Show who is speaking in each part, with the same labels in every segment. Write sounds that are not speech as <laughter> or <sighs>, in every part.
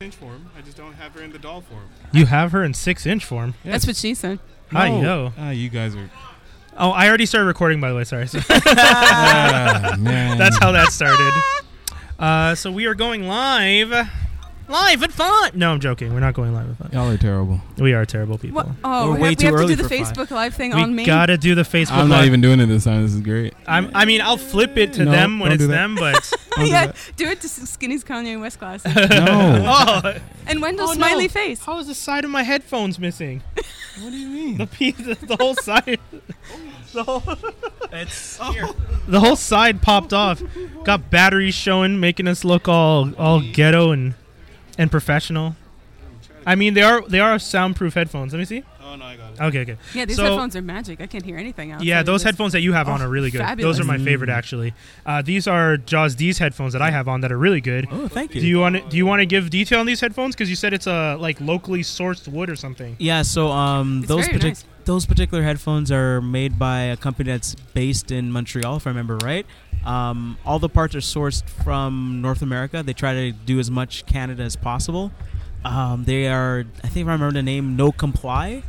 Speaker 1: inch form. I just don't have her in the doll form.
Speaker 2: You have her in six inch form.
Speaker 1: Yeah.
Speaker 3: That's what she said.
Speaker 2: Hi
Speaker 1: No.
Speaker 2: yo.
Speaker 1: Ah, you guys
Speaker 2: <laughs>
Speaker 1: are.
Speaker 2: Oh, I already started recording by the way. Sorry. So
Speaker 1: Ah, man.
Speaker 2: that's how that
Speaker 4: <laughs>
Speaker 2: started. Uh, so we are going live, live at five. No, I'm joking. We're not going live at five.
Speaker 4: Y'all are terrible.
Speaker 2: We are terrible people.
Speaker 3: What? Oh,
Speaker 4: We're way
Speaker 3: we have, we
Speaker 4: too
Speaker 3: have to
Speaker 4: early
Speaker 3: do the
Speaker 4: for five.
Speaker 3: Facebook Live thing
Speaker 2: we
Speaker 3: on me.
Speaker 2: gotta do the Facebook.
Speaker 4: I'm not
Speaker 2: Live.
Speaker 4: even doing it this time. This
Speaker 2: <laughs>
Speaker 4: is great.
Speaker 2: I'm, I mean, I'll flip it to
Speaker 4: No,
Speaker 2: them when
Speaker 4: don't
Speaker 2: it's
Speaker 4: do that.
Speaker 2: them, but
Speaker 4: I'll do
Speaker 3: <laughs> yeah,
Speaker 4: that.
Speaker 3: do it to Skinny's Kanye West
Speaker 4: <laughs>
Speaker 3: class.
Speaker 4: No.
Speaker 2: <laughs> oh,
Speaker 3: and Wendell's
Speaker 2: Oh, no.
Speaker 3: smiley face.
Speaker 2: how is the side of my headphones missing?
Speaker 4: what do you mean?
Speaker 2: The piece, the
Speaker 1: <laughs>
Speaker 2: whole side, the whole, <laughs> Oh.
Speaker 4: It's
Speaker 2: the whole side popped off. Got batteries showing, making us look all all ghetto and and professional. I mean, they are they are soundproof headphones. Let me see.
Speaker 1: Oh no, I got it.
Speaker 2: Okay, okay.
Speaker 3: Yeah, these
Speaker 2: So-
Speaker 3: headphones are magic. I can't hear anything else.
Speaker 2: Yeah, those headphones that you have on
Speaker 3: Oh,
Speaker 2: are really good.
Speaker 3: fabulous.
Speaker 2: Those are my favorite, actually. Uh, these are Jaws D's headphones that I have on that are really good.
Speaker 4: Oh, thank you.
Speaker 2: Do you want to do you want to give detail on these headphones? Because you said it's a like locally sourced wood or something.
Speaker 5: Yeah, so um,
Speaker 3: It's
Speaker 5: those
Speaker 3: very
Speaker 5: partic-
Speaker 3: nice.
Speaker 5: those particular headphones are made by a company that's based in Montreal, if I remember right. Um, all the parts are sourced from North America. They try to do as much Canada as possible. Um, they are, I think, if I remember the name, No Comply.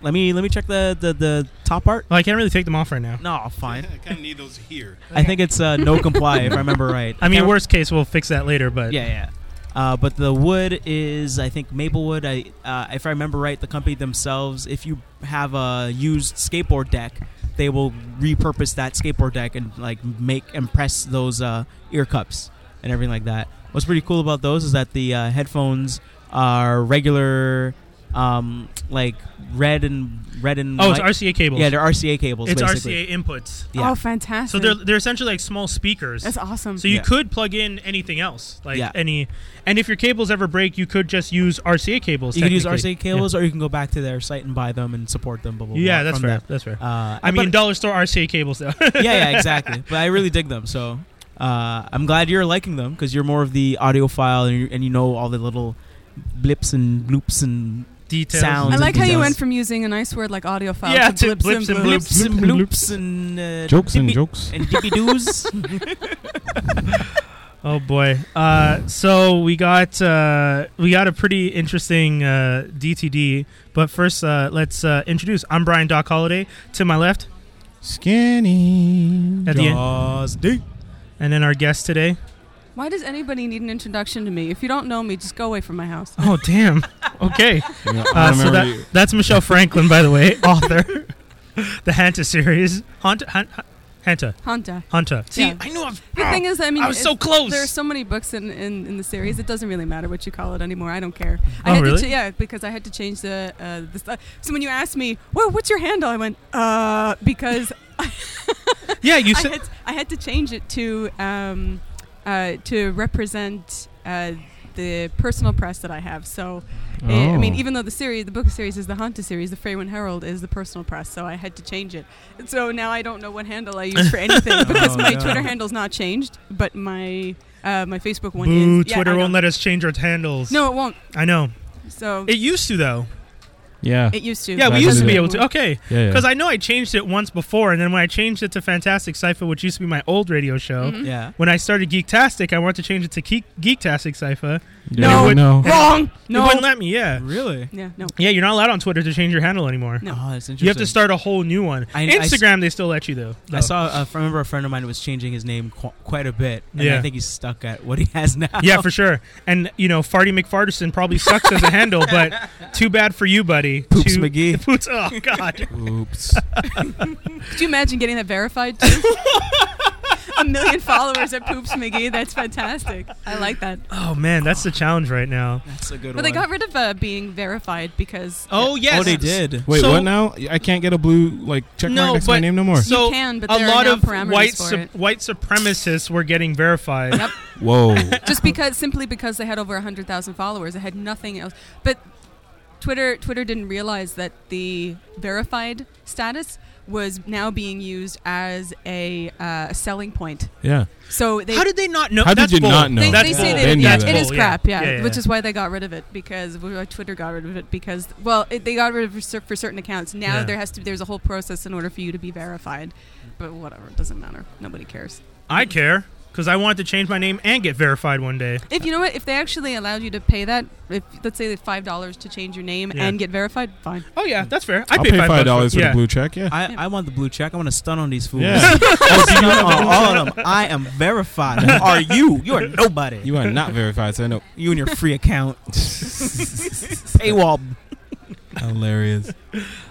Speaker 5: Let me let me check the the, the top part.
Speaker 2: Well, I can't really take them off right now.
Speaker 5: No, fine.
Speaker 2: <laughs>
Speaker 1: I kind of need those here.
Speaker 5: I think it's uh, No Comply, if I remember right.
Speaker 2: I mean,
Speaker 5: Can't-
Speaker 2: worst case, we'll fix that later. But
Speaker 5: Yeah, yeah. Uh, but the wood is, I think, Maplewood. I, uh, if I remember right, the company themselves, if you have a used skateboard deck, they will repurpose that skateboard deck and like make and press those uh, ear cups and everything like that. What's pretty cool about those is that the uh, headphones are regular, um, like red and red and
Speaker 2: oh,
Speaker 5: light-
Speaker 2: it's RCA cables.
Speaker 5: yeah, they're RCA cables.
Speaker 2: it's
Speaker 5: basically.
Speaker 2: RCA inputs.
Speaker 5: Yeah.
Speaker 3: Oh, fantastic.
Speaker 2: So they're they're essentially like small speakers.
Speaker 3: That's awesome.
Speaker 2: So you
Speaker 5: Yeah.
Speaker 2: could plug in anything else, like
Speaker 5: Yeah.
Speaker 2: any. And if your cables ever break, you could just use RCA cables.
Speaker 5: You can use
Speaker 2: technically.
Speaker 5: RCA cables, or you can go back to their site and buy them and support them. Blah, blah,
Speaker 2: Yeah, yeah
Speaker 5: blah,
Speaker 2: that's
Speaker 5: from
Speaker 2: fair.
Speaker 5: them.
Speaker 2: That's fair.
Speaker 5: Uh,
Speaker 2: I
Speaker 5: but-
Speaker 2: mean, dollar store RCA cables though. <laughs>
Speaker 5: <laughs> yeah, yeah, exactly. But I really dig them, so uh, I'm glad you're liking them because you're more of the audiophile and you, and you know all the little blips and bloops and
Speaker 2: Details.
Speaker 5: Sound.
Speaker 3: I like how you
Speaker 5: Yes.
Speaker 3: went from using a nice word like audiophile
Speaker 2: Yeah,
Speaker 3: to
Speaker 2: to
Speaker 3: blips,
Speaker 2: blips
Speaker 3: and
Speaker 2: and
Speaker 3: bloops.
Speaker 5: blips and
Speaker 4: Bloop, bloop,
Speaker 5: bloops and uh,
Speaker 4: Jokes
Speaker 2: <laughs>
Speaker 4: and
Speaker 5: dippy-
Speaker 4: jokes.
Speaker 5: and dippy doos.
Speaker 2: Oh boy. Uh, so we got uh, we got a pretty interesting uh, DTD, but first uh, let's uh, introduce. I'm Brian Doc Holiday. To my left,
Speaker 4: Skinny.
Speaker 2: At <laughs> the end.
Speaker 4: Jaws D.
Speaker 2: and then our guest today.
Speaker 3: Why does anybody need an introduction to me? If you don't know me, just go away from my house.
Speaker 2: Oh damn. Okay.
Speaker 4: Yeah, I
Speaker 2: Uh, so
Speaker 4: remember
Speaker 2: that,
Speaker 4: you.
Speaker 2: that's Michelle Franklin, by the
Speaker 4: <laughs>
Speaker 2: way, author, the Hanta series. Hanta, Hanta, Hanta.
Speaker 3: Honda.
Speaker 2: Hanta. See,
Speaker 3: Yeah.
Speaker 2: I knew I was.
Speaker 3: The thing is, I mean,
Speaker 2: I was
Speaker 3: it's-
Speaker 2: so close.
Speaker 3: There are so many books in, in, in the series. It doesn't really matter what you call it anymore. I don't care. I
Speaker 2: Oh,
Speaker 3: had
Speaker 2: really?
Speaker 3: To ch- yeah, because I had to change the. Uh, the st- so when you asked me, "Well, what's your handle?" I went, "Uh," because <laughs>
Speaker 2: yeah, you
Speaker 3: I
Speaker 2: said.
Speaker 3: had, I had to change it to um, uh, to represent uh, the personal press that I have. So eh, I
Speaker 4: Oh.
Speaker 3: mean,
Speaker 2: Oh.
Speaker 3: even though the series, the book series is the Honda series, the Freywind Herald is the personal press. So I had to change it. And so now I don't know what handle I use for
Speaker 2: <laughs>
Speaker 3: anything because
Speaker 5: Oh,
Speaker 3: my
Speaker 5: no.
Speaker 3: Twitter handle's not changed, but my uh, my Facebook one
Speaker 2: Boo!
Speaker 3: is. Yeah,
Speaker 2: Twitter
Speaker 3: I
Speaker 2: won't
Speaker 3: know.
Speaker 2: let us change our handles.
Speaker 3: No, it won't.
Speaker 2: I know.
Speaker 3: So
Speaker 2: It used to though.
Speaker 4: Yeah.
Speaker 3: it used to.
Speaker 2: Yeah, we
Speaker 4: Back
Speaker 2: used
Speaker 4: in
Speaker 2: to
Speaker 4: the
Speaker 2: be
Speaker 4: day.
Speaker 2: able to. Okay.
Speaker 4: Yeah. yeah.
Speaker 2: Because I know I changed it once before, and then when I changed it to Fantastic Cypher, which used to be my old radio show,
Speaker 3: Mhm.
Speaker 5: yeah,
Speaker 2: when I started Geektastic, I wanted to change it to Geek Geektastic Cypher.
Speaker 4: You
Speaker 3: No.
Speaker 4: never know.
Speaker 3: <laughs> Wrong.
Speaker 2: It
Speaker 3: No.
Speaker 2: wouldn't let me, yeah.
Speaker 5: really.
Speaker 3: yeah. No.
Speaker 2: Yeah, you're not allowed on Twitter to change your handle anymore.
Speaker 3: No.
Speaker 5: Oh, that's interesting.
Speaker 2: You have to start a whole new one.
Speaker 5: I- I s-
Speaker 2: Instagram, they still let you, though.
Speaker 5: I saw. Uh, I remember a friend of mine was changing his name qu- quite a bit, and
Speaker 2: Yeah.
Speaker 5: I think he's stuck at what he has now.
Speaker 2: Yeah, for sure. And, you know, Farty McFarterson probably sucks as a handle, but too bad for you, buddy.
Speaker 5: <laughs> Poops
Speaker 2: Too- <laughs>
Speaker 5: McGee.
Speaker 2: Poops, oh, God.
Speaker 4: Oops.
Speaker 3: Could you imagine getting that verified too? <laughs> <laughs> A million followers at Poops McGee. That's fantastic. I like that.
Speaker 2: Oh, man, that's the challenge right now.
Speaker 5: That's a good
Speaker 3: But
Speaker 5: one.
Speaker 3: they got rid of uh, being verified because
Speaker 2: Oh, yes.
Speaker 5: Oh, they did.
Speaker 4: Wait,
Speaker 2: So-
Speaker 4: what now? I can't get a blue like check
Speaker 2: No,
Speaker 4: mark next to my
Speaker 2: but-
Speaker 4: name no more.
Speaker 2: So
Speaker 3: you can. But
Speaker 2: a
Speaker 3: there
Speaker 2: lot
Speaker 3: are now
Speaker 2: of
Speaker 3: parameters
Speaker 2: white
Speaker 3: for
Speaker 2: sup-
Speaker 3: it.
Speaker 2: white supremacists were getting verified.
Speaker 3: Yep.
Speaker 2: <laughs>
Speaker 4: Whoa.
Speaker 3: just because simply because they had over 100,000 followers it had nothing else but Twitter Twitter didn't realize that the verified status was now being used as a uh, selling point
Speaker 4: yeah.
Speaker 3: so they
Speaker 2: How did they not know?
Speaker 4: How did
Speaker 2: That's
Speaker 4: you
Speaker 2: bull.
Speaker 4: not know?
Speaker 3: they,
Speaker 4: No,
Speaker 2: That's
Speaker 3: they
Speaker 2: bull.
Speaker 3: say
Speaker 4: They
Speaker 3: that it-
Speaker 4: knew
Speaker 3: yeah,
Speaker 4: that.
Speaker 3: it is
Speaker 2: Bull,
Speaker 3: crap, yeah,
Speaker 2: Oh, Yeah, yeah,
Speaker 3: which
Speaker 2: yeah.
Speaker 3: is why they got rid of it because well, Twitter got rid of it because well, it, they got rid of it for, cer- for certain accounts. Now
Speaker 2: Yeah.
Speaker 3: there has to there's a whole process in order for you to be verified, but whatever, it doesn't matter. Nobody cares.
Speaker 2: I care because I wanted to change my name and get verified one day.
Speaker 3: If you know what, if they actually allowed you to pay that, if let's say five dollars to change your name
Speaker 2: Yeah.
Speaker 3: and get verified, fine.
Speaker 2: Oh yeah, that's fair. I
Speaker 4: I'll pay five dollars for
Speaker 2: yeah.
Speaker 4: the blue check. Yeah.
Speaker 5: I, I want the blue check. I want to stun on these fools.
Speaker 4: Yeah.
Speaker 2: <laughs>
Speaker 5: I'll <laughs> stun on all of them. I am verified. Who are you? You are nobody. You,
Speaker 4: You are not verified, so I
Speaker 2: <laughs>
Speaker 4: know.
Speaker 5: and your free account. Paywall.
Speaker 4: Hilarious.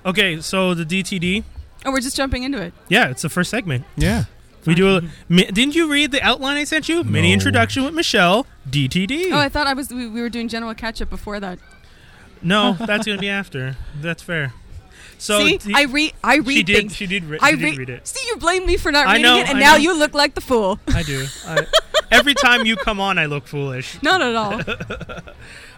Speaker 2: Okay, so the DTD.
Speaker 3: Oh, we're just jumping into it.
Speaker 2: Yeah, it's the first segment.
Speaker 4: Yeah.
Speaker 2: We do. A, mi- didn't you read the outline I sent you? Mini
Speaker 4: No.
Speaker 2: introduction with Michelle. DTD.
Speaker 3: Oh, I thought I was we, we were doing general catch up before that. <laughs>
Speaker 2: no, that's gonna be after. That's fair. So
Speaker 3: See,
Speaker 2: D-
Speaker 3: I read I
Speaker 2: she
Speaker 3: read
Speaker 2: did.
Speaker 3: things.
Speaker 2: She did. Re-
Speaker 3: I
Speaker 2: she did
Speaker 3: re-
Speaker 2: read it.
Speaker 3: See, you blame me for not
Speaker 2: I
Speaker 3: reading
Speaker 2: know,
Speaker 3: it, and
Speaker 2: I
Speaker 3: now
Speaker 2: know.
Speaker 3: you look like
Speaker 2: <laughs>
Speaker 3: the fool.
Speaker 2: I do. I, every time you come on, I look foolish.
Speaker 3: Not at all.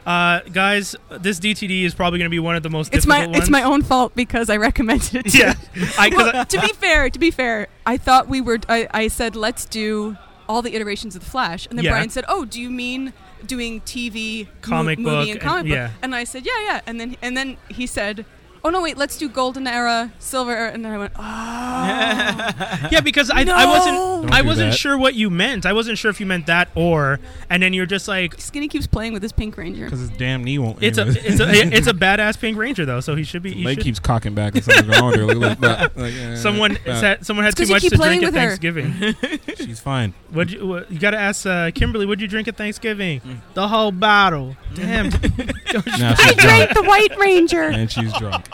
Speaker 2: Uh, guys, this DTD is probably gonna be one of the most.
Speaker 3: it's
Speaker 2: difficult
Speaker 3: my
Speaker 2: ones.
Speaker 3: it's my own fault because I recommended it.
Speaker 2: <laughs>
Speaker 3: To
Speaker 2: Yeah. I, 'cause I-
Speaker 3: well, to be fair, to be fair, I thought we were. I, I said let's do all the iterations of the Flash, and then
Speaker 2: Yeah.
Speaker 3: Brian said, "Oh, do you mean doing TV, mo-
Speaker 2: Comic
Speaker 3: movie,
Speaker 2: book,
Speaker 3: and comic
Speaker 2: and-
Speaker 3: book?"
Speaker 2: yeah.
Speaker 3: And I said, "Yeah, yeah." And then and then he said, "Oh no, wait, let's do Golden Era, Silver," Era. and then I went,
Speaker 2: <laughs>
Speaker 3: "Oh,
Speaker 2: yeah, because I,
Speaker 3: no.
Speaker 2: I wasn't.
Speaker 4: Don't
Speaker 2: I
Speaker 4: do
Speaker 2: wasn't
Speaker 4: that.
Speaker 2: sure what you meant. I wasn't sure if you meant that or, and then you're just like,
Speaker 3: Skinny keeps playing with his Pink <laughs> Ranger.
Speaker 4: Because his damn knee won't.
Speaker 2: it's a,
Speaker 4: anyways.
Speaker 2: it's a,
Speaker 4: <laughs>
Speaker 2: it's a badass Pink Ranger though. So he should be. he
Speaker 4: Leg
Speaker 2: should-
Speaker 4: keeps cocking back and something's wrong with her. Look, look, look, like, eh,
Speaker 2: someone
Speaker 4: nah,
Speaker 2: said someone had
Speaker 3: It's
Speaker 2: too
Speaker 3: 'cause you
Speaker 2: much
Speaker 3: keep
Speaker 2: to
Speaker 3: playing
Speaker 2: drink at
Speaker 3: with her.
Speaker 2: Thanksgiving. <laughs>
Speaker 4: she's fine.
Speaker 2: What'd you, what you got to ask uh, Kimberly? What'd you drink at Thanksgiving? The whole bottle. Damn.
Speaker 4: Now she's drunk
Speaker 3: the White
Speaker 2: <laughs>
Speaker 3: Ranger.
Speaker 4: and she's drunk.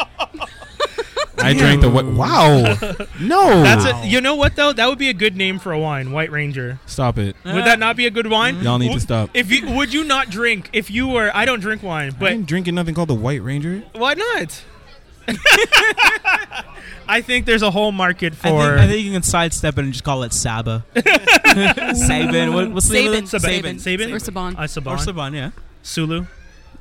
Speaker 4: I drank the what? Wow. No.
Speaker 2: That's a, you know what though? That would be a good name for a wine, White Ranger.
Speaker 4: Stop it.
Speaker 2: Would that not be a good wine?
Speaker 4: Y'all need to
Speaker 2: Would-
Speaker 4: stop.
Speaker 2: If you would you not drink if you were I don't drink wine,
Speaker 4: i
Speaker 2: but
Speaker 4: ain't drinking nothing called the White Ranger.
Speaker 2: why not? <laughs> I think there's a whole market
Speaker 5: I think,
Speaker 2: for
Speaker 5: I think you can sidestep it and just call it Saba. Saban. What, what's the name
Speaker 3: Saban,
Speaker 5: of it?
Speaker 2: Saban. Saban.
Speaker 3: or Saban.
Speaker 2: uh, Saban.
Speaker 5: Or Saban, yeah.
Speaker 2: Sulu.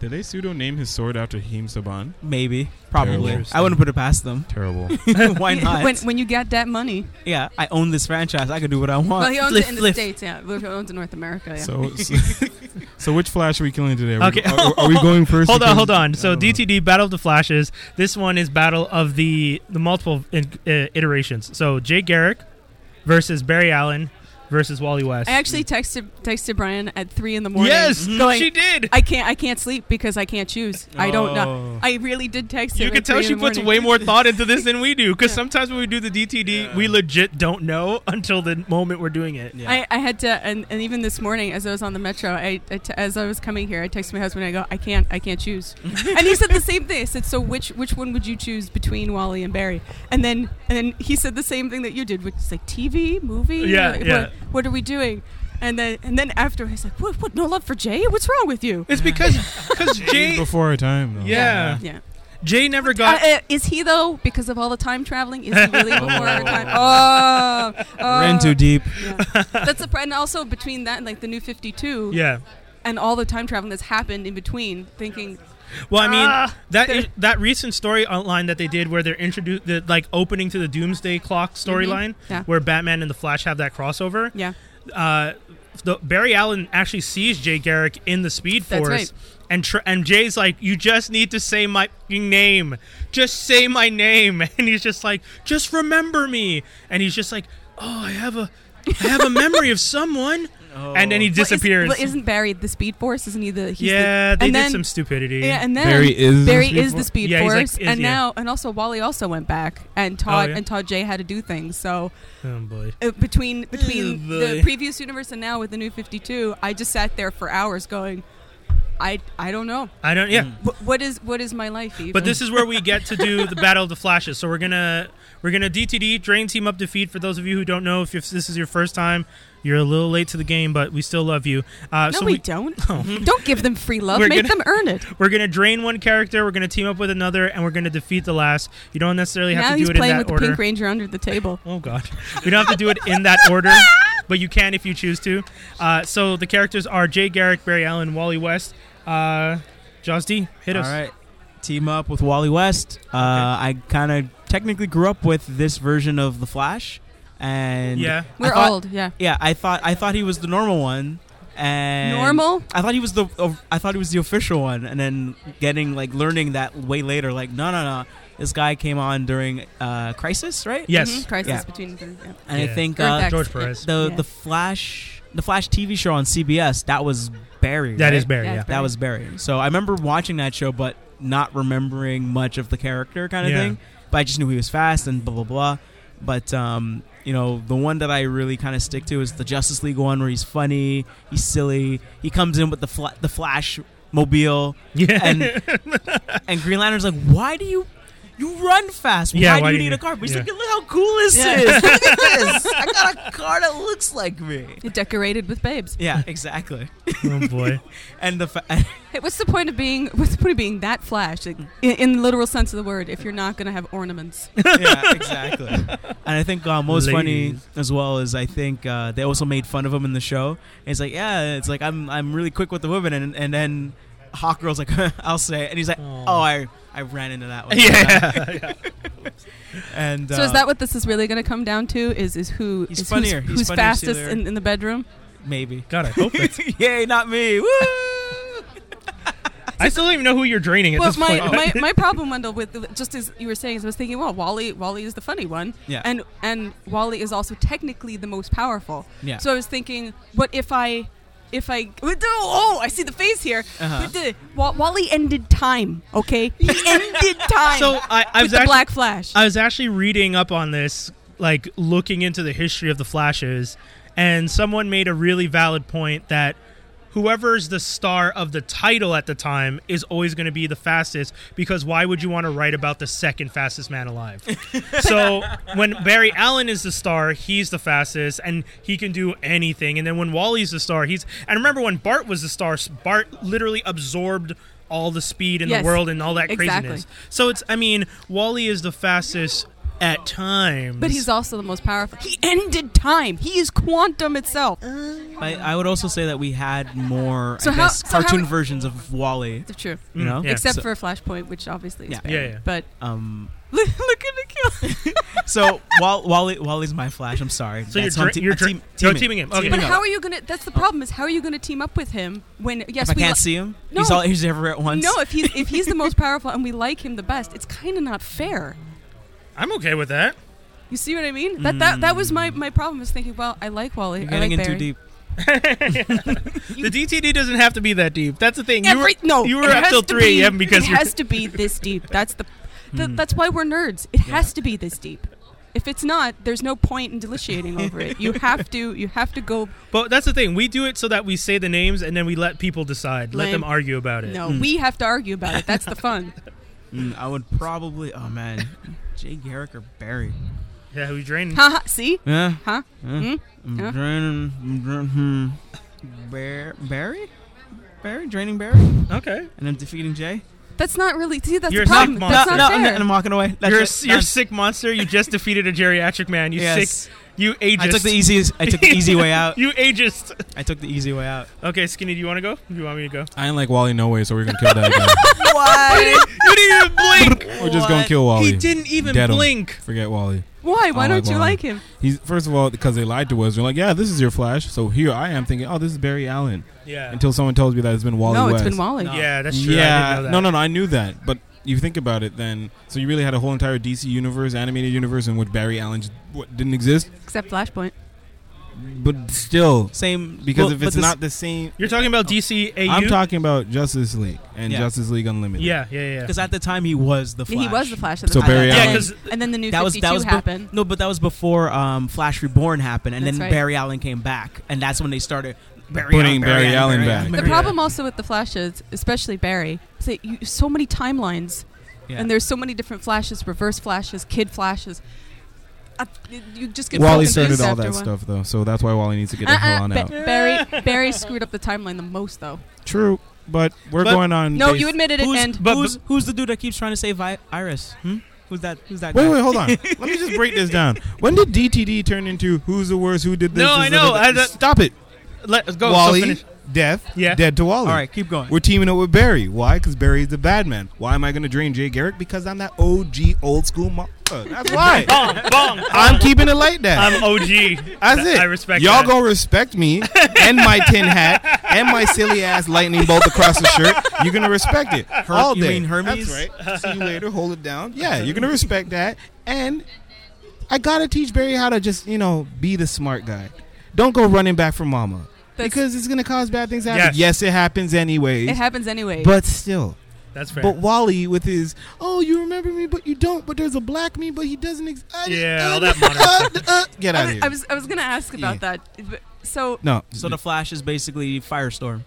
Speaker 4: Did they pseudo name his sword after Heem Saban?
Speaker 5: Maybe. Probably.
Speaker 4: Interesting.
Speaker 5: I wouldn't put it
Speaker 4: <laughs>
Speaker 5: past them.
Speaker 2: <laughs>
Speaker 4: Terrible.
Speaker 5: Why not?
Speaker 3: when, when you get that money,
Speaker 5: yeah, I own this franchise. I can do what I want.
Speaker 3: well, he owns
Speaker 5: Lift,
Speaker 3: it in the
Speaker 5: lift.
Speaker 3: states. Yeah, he owns it in North America. Yeah.
Speaker 4: so, so, <laughs> so which Flash are we killing today? Are we-
Speaker 2: Okay.
Speaker 4: are, are we going first?
Speaker 2: Hold on,
Speaker 4: because-
Speaker 2: hold on.
Speaker 4: I
Speaker 2: So
Speaker 4: don't know.
Speaker 2: DTD Battle of the Flashes. This one is Battle of the the multiple in, uh, iterations. So Jay Garrick versus Barry Allen versus Wally West.
Speaker 3: I actually texted texted Brian at three in the morning.
Speaker 2: yes,
Speaker 3: going,
Speaker 2: she did.
Speaker 3: I can't. I can't sleep because I can't choose. I don't know.
Speaker 5: Oh.
Speaker 3: I really did text her.
Speaker 2: You can tell she puts way more thought into this than we do because sometimes when we do the DTD, we legit don't know until the moment we're doing it.
Speaker 5: Yeah.
Speaker 3: I, I had to, and, and even this morning, as I was on the metro, I, I t- as I was coming here, I texted my husband. I go, I can't, I
Speaker 2: <laughs>
Speaker 3: can't choose. and he said the same thing. I said, so which which one would you choose between Wally and Barry? And then and then he said the same thing that you did, which is like TV, movie.
Speaker 2: Yeah,
Speaker 3: like,
Speaker 2: yeah.
Speaker 3: What, what are we doing? And then and then after, he's like, what? What? No love for Jay? What's wrong with
Speaker 2: <laughs>
Speaker 3: you?
Speaker 2: It's because because
Speaker 4: He's
Speaker 2: <laughs> Jay
Speaker 4: Before our time, though.
Speaker 2: yeah
Speaker 3: Yeah.
Speaker 2: Jay never
Speaker 3: Uh,
Speaker 2: got
Speaker 3: uh, is he though? Because of all the time traveling, is he
Speaker 2: <laughs>
Speaker 3: really before our time? Oh, oh.
Speaker 5: We're in too deep.
Speaker 3: Yeah. That's the pr- and also between that and like the new Fifty Two,
Speaker 2: yeah.
Speaker 3: and all the time traveling that's happened in between. Thinking,
Speaker 2: Well, I mean
Speaker 3: Ah.
Speaker 2: that is, that recent story outline that they did where they're introduced the like opening to the Doomsday Clock storyline
Speaker 3: Mm-hmm. Yeah.
Speaker 2: where Batman and the Flash have that crossover.
Speaker 3: yeah,
Speaker 2: Uh, the, Barry Allen actually sees Jay Garrick in the Speed
Speaker 3: That's
Speaker 2: Force.
Speaker 3: right.
Speaker 2: And, tr- and Jay's like, you just need to say my f***ing name. Just say my name. <laughs> And he's just like, just remember me. And he's just like, oh, I have a, I have a memory of
Speaker 3: <laughs>
Speaker 2: someone. And then he
Speaker 3: Well, is-
Speaker 2: disappears.
Speaker 3: Well, isn't Barry the Speed Force? Isn't he the? He's
Speaker 2: yeah,
Speaker 3: the,
Speaker 2: they did
Speaker 3: and then,
Speaker 2: some stupidity.
Speaker 3: Yeah, and then
Speaker 4: Barry is the
Speaker 3: Barry
Speaker 4: Speed
Speaker 3: is the
Speaker 4: Force?
Speaker 3: Speed
Speaker 2: Yeah, he's like-
Speaker 3: Force,
Speaker 2: is-
Speaker 3: and
Speaker 2: yeah. Oh,
Speaker 3: now and also Wally also went back and taught
Speaker 2: yeah.
Speaker 3: and taught Jay how to do things. So
Speaker 2: oh boy.
Speaker 3: uh, between between
Speaker 2: boy.
Speaker 3: the previous universe and now with the new Fifty Two, I just sat there for hours going, I I don't know.
Speaker 2: I don't. Yeah,
Speaker 3: Wh- What is what is my life? Even?
Speaker 2: But this is where we get to do the battle of the flashes. So we're gonna we're gonna DTD drain team up defeat. For those of you who don't know, if you're- this is your first time, you're a little late to the game, but we still love you. Uh,
Speaker 3: no,
Speaker 2: so
Speaker 3: we,
Speaker 2: we, Oh.
Speaker 3: don't. <laughs> Don't give them free love.
Speaker 2: We're
Speaker 3: Make
Speaker 2: gonna-
Speaker 3: them earn it.
Speaker 2: we're gonna drain one character. We're gonna team up with another, and we're gonna defeat the last. You don't necessarily have
Speaker 3: now
Speaker 2: to do
Speaker 3: he's
Speaker 2: it in
Speaker 3: playing
Speaker 2: that
Speaker 3: with
Speaker 2: order.
Speaker 3: the Pink Ranger under the table.
Speaker 2: Oh God, we don't have to do it in that order,
Speaker 3: <laughs>
Speaker 2: but you can if you choose to. Uh, so the characters are Jay Garrick, Barry Allen, Wally West, uh, Jaws D. Hit
Speaker 5: All
Speaker 2: us.
Speaker 5: right. Team up with Wally West. Uh, I kind of technically grew up with this version of the Flash, and
Speaker 2: Yeah.
Speaker 3: We're
Speaker 5: thought-
Speaker 3: old, yeah.
Speaker 5: yeah, I thought I thought he was the normal one, and
Speaker 3: Normal?
Speaker 5: I thought he was the uh, I thought he was the official one, and then getting like learning that way later, like no no no, this guy came on during uh, Crisis, right?
Speaker 2: Yes.
Speaker 3: Mhm. Crisis
Speaker 5: Yeah.
Speaker 3: between the yeah.
Speaker 5: And
Speaker 2: Yeah.
Speaker 5: I think
Speaker 3: Earth
Speaker 5: uh,
Speaker 3: X.
Speaker 2: George Perez.
Speaker 5: the
Speaker 3: Yeah.
Speaker 5: the Flash the Flash TV show on CBS, that was Barry.
Speaker 2: That
Speaker 5: right?
Speaker 2: is Barry.
Speaker 3: Yeah,
Speaker 2: Yeah.
Speaker 3: it's
Speaker 5: That was Barry. So I remember watching that show, but not remembering much of the character kind of
Speaker 2: Yeah.
Speaker 5: thing. But I just knew he was fast and blah blah blah. But um, you know, the one that I really kind of stick to is the Justice League one, where he's funny, he's silly, he comes in with the fla- the Flash
Speaker 2: <laughs>
Speaker 5: mobile,
Speaker 2: Yeah.
Speaker 5: and and Green Lantern's like, why do you? You run fast. Why
Speaker 2: Yeah,
Speaker 5: do
Speaker 2: why
Speaker 5: you
Speaker 2: do
Speaker 5: need
Speaker 2: you-
Speaker 5: a car? But he's
Speaker 2: yeah.
Speaker 5: like, look how cool this
Speaker 3: Yeah.
Speaker 5: is.
Speaker 2: <laughs>
Speaker 5: Look at this. I got a car that looks like me.
Speaker 3: Decorated with babes.
Speaker 5: Yeah, exactly.
Speaker 2: oh boy.
Speaker 5: And the fa- <laughs>
Speaker 3: Hey, what's the point of being? What's the point of being that flash, like, in, in the literal sense of the word, if you're not going to have ornaments?
Speaker 5: yeah, exactly. And I think um, what was funny
Speaker 2: Ladies.
Speaker 5: as well is I think uh, they also made fun of him in the show. And it's like, yeah, it's like I'm I'm really quick with the women, and and then Hawkgirl's like, <laughs> I'll say, it. and he's like,
Speaker 2: Aw.
Speaker 5: oh, I I ran into that one.
Speaker 2: yeah. yeah.
Speaker 5: And
Speaker 3: so
Speaker 5: uh,
Speaker 3: is that what this is really going to come down to? Is is who
Speaker 5: He's
Speaker 3: is
Speaker 5: funnier.
Speaker 3: who's,
Speaker 5: He's
Speaker 3: who's
Speaker 5: funnier,
Speaker 3: fastest
Speaker 5: Sealer.
Speaker 3: in, in the bedroom?
Speaker 5: maybe?
Speaker 2: <laughs>
Speaker 5: <laughs>
Speaker 2: God, I hope it.
Speaker 5: Yay, not me. Woo!
Speaker 2: I still don't even know who you're draining at
Speaker 3: Well,
Speaker 2: this
Speaker 3: my,
Speaker 2: point.
Speaker 3: my, my problem, Wendell, with the, just as you were saying, is I was thinking, well, Wally Wally is the funny one,
Speaker 5: Yeah.
Speaker 3: and and Wally is also technically the most powerful.
Speaker 5: Yeah.
Speaker 3: So I was thinking, what if I, if I, oh, I see the face here.
Speaker 5: Uh-huh.
Speaker 3: But the, Wa- Wally ended time. Okay,
Speaker 2: <laughs>
Speaker 3: he ended time.
Speaker 2: so I, I
Speaker 3: with
Speaker 2: was
Speaker 3: the
Speaker 2: actually
Speaker 3: Black Flash.
Speaker 2: I was actually reading up on this, like looking into the history of the Flashes, and someone made a really valid point that whoever's the star of the title at the time is always going to be the fastest because why would you want to write about the second fastest man
Speaker 3: <laughs>
Speaker 2: alive? so when Barry Allen is the star, he's the fastest and he can do anything. And then when Wally's the star, he's and remember when Bart was the star, Bart literally absorbed all the speed in
Speaker 3: Yes.
Speaker 2: the world and all that
Speaker 3: Exactly.
Speaker 2: craziness. So it's, I mean, Wally is the fastest at times. Mm,
Speaker 3: but he's also the most powerful. He ended time. He is quantum itself.
Speaker 5: I, I would also say that we had more
Speaker 3: So
Speaker 5: I
Speaker 3: how-
Speaker 5: guess,
Speaker 3: so how
Speaker 5: cartoon
Speaker 3: we-
Speaker 5: versions of Wally.
Speaker 3: It's true.
Speaker 5: You know,
Speaker 2: yeah.
Speaker 3: Except
Speaker 5: So-
Speaker 3: for Flashpoint, which obviously is
Speaker 5: Yeah.
Speaker 3: bad.
Speaker 2: Yeah, yeah.
Speaker 3: But <laughs>
Speaker 5: um.
Speaker 3: look at the kill.
Speaker 5: So Wall, Wally, Wally's my Flash. I'm sorry.
Speaker 2: So you're
Speaker 5: That's who I'm
Speaker 2: dra- you're dra-
Speaker 5: team-
Speaker 2: you're teaming him. Okay.
Speaker 3: But
Speaker 2: Yeah.
Speaker 3: how are you gonna? That's the problem. Is how are you gonna team up with him when? Yes,
Speaker 5: if I
Speaker 3: we
Speaker 5: can't
Speaker 3: li-
Speaker 5: see him,
Speaker 3: No.
Speaker 5: he's all he's ever at once.
Speaker 3: No, if he's if he's the most powerful and we like him the best, it's kind of not fair.
Speaker 2: I'm okay with that.
Speaker 3: You see what I mean? That that, that was my, my problem. Is thinking, well, I like Wally.
Speaker 5: you're
Speaker 3: I like
Speaker 5: getting in
Speaker 3: Barry.
Speaker 5: too deep.
Speaker 2: the DTD doesn't have to be that deep. That's the thing. You
Speaker 3: Every-
Speaker 2: were,
Speaker 3: no,
Speaker 2: you were
Speaker 3: it
Speaker 2: up
Speaker 3: has
Speaker 2: till
Speaker 3: to
Speaker 2: three
Speaker 3: be-
Speaker 2: a.m. because
Speaker 3: it
Speaker 2: you.
Speaker 3: has to be this deep. That's the, th- that's why we're nerds. It has to be this deep. If it's not, there's no point in deliciating over it. You have to you have to go.
Speaker 2: But that's the thing. We do it so that we say the names and then we let people decide. Let
Speaker 3: Lame.
Speaker 2: them argue about it.
Speaker 3: No, we have to argue about it. That's the fun.
Speaker 5: Mm, I would probably. Oh man, <laughs> Jay Garrick or Barry?
Speaker 2: Yeah, we drain.
Speaker 3: Haha. see?
Speaker 5: Yeah.
Speaker 3: Huh? Hmm?
Speaker 5: yeah. I'm
Speaker 3: Huh?
Speaker 5: draining. I'm drain- hmm. Bear, Barry, Barry, draining Barry, and
Speaker 2: Okay.
Speaker 5: I'm defeating Jay.
Speaker 3: That's not really. See, that's
Speaker 2: You're a
Speaker 3: the problem.
Speaker 2: sick
Speaker 3: That's
Speaker 5: no,
Speaker 3: not
Speaker 5: no,
Speaker 3: fair.
Speaker 5: I'm, I'm walking away. That's
Speaker 2: you're a,
Speaker 5: it.
Speaker 2: s- you're a
Speaker 5: Done.
Speaker 2: sick monster. You just <laughs> defeated a geriatric man. You
Speaker 5: Yes.
Speaker 2: sick. You ageist.
Speaker 5: I took the easiest. I took the easy <laughs> way out.
Speaker 2: you ageist.
Speaker 5: I took the easy way out.
Speaker 2: Okay, skinny. Do you want to go? Do you want me to go?
Speaker 4: I ain't like Wally no way, so we're gonna kill that
Speaker 2: <laughs>
Speaker 4: guy.
Speaker 5: What?
Speaker 2: You didn't even blink.
Speaker 4: we're just gonna
Speaker 5: What?
Speaker 4: kill <laughs> Wally.
Speaker 2: He didn't even
Speaker 4: Dead 'em.
Speaker 2: blink.
Speaker 4: Forget Wally.
Speaker 3: Why? Why
Speaker 4: I
Speaker 3: don't
Speaker 4: like
Speaker 3: you
Speaker 4: Wally.
Speaker 3: like him?
Speaker 4: He's first of all because they lied to us. They're like, yeah, this is your Flash. So here I am thinking, oh, this is Barry Allen.
Speaker 2: Yeah.
Speaker 4: Until someone tells me that it's been Wally
Speaker 3: no,
Speaker 4: West.
Speaker 3: it's been Wally.
Speaker 5: No.
Speaker 2: yeah, that's true.
Speaker 4: Yeah,
Speaker 2: I didn't know that.
Speaker 4: no, no, no. I knew that, but you think about it, then so you really had a whole entire DC universe, animated universe, in which Barry Allen just, what, didn't exist.
Speaker 3: Except Flashpoint.
Speaker 4: But still,
Speaker 5: Same
Speaker 4: because
Speaker 5: well,
Speaker 4: if
Speaker 5: but
Speaker 4: it's
Speaker 5: this-
Speaker 4: not the same,
Speaker 2: You're talking about DCAU.
Speaker 4: I'm talking about Justice League and
Speaker 5: Yeah.
Speaker 4: Justice League Unlimited.
Speaker 2: Yeah, yeah, yeah.
Speaker 5: because at the time he was the Flash.
Speaker 3: He was the Flash at the
Speaker 4: So
Speaker 3: time.
Speaker 4: Barry
Speaker 3: and then-
Speaker 2: Allen- Yeah, 'cause
Speaker 3: and then the new
Speaker 5: That was-
Speaker 3: 52
Speaker 5: that was bu-
Speaker 3: happened.
Speaker 5: No, but that was before um, Flash Reborn happened, and
Speaker 3: That's
Speaker 5: then
Speaker 3: right.
Speaker 5: Barry Allen came back, and that's when they started Barry
Speaker 4: Putting
Speaker 5: Allen,
Speaker 4: Barry Allen back.
Speaker 3: the problem also with the flashes, especially Barry, is that you so many timelines,
Speaker 5: Yeah.
Speaker 3: and there's so many different flashes, reverse flashes, kid flashes. Uh, you just get
Speaker 4: Wally
Speaker 3: so
Speaker 4: started
Speaker 3: confused
Speaker 4: all
Speaker 3: after
Speaker 4: that
Speaker 3: one.
Speaker 4: stuff though, so that's why Wally needs to get the hell
Speaker 3: Uh-uh,
Speaker 4: on
Speaker 3: Ba-
Speaker 4: out.
Speaker 3: Barry Barry screwed up the timeline the most though.
Speaker 4: True, but we're
Speaker 2: But-
Speaker 4: going on.
Speaker 3: No,
Speaker 4: base-
Speaker 3: you admitted it,
Speaker 5: who's,
Speaker 3: and
Speaker 2: but-
Speaker 5: who's, who's the dude that keeps trying to save I- Iris? Hmm? Who's that? Who's that?
Speaker 4: Wait,
Speaker 5: guy?
Speaker 4: wait, hold
Speaker 2: <laughs>
Speaker 4: on. Let me just break this down. When did DTD turn into who's the worst? Who did this?
Speaker 2: No,
Speaker 4: this,
Speaker 2: I
Speaker 4: this,
Speaker 2: know,
Speaker 4: that?
Speaker 2: I- that-
Speaker 4: Stop it,
Speaker 2: Let's go. so
Speaker 4: Wally.
Speaker 2: finish.
Speaker 4: Death.
Speaker 2: Yeah.
Speaker 4: Dead to Wally.
Speaker 5: All right, keep going.
Speaker 4: We're teaming up with Barry. Why? Because Barry's the bad man. Why am I going to drain Jay Garrick? Because I'm that OG old school. Mo- uh,
Speaker 2: <laughs>
Speaker 4: that's why.
Speaker 2: <laughs> Bong, bong.
Speaker 4: I'm keeping it like that.
Speaker 2: I'm OG.
Speaker 4: that's it.
Speaker 2: I respect
Speaker 4: y'all.
Speaker 2: that.
Speaker 4: Gonna respect me and my tin hat and my silly ass lightning bolt across the shirt. You're gonna respect it
Speaker 5: Her-
Speaker 4: all day.
Speaker 5: you mean Hermes?
Speaker 4: That's right. See you later. Hold it down. Yeah, you're gonna respect that. And I gotta teach Barry how to just you know be the smart guy. Don't go running back from mama
Speaker 3: That's,
Speaker 4: because it's gonna cause bad things to happen.
Speaker 2: Yes.
Speaker 4: Yes, it happens anyways.
Speaker 3: it happens anyway.
Speaker 4: but still,
Speaker 2: That's fair.
Speaker 4: but Wally with his oh you remember me but you don't but there's a black me but he doesn't ex- I-
Speaker 2: Yeah, all
Speaker 4: uh,
Speaker 2: that modern
Speaker 4: uh, uh, get out of
Speaker 3: I was,
Speaker 4: here.
Speaker 3: I was I was gonna ask about that. but- So
Speaker 4: no,
Speaker 5: So the Flash is basically Firestorm.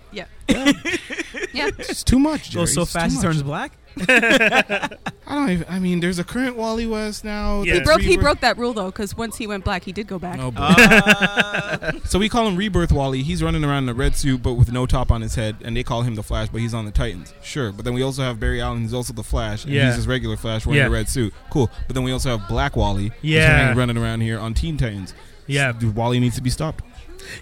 Speaker 3: yeah,
Speaker 4: it's too much. Jerry.
Speaker 5: Goes so
Speaker 4: It's too
Speaker 5: fast he
Speaker 4: much. <laughs>
Speaker 5: turns black.
Speaker 4: I don't even. I mean, there's a current Wally West now.
Speaker 2: Yeah.
Speaker 4: that's
Speaker 2: He
Speaker 3: broke he
Speaker 4: rebirth-
Speaker 3: broke that rule though because once he went black, he did go back.
Speaker 4: Oh, boy.
Speaker 5: Uh,
Speaker 4: So we call him Rebirth Wally. He's running around in a red suit, but with no top on his head, and they call him the Flash, but he's on the Titans. Sure, but then we also have Barry Allen, who's also the Flash, and
Speaker 2: Yeah.
Speaker 4: he's his regular Flash wearing
Speaker 2: Yeah.
Speaker 4: a red suit. Cool. But then we also have Black Wally, who's
Speaker 2: Yeah.
Speaker 4: hanging- running around here on Teen Titans.
Speaker 2: yeah.
Speaker 4: Dude, Wally needs to be stopped.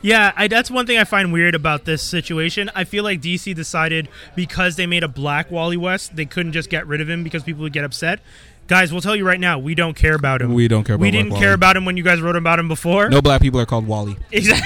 Speaker 2: Yeah, I, that's one thing I find weird about this situation. I feel like DC decided because they made a black Wally West, they couldn't just get rid of him because people would get upset. Guys, we'll tell you right now, we don't care about him.
Speaker 4: We don't care. About
Speaker 2: We didn't
Speaker 4: Black
Speaker 2: care
Speaker 4: Wally.
Speaker 2: about him when you guys wrote about him before.
Speaker 4: No black people are called Wally.
Speaker 2: Exactly.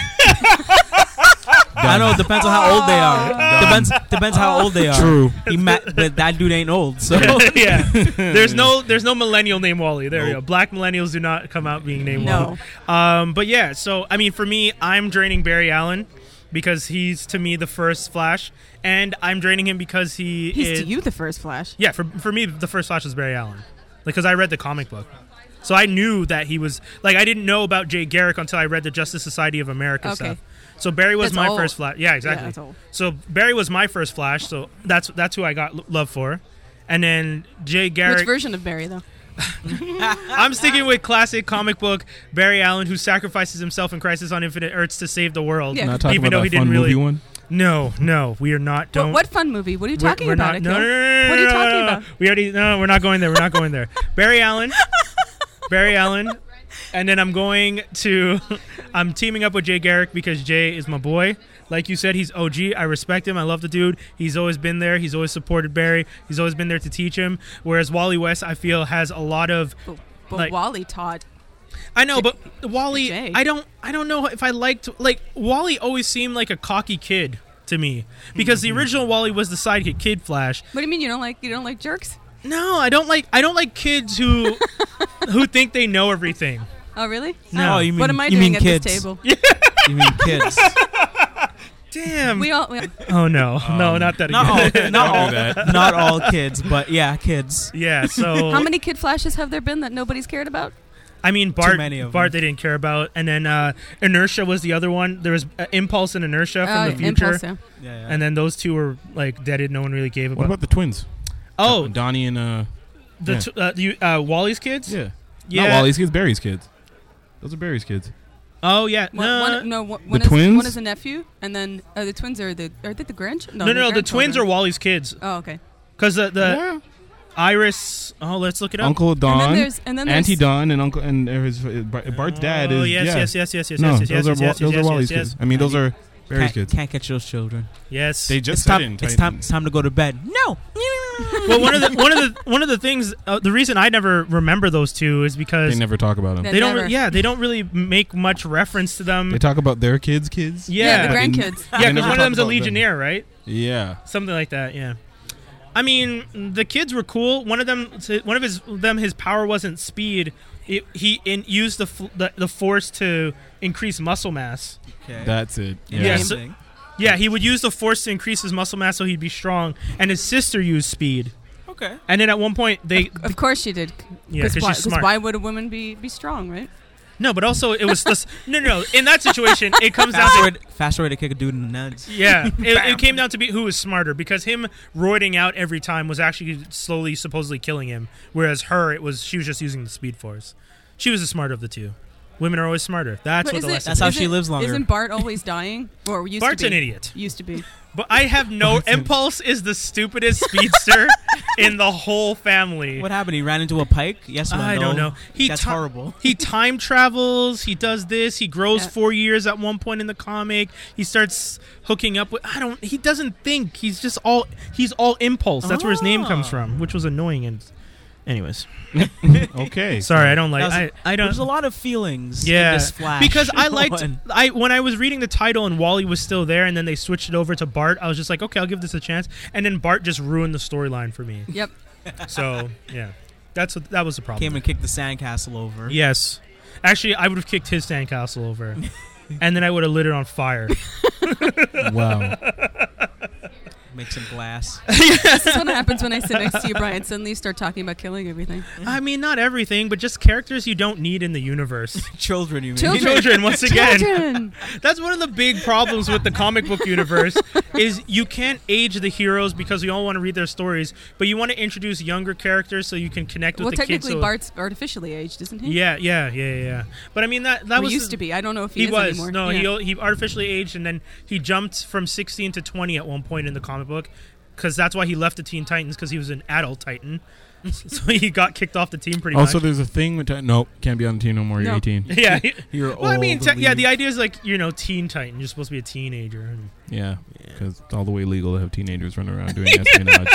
Speaker 5: I know. It depends on how old they are.
Speaker 4: Done.
Speaker 5: Depends depends how old they
Speaker 2: Uh, <laughs>
Speaker 5: are.
Speaker 4: True.
Speaker 5: He ma- but that dude ain't old. So
Speaker 2: yeah. There's no there's no millennial named Wally. There we go.
Speaker 4: Nope.
Speaker 2: Black millennials do not come out being named
Speaker 3: No.
Speaker 2: Wally. Um, but yeah, so I mean for me, I'm draining Barry Allen because he's to me the first Flash and I'm draining him because he
Speaker 3: He's
Speaker 2: is
Speaker 3: to you the first Flash.
Speaker 2: Yeah, for for me the first Flash was Barry Allen. Because I read the comic book. So I knew that he was like I didn't know about Jay Garrick until I read the Justice Society of America
Speaker 3: Okay.
Speaker 2: stuff. So Barry was
Speaker 3: That's
Speaker 2: my
Speaker 3: old.
Speaker 2: first Flash. Yeah,
Speaker 3: Yeah,
Speaker 2: exactly.
Speaker 3: that's all.
Speaker 2: So Barry was my first Flash, so that's that's who I got l- love for. And then Jay
Speaker 3: Which
Speaker 2: Garrick.
Speaker 3: version of Barry though?
Speaker 2: I'm sticking with classic comic book Barry Allen, who sacrifices himself in Crisis on Infinite Earths to save the world.
Speaker 3: Yeah.
Speaker 4: Not talking
Speaker 2: Even though
Speaker 4: about
Speaker 2: he
Speaker 4: that
Speaker 2: didn't
Speaker 4: fun
Speaker 2: really-
Speaker 4: movie one.
Speaker 2: No, no, we are not. Don't.
Speaker 3: What, what fun movie? What are you
Speaker 2: we're-
Speaker 3: talking
Speaker 2: we're
Speaker 3: about?
Speaker 2: Not, no, no,
Speaker 3: Akhil?
Speaker 2: no, no,
Speaker 3: What are you
Speaker 2: no,
Speaker 3: talking
Speaker 2: no, no.
Speaker 3: about?
Speaker 2: We already. No, we're not going there. We're not going there. Barry Allen. Barry Allen. And then I'm going to. I'm teaming up with Jay Garrick because Jay is my boy. Like you said, he's OG. I respect him. I love the dude. He's always been there. He's always supported Barry. He's always been there to teach him. Whereas Wally West, I feel, has a lot of
Speaker 3: But, but
Speaker 2: Like-
Speaker 3: Wally taught.
Speaker 2: I know, but Wally,
Speaker 3: Jay.
Speaker 2: I don't, I don't know if I liked like Wally always seemed like a cocky kid to me because the original Wally was the sidekick Kid Flash.
Speaker 3: What do you mean you don't like you don't like jerks?
Speaker 2: No, I don't like, I don't like kids
Speaker 3: <laughs>
Speaker 2: who who think they know everything.
Speaker 3: Oh really?
Speaker 2: No.
Speaker 5: Oh, you mean,
Speaker 3: what am I
Speaker 5: you
Speaker 3: doing
Speaker 5: mean
Speaker 3: at
Speaker 5: kids.
Speaker 3: this table?
Speaker 5: You mean
Speaker 4: <laughs>
Speaker 5: kids?
Speaker 2: Damn.
Speaker 3: We all. We all
Speaker 2: oh no, no,
Speaker 4: Um,
Speaker 2: not that again.
Speaker 5: not all,
Speaker 4: Don't
Speaker 5: not
Speaker 4: do
Speaker 5: all, not all kids, but yeah, kids.
Speaker 2: <laughs> yeah.
Speaker 4: <laughs>
Speaker 2: So
Speaker 3: how many kid flashes have there been that nobody's cared about?
Speaker 2: I mean, Bart,
Speaker 5: many of
Speaker 2: Bart,
Speaker 5: them.
Speaker 2: they didn't care about, and then uh, Inertia was the other one. There was uh, Impulse and Inertia from
Speaker 3: Uh,
Speaker 2: the future,
Speaker 3: Impulse, yeah.
Speaker 5: Yeah, yeah.
Speaker 2: and then those two were like deaded. No one really gave about.
Speaker 4: What about the twins?
Speaker 2: oh,
Speaker 4: Donnie and uh,
Speaker 2: the
Speaker 4: yeah.
Speaker 2: tw- uh, you, uh, Wally's kids.
Speaker 4: yeah,
Speaker 2: Yeah.
Speaker 4: not Wally's kids, Barry's kids. Those are Barry's kids.
Speaker 2: Oh yeah,
Speaker 3: One,
Speaker 2: no,
Speaker 3: one, no, one, one
Speaker 4: the
Speaker 3: is, One
Speaker 4: twins?
Speaker 3: is a nephew, and then uh, the twins are the are they the grandchildren?
Speaker 2: no, no, no. The twins are Wally's kids
Speaker 3: Oh, okay.
Speaker 2: because the, the
Speaker 4: yeah.
Speaker 2: Iris. Oh, let's look it up.
Speaker 4: Uncle
Speaker 3: and then
Speaker 4: Don,
Speaker 3: there's and then there's
Speaker 4: Auntie Don, and Uncle and his Bart's dad
Speaker 2: Oh
Speaker 4: is
Speaker 2: yes,
Speaker 4: yeah.
Speaker 2: yes, yes, yes, yes,
Speaker 4: no,
Speaker 2: yes, yes,
Speaker 4: those
Speaker 2: yes,
Speaker 4: are
Speaker 2: yes,
Speaker 4: Wa-
Speaker 2: yes,
Speaker 4: those
Speaker 2: yes,
Speaker 4: are Wally's
Speaker 2: yes,
Speaker 4: kids. I mean, those are Barry's
Speaker 5: can't,
Speaker 4: kids.
Speaker 5: can't catch those children.
Speaker 2: Yes.
Speaker 4: They
Speaker 2: yes.
Speaker 4: just
Speaker 5: it's
Speaker 4: said
Speaker 5: time.
Speaker 4: in
Speaker 5: It's
Speaker 4: Titans.
Speaker 5: time. It's time to go to bed. No.
Speaker 2: <laughs> well, one of the one of the one of the things, uh, the reason I never remember those two is because
Speaker 4: They never talk about them.
Speaker 3: They
Speaker 2: they don't.
Speaker 3: never.
Speaker 2: Really, yeah, they don't really make much reference to them.
Speaker 4: They talk about their kids' kids.
Speaker 3: yeah,
Speaker 2: yeah,
Speaker 3: the
Speaker 4: grand-
Speaker 3: grandkids.
Speaker 2: yeah,
Speaker 4: they
Speaker 2: because
Speaker 4: never
Speaker 2: one of
Speaker 4: talk
Speaker 2: them's a
Speaker 4: about them.
Speaker 2: Legionnaire, right?
Speaker 4: Yeah.
Speaker 2: Something like that. Yeah. I mean, the kids were cool. One of them, one of his them, his power wasn't speed. It, he in, used the, fl- the the force to increase muscle mass.
Speaker 5: Okay.
Speaker 4: that's it. Yeah.
Speaker 2: Yeah, so-
Speaker 5: Interesting.
Speaker 2: Yeah, he would use the force to increase his muscle mass so he'd be strong. And his sister used speed.
Speaker 5: okay.
Speaker 2: And then at one point they
Speaker 3: Of course she did.
Speaker 2: yeah,
Speaker 3: Because
Speaker 2: 'cause
Speaker 3: why,
Speaker 2: she's
Speaker 3: 'cause
Speaker 2: smart.
Speaker 3: why would a woman be be strong, right?
Speaker 2: No, but also it was this. <laughs> no, no, no. In that situation, it comes
Speaker 3: <laughs>
Speaker 2: down
Speaker 5: Fast
Speaker 2: to
Speaker 5: way, to, fast way to kick a dude in the nuts.
Speaker 2: yeah, it, it came down to be who was smarter because him roiding out every time was actually slowly, supposedly killing him. Whereas her, it was she was just using the speed force. She was the smarter of the two. Women are always smarter. That's
Speaker 3: But
Speaker 2: what the
Speaker 3: isn't-
Speaker 2: lesson.
Speaker 5: That's how
Speaker 2: is.
Speaker 5: she
Speaker 3: isn't-
Speaker 5: lives longer.
Speaker 3: Isn't Bart always dying? Or used
Speaker 2: Bart's
Speaker 3: to
Speaker 2: an
Speaker 3: be.
Speaker 2: idiot.
Speaker 3: Used to
Speaker 5: <laughs>
Speaker 3: be.
Speaker 2: But I have no impulse. Is the stupidest
Speaker 3: <laughs>
Speaker 2: speedster in the whole family.
Speaker 5: What happened? He ran into a pike. Yes or
Speaker 2: I
Speaker 5: no?
Speaker 2: don't know. He
Speaker 5: That's
Speaker 2: ti-
Speaker 5: horrible.
Speaker 2: He time travels. He does this. He grows
Speaker 3: Yeah.
Speaker 2: four years at one point in the comic. He starts hooking up with. I don't. He doesn't think. He's just all. He's all impulse. That's where his name comes
Speaker 5: Ah.
Speaker 2: from, which was annoying. And, anyways,
Speaker 4: Okay.
Speaker 2: sorry. I don't like.
Speaker 5: That was-
Speaker 2: I, I don't.
Speaker 5: There's a lot of feelings. in
Speaker 2: yeah,
Speaker 5: This <laughs> flash.
Speaker 2: because I liked
Speaker 5: one.
Speaker 2: I when I was reading the title and Wally was still there, and then they switched it over to Bart. I was just like, okay, I'll give this a chance, and then Bart just ruined the storyline for me.
Speaker 3: Yep.
Speaker 2: So yeah, that's what that was the problem.
Speaker 5: Came and kicked the sandcastle over.
Speaker 3: <laughs>
Speaker 2: Yes. Actually, I would have kicked his sandcastle over. and then I would have lit it on fire. <laughs>
Speaker 6: Wow.
Speaker 5: Make some glass.
Speaker 3: this is what happens when I sit next to you, Brian. Suddenly you start talking about killing everything.
Speaker 2: I mean, not everything, but just characters you don't need in the
Speaker 3: <laughs>
Speaker 2: universe.
Speaker 5: Children, you
Speaker 2: <laughs>
Speaker 5: mean?
Speaker 3: Children.
Speaker 2: <laughs> Children, once again. <laughs>
Speaker 3: Children!
Speaker 2: That's one of the big problems with the comic book
Speaker 3: <laughs>
Speaker 2: universe is you can't age the heroes because we all want to read their stories, but you want to introduce younger characters so you can connect with
Speaker 3: well,
Speaker 2: the kids.
Speaker 3: technically,
Speaker 2: so-
Speaker 3: Bart's artificially aged, isn't he?
Speaker 2: Yeah, yeah, yeah, yeah. But I mean that that
Speaker 3: Or
Speaker 2: was
Speaker 3: used to be. I don't know if he,
Speaker 2: He,
Speaker 3: is
Speaker 2: was
Speaker 3: anymore.
Speaker 2: no,
Speaker 3: yeah.
Speaker 2: he he artificially aged and then he jumped from 16 to 20 at one point in the comic book because that's why he left the Teen Titans because he was an adult Titan, <laughs> so he got kicked off the team pretty
Speaker 4: Also,
Speaker 2: much.
Speaker 4: there's a thing with that. Nope, can't be on the team no more. You're
Speaker 3: No.
Speaker 4: 18. <laughs>
Speaker 2: yeah, he-
Speaker 4: You're
Speaker 2: well, I mean,
Speaker 4: old,
Speaker 2: te- yeah.
Speaker 4: leave.
Speaker 2: The idea is like you know, Teen Titan. You're supposed to be a teenager. and-
Speaker 4: Yeah, because it's all the way legal to have teenagers run
Speaker 2: <laughs>
Speaker 4: around doing espionage.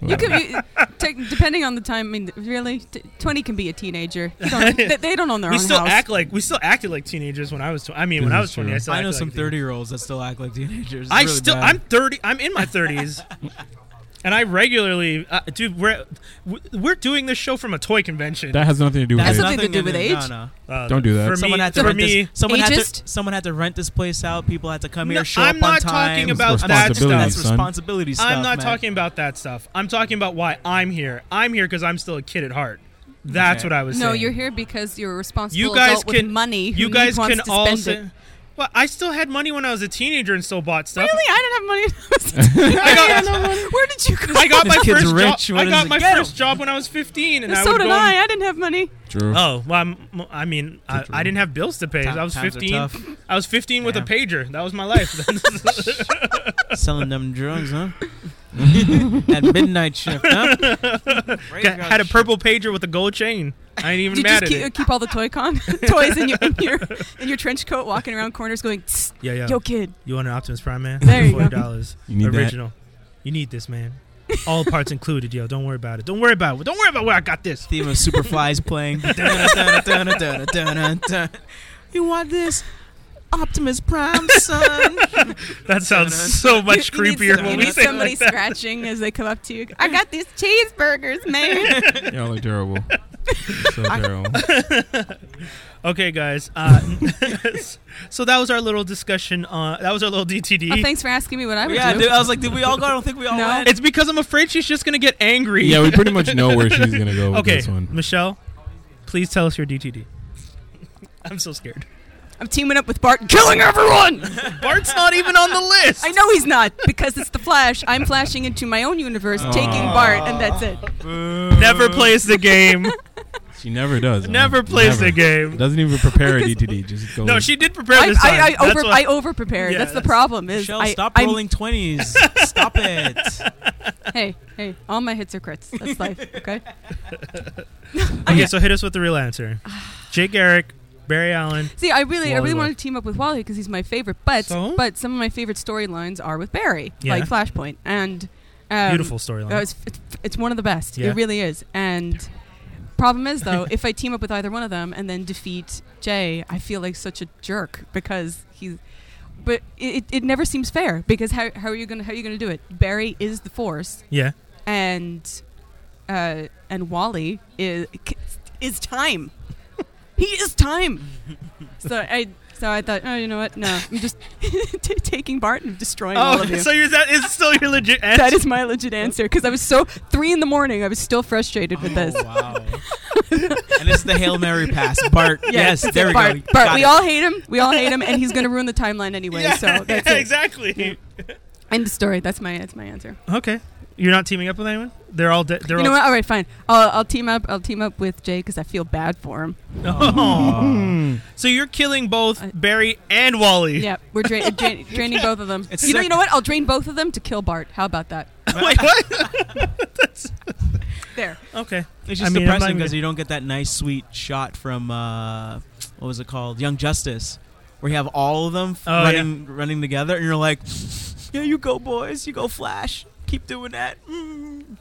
Speaker 3: You <laughs> could
Speaker 4: Whatever.
Speaker 3: be, tec- depending on the time. I mean, really, T- twenty can be
Speaker 2: <laughs>
Speaker 3: a teenager. You don't, they, they don't own their
Speaker 2: We
Speaker 3: own
Speaker 2: still
Speaker 3: house.
Speaker 2: act like we still acted like teenagers when I was. Tw- I mean, when
Speaker 4: This
Speaker 2: I
Speaker 4: is
Speaker 2: was 20, I
Speaker 4: true.
Speaker 2: still.
Speaker 5: I know
Speaker 2: acted
Speaker 5: some
Speaker 2: like a teenager.
Speaker 5: 30 year olds that still act like teenagers. It's
Speaker 2: I
Speaker 5: really
Speaker 2: still,
Speaker 5: bad.
Speaker 2: I'm 30. I'm in my 30s, <laughs> and I regularly, uh, dude. We're w- we're doing this show from a toy convention.
Speaker 4: that has nothing to do with
Speaker 5: That has
Speaker 4: it.
Speaker 3: something to do with
Speaker 5: no,
Speaker 3: age.
Speaker 5: No, no.
Speaker 2: Uh,
Speaker 4: Don't do that.
Speaker 2: For
Speaker 5: Someone
Speaker 2: me,
Speaker 5: had to
Speaker 2: for
Speaker 5: rent
Speaker 2: me,
Speaker 5: this. Someone had to,
Speaker 3: Ageist?
Speaker 5: someone had to rent this place out. People had to come
Speaker 2: No,
Speaker 5: here, show
Speaker 2: I'm
Speaker 5: up on
Speaker 2: not
Speaker 5: time.
Speaker 2: talking about
Speaker 5: I'm
Speaker 2: that
Speaker 5: talking-
Speaker 2: stuff.
Speaker 5: That's
Speaker 4: Son.
Speaker 5: responsibility stuff.
Speaker 2: I'm not
Speaker 5: man.
Speaker 2: talking about that stuff. I'm talking about why I'm here. I'm here because I'm still a kid at heart. That's
Speaker 5: Okay.
Speaker 2: what I was
Speaker 3: No,
Speaker 2: saying.
Speaker 3: you're here because you're a responsible.
Speaker 2: You guys
Speaker 3: adult with
Speaker 2: can
Speaker 3: money. who
Speaker 2: You
Speaker 3: need-
Speaker 2: guys
Speaker 3: wants
Speaker 2: can
Speaker 3: to
Speaker 2: all
Speaker 3: spend
Speaker 2: say.
Speaker 3: it.
Speaker 2: Well, I still had money when I was a teenager and still bought stuff.
Speaker 3: Really, I didn't have money. <laughs>
Speaker 2: I got,
Speaker 3: Where did you go?
Speaker 2: I got
Speaker 5: This
Speaker 2: my
Speaker 5: kid's
Speaker 2: first
Speaker 5: rich.
Speaker 2: job.
Speaker 5: What
Speaker 2: I got
Speaker 5: is-
Speaker 2: my
Speaker 5: Get
Speaker 2: first job when I was 15, and I
Speaker 3: so
Speaker 2: would
Speaker 3: did
Speaker 2: go.
Speaker 3: I. I didn't have money.
Speaker 4: True.
Speaker 2: Oh well, I'm, I mean, I, I didn't have bills to pay.
Speaker 5: Ti-
Speaker 2: I was
Speaker 5: times are
Speaker 2: 15.
Speaker 5: tough.
Speaker 2: I was 15 with a
Speaker 5: Yeah.
Speaker 2: pager. That was my life. <laughs>
Speaker 5: Selling them drugs, huh? <laughs> At midnight shift, huh?
Speaker 2: had a purple pager with a gold chain. I ain't even
Speaker 3: Did you
Speaker 2: mad
Speaker 3: just
Speaker 2: at
Speaker 3: keep,
Speaker 2: it.
Speaker 3: keep all the toy
Speaker 2: <laughs>
Speaker 3: con <laughs> toys in your, in your in your trench coat, walking around corners, going, "Tss,
Speaker 2: Yeah, yeah.
Speaker 3: "Yo, kid,
Speaker 2: You want an Optimus Prime, man?
Speaker 3: There you go.
Speaker 2: Forty dollars.
Speaker 4: You need that.
Speaker 2: Original. You need this, man. All parts included, yo. Don't worry about it. Don't worry about it. Don't worry about where I got this.
Speaker 5: Theme of Superflies playing. Dun-dun-dun-dun-dun-dun-dun. you want this? Optimus Prime, son.
Speaker 2: That sounds so much
Speaker 3: <laughs> you, you need
Speaker 2: creepier
Speaker 3: some-
Speaker 2: when
Speaker 3: you
Speaker 2: we
Speaker 3: need
Speaker 2: say it
Speaker 3: somebody
Speaker 2: like that.
Speaker 3: scratching as they come up to you. I got these cheeseburgers,
Speaker 2: <laughs>
Speaker 3: man.
Speaker 4: Y'all are <laughs> terrible. so terrible.
Speaker 2: Okay, guys. Uh, <laughs> so that was our little discussion. Uh, that was our little DTD.
Speaker 3: oh, thanks for asking me what I would
Speaker 5: yeah,
Speaker 3: do.
Speaker 5: dude. I was like, did we all go? I don't think we all
Speaker 3: No.
Speaker 5: went.
Speaker 2: it's because I'm afraid she's just gonna get angry.
Speaker 4: yeah, we pretty much know where she's gonna go with
Speaker 2: okay,
Speaker 4: this one.
Speaker 2: Michelle, please tell us your DTD. I'm so scared.
Speaker 3: I'm teaming up with Bart, and killing everyone.
Speaker 2: Bart's not even on the list.
Speaker 3: I know he's not because it's the Flash. I'm flashing into my own universe, taking Bart, and that's it.
Speaker 2: Never plays the
Speaker 4: <laughs>
Speaker 2: game.
Speaker 4: She never does. huh?
Speaker 2: Never plays the
Speaker 4: Never.
Speaker 2: game.
Speaker 4: Doesn't even prepare a
Speaker 3: Because-
Speaker 2: <laughs>
Speaker 4: DTD. Just go.
Speaker 2: No, she did prepare
Speaker 3: I,
Speaker 2: this time.
Speaker 3: I, I
Speaker 2: That's
Speaker 3: over
Speaker 2: why-
Speaker 3: I over prepare.
Speaker 2: Yeah,
Speaker 3: that's the
Speaker 2: that's-
Speaker 3: problem. Is
Speaker 5: Michelle,
Speaker 3: I,
Speaker 5: stop
Speaker 3: I'm-
Speaker 5: rolling twenties. stop it.
Speaker 3: Hey, hey, all my hits are crits. That's life. Okay.
Speaker 2: Okay, so hit us with the real
Speaker 3: <sighs>
Speaker 2: answer. Jake Garrick, Barry Allen.
Speaker 3: See, I really,
Speaker 2: Wally
Speaker 3: I really
Speaker 2: West.
Speaker 3: want to team up with Wally because he's my favorite. But
Speaker 2: So?
Speaker 3: but some of my favorite storylines are with Barry,
Speaker 2: Yeah.
Speaker 3: like Flashpoint and um,
Speaker 2: Beautiful
Speaker 3: uh,
Speaker 2: storyline.
Speaker 3: it's, it's, it's one of the best.
Speaker 2: Yeah.
Speaker 3: It really is. And problem is though, if I team up with either one of them and then defeat Jay, I feel like such a jerk because he's. But it, it never seems fair because how, how are you gonna how are you gonna do it? Barry is the force,
Speaker 2: yeah.
Speaker 3: and uh, and Wally is is time. he is time. So I so I thought, oh, you know what? No, I'm just <laughs> t- taking Bart and destroying all
Speaker 2: Oh,
Speaker 3: of you.
Speaker 2: so you're, that is still your legit answer.
Speaker 3: that is my legit answer because I was so three in the morning. I was still frustrated with
Speaker 5: <laughs>
Speaker 3: this.
Speaker 5: Oh, wow. and it's the Hail
Speaker 3: <laughs>
Speaker 5: Mary pass. Bart.
Speaker 3: Yeah,
Speaker 5: yes, there we
Speaker 3: Bart,
Speaker 5: go.
Speaker 3: Bart,
Speaker 5: Got
Speaker 3: we
Speaker 5: it. <laughs>
Speaker 3: all hate him. We all hate him, and he's going to ruin the timeline anyway. So
Speaker 2: <laughs>
Speaker 3: that's it.
Speaker 2: exactly.
Speaker 3: End of story. That's my that's my answer.
Speaker 2: Okay, you're not teaming up with anyone. They're all. De- they're
Speaker 3: you know
Speaker 2: all.
Speaker 3: what? All right, fine. I'll, I'll team up. I'll team up with Jay because I feel bad for him.
Speaker 2: Oh.
Speaker 3: <laughs>
Speaker 2: so you're killing both
Speaker 3: I-
Speaker 2: Barry and Wally.
Speaker 3: Yeah, we're dra- dra- draining both of them.
Speaker 5: It's
Speaker 3: you know,
Speaker 5: sec-
Speaker 3: you know what? I'll drain both of them to kill Bart. How about that?
Speaker 2: <laughs> Wait,
Speaker 3: <laughs>
Speaker 2: what?
Speaker 3: There.
Speaker 2: Okay.
Speaker 5: It's
Speaker 2: I
Speaker 5: just
Speaker 2: mean, I'm not
Speaker 5: depressing
Speaker 2: even-
Speaker 5: because you don't get that nice, sweet shot from uh, what was it called, Young Justice, where you have all of them f-
Speaker 2: Oh,
Speaker 5: running running together, and you're like, "Yeah, you go, boys, you go, Flash, keep doing that, mm.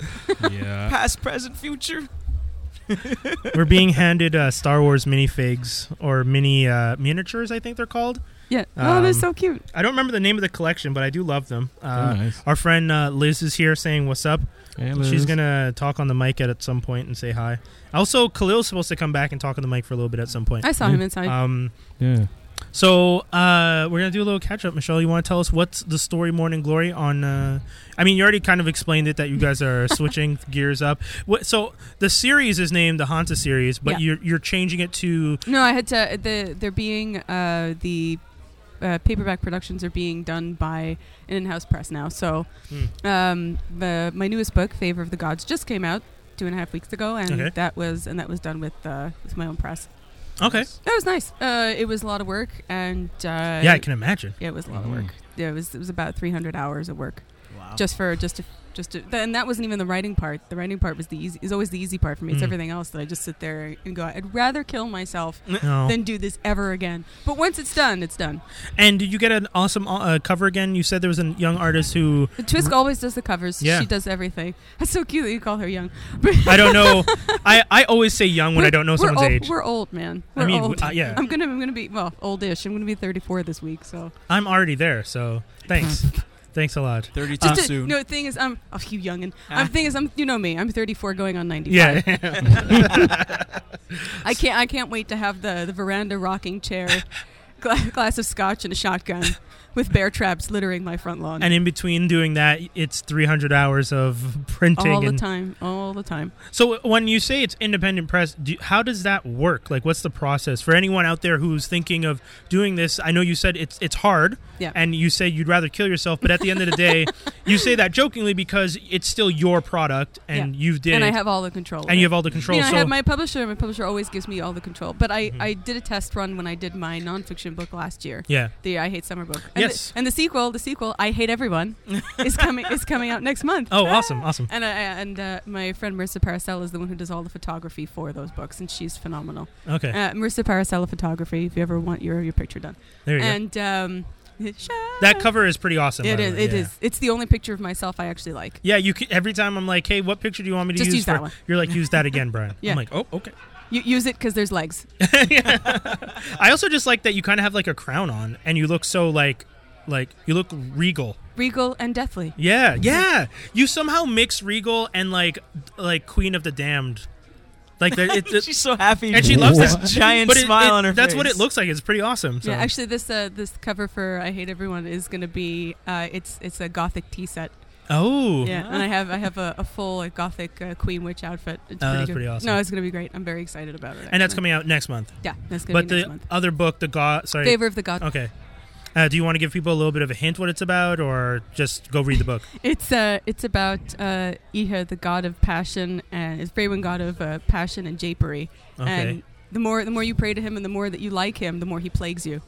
Speaker 4: <laughs> Yeah.
Speaker 5: past, present, future."
Speaker 2: We're being handed uh, Star Wars minifigs or mini uh, miniatures. I think they're called.
Speaker 3: Yeah. oh, they're
Speaker 2: Um,
Speaker 3: so cute.
Speaker 2: I don't remember the name of the collection, but I do love them.
Speaker 4: Oh,
Speaker 2: Uh,
Speaker 4: nice.
Speaker 2: Our friend uh, Liz is here saying what's up.
Speaker 4: Hey,
Speaker 2: She's
Speaker 4: Liz.
Speaker 2: gonna talk on the mic at, at some point and say hi. Also, Khalil's supposed to come back and talk on the mic for a little bit at some point.
Speaker 3: I saw him inside.
Speaker 2: Um,
Speaker 4: Yeah.
Speaker 2: So uh, we're gonna do a little catch up, Michelle. You want to tell us what's the story Morning Glory on? Uh, I mean, you already kind of explained it that you guys
Speaker 3: <laughs>
Speaker 2: are switching gears up. What, so the series is named the Hanta series, but
Speaker 3: Yeah.
Speaker 2: you're you're changing it to
Speaker 3: No, I had to. The they're being uh, the uh, paperback productions are being done by an in-house press now. So
Speaker 2: Hmm.
Speaker 3: um, the my newest book, Favor of the Gods, just came out two and a half weeks ago, and
Speaker 2: Okay.
Speaker 3: that was and that was done with uh, with my own press.
Speaker 2: okay.
Speaker 3: That was nice. Uh, it was a lot of work, and uh,
Speaker 2: Yeah, I Hmm. can imagine.
Speaker 3: yeah, it was a lot of work. Yeah, it was it was about 300 hours of work
Speaker 5: Wow.
Speaker 3: just for just to just to, th- and that wasn't even the writing part. The writing part was the easy is always the easy part for me. It's
Speaker 2: Mm.
Speaker 3: everything else that I just sit there and go. I'd rather kill myself
Speaker 2: No.
Speaker 3: than do this ever again. But once it's done, it's done.
Speaker 2: And did you get an awesome uh, cover again? You said there was a young artist who
Speaker 3: Twisk always does the covers.
Speaker 2: Mm-hmm. Yeah.
Speaker 3: She does everything. <laughs> That's so cute that you call her young.
Speaker 2: <laughs> I don't
Speaker 3: <laughs>
Speaker 2: know. I, I always say young when I don't know
Speaker 3: we're
Speaker 2: someone's
Speaker 3: old,
Speaker 2: age.
Speaker 3: We're old, man.
Speaker 2: I
Speaker 3: We're
Speaker 2: mean,
Speaker 3: old.
Speaker 2: uh, yeah.
Speaker 3: I'm gonna I'm gonna be well oldish. I'm gonna be 34 this week. So
Speaker 2: I'm already there, so
Speaker 3: <laughs>
Speaker 2: thanks, thanks a lot.
Speaker 5: 32
Speaker 3: just to,
Speaker 5: soon.
Speaker 3: no. The thing is, I'm oh you youngin.
Speaker 5: Ah. <laughs>
Speaker 3: I'm thing is, I'm you know me. I'm 34 going on 95.
Speaker 2: Yeah.
Speaker 3: I can't. I can't wait to have the, the veranda rocking
Speaker 2: <laughs>
Speaker 3: chair, gla- glass of scotch, and a shotgun, with bear traps littering my front lawn.
Speaker 2: <laughs> and in between doing that, it's 300 hours of <laughs> printing.
Speaker 3: all the
Speaker 2: and
Speaker 3: time. All the time.
Speaker 2: So uh, when you say it's independent press, do, how does that work? Like, what's the process for anyone out there who's thinking of doing this? I know you said it's it's hard,
Speaker 3: Yeah.
Speaker 2: and you say you'd rather kill yourself, but at the end of the day,
Speaker 3: <laughs>
Speaker 2: you say that jokingly because it's still your product and you did,
Speaker 3: And I
Speaker 2: it,
Speaker 3: have all the control. of
Speaker 2: and you
Speaker 3: it.
Speaker 2: have all the control.
Speaker 3: You know,
Speaker 2: so
Speaker 3: I have my publisher. My publisher always gives me all the control. But I,
Speaker 2: Mhm.
Speaker 3: I did a test run when I did my nonfiction book last year,
Speaker 2: yeah,
Speaker 3: the I Hate Summer book. And
Speaker 2: Yes.
Speaker 3: The, and the sequel, the sequel, I Hate Everyone, is coming is coming out next month. Ah.
Speaker 2: oh, awesome, awesome.
Speaker 3: And I, I- and uh, my friend Marissa Paracel is the one who does all the photography for those books, and she's phenomenal.
Speaker 2: Okay,
Speaker 3: <laughs> Uh, Marissa Paracella Photography. If you ever want your your picture done,
Speaker 2: there you go.
Speaker 3: and um,
Speaker 2: That cover is pretty awesome.
Speaker 3: It
Speaker 2: by
Speaker 3: is.
Speaker 2: the way,
Speaker 3: It
Speaker 2: yeah.
Speaker 3: is. It's the only picture of myself I actually like.
Speaker 2: Yeah, you can, every time I'm like, hey, what picture do you want me to
Speaker 3: Just
Speaker 2: use?
Speaker 3: use that
Speaker 2: for-"
Speaker 3: one.
Speaker 2: You're like, use that again, Brian.
Speaker 3: <laughs> Yeah.
Speaker 2: I'm like, oh, okay.
Speaker 3: You use it because there's legs.
Speaker 2: <laughs> I also just like that you kind of have like a crown on, and you look so like, like you look regal.
Speaker 3: Regal and deathly.
Speaker 2: Yeah, yeah. You somehow mix regal and like, like Queen of the Damned. Like that,
Speaker 3: <laughs>
Speaker 2: it, it-
Speaker 5: She's so happy.
Speaker 2: and she loves
Speaker 6: What?
Speaker 2: this
Speaker 5: this giant
Speaker 2: but it-
Speaker 5: smile
Speaker 2: it-
Speaker 5: on her
Speaker 2: That's
Speaker 5: face.
Speaker 2: what it looks like. It's pretty awesome. So.
Speaker 3: Yeah, actually, this uh, this cover for "I Hate Everyone" is going to be uh, it's it's a gothic tea set.
Speaker 2: oh,
Speaker 3: Yeah, and I have I have a, a full like, gothic uh, queen witch outfit. It's
Speaker 2: Oh, that's
Speaker 3: good.
Speaker 2: pretty awesome.
Speaker 3: No, it's going to be great. I'm very excited about it.
Speaker 2: and that's
Speaker 3: actually.
Speaker 2: coming out next month.
Speaker 3: Yeah, that's going
Speaker 2: But
Speaker 3: to be next
Speaker 2: the
Speaker 3: month.
Speaker 2: other book, the God, sorry,
Speaker 3: Favor of the God.
Speaker 2: okay. Uh, do you want to give people a little bit of a hint what it's about, or just go read the book?
Speaker 3: It's uh, it's about uh, Iha, the god of passion, and it's Freywen, god of uh, passion and japery.
Speaker 2: Okay.
Speaker 3: And the more the more you pray to him, and the more that you like him, the more he plagues you.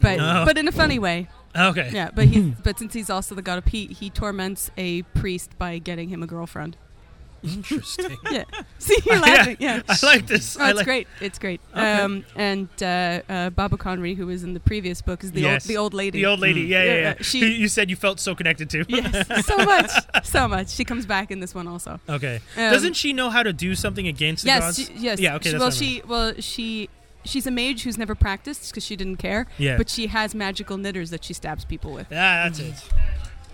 Speaker 3: But
Speaker 2: Oh.
Speaker 3: but in a funny way.
Speaker 2: <laughs> Okay.
Speaker 3: Yeah. But he but since he's also the god of heat, he torments a priest by getting him a girlfriend. <laughs>
Speaker 2: Interesting.
Speaker 3: Yeah. See,
Speaker 2: <laughs>
Speaker 3: you're laughing. Yeah.
Speaker 2: I like this.
Speaker 3: Oh,
Speaker 2: I
Speaker 3: it's
Speaker 2: like
Speaker 3: great. It's great.
Speaker 2: Okay.
Speaker 3: Um, and uh, uh, Baba Conry, who was in the previous book, is the
Speaker 2: Yes.
Speaker 3: old, the old lady.
Speaker 2: the old <laughs> lady.
Speaker 5: Mm.
Speaker 2: Yeah, yeah,
Speaker 3: Yeah,
Speaker 2: yeah.
Speaker 3: yeah, she-
Speaker 2: Who you said you felt so connected to.
Speaker 3: yes. So much. So much. She comes back in this one also.
Speaker 2: Okay.
Speaker 3: Um,
Speaker 2: Doesn't she know how to do something against the
Speaker 3: yes,
Speaker 2: gods?
Speaker 3: she, yes.
Speaker 2: Yeah, okay,
Speaker 3: She-
Speaker 2: that's what I
Speaker 3: well,
Speaker 2: meant.
Speaker 3: she well she she's a mage who's never practiced because she didn't care.
Speaker 2: Yeah.
Speaker 3: But she has magical knitters that she stabs people with.
Speaker 2: ah, that's it.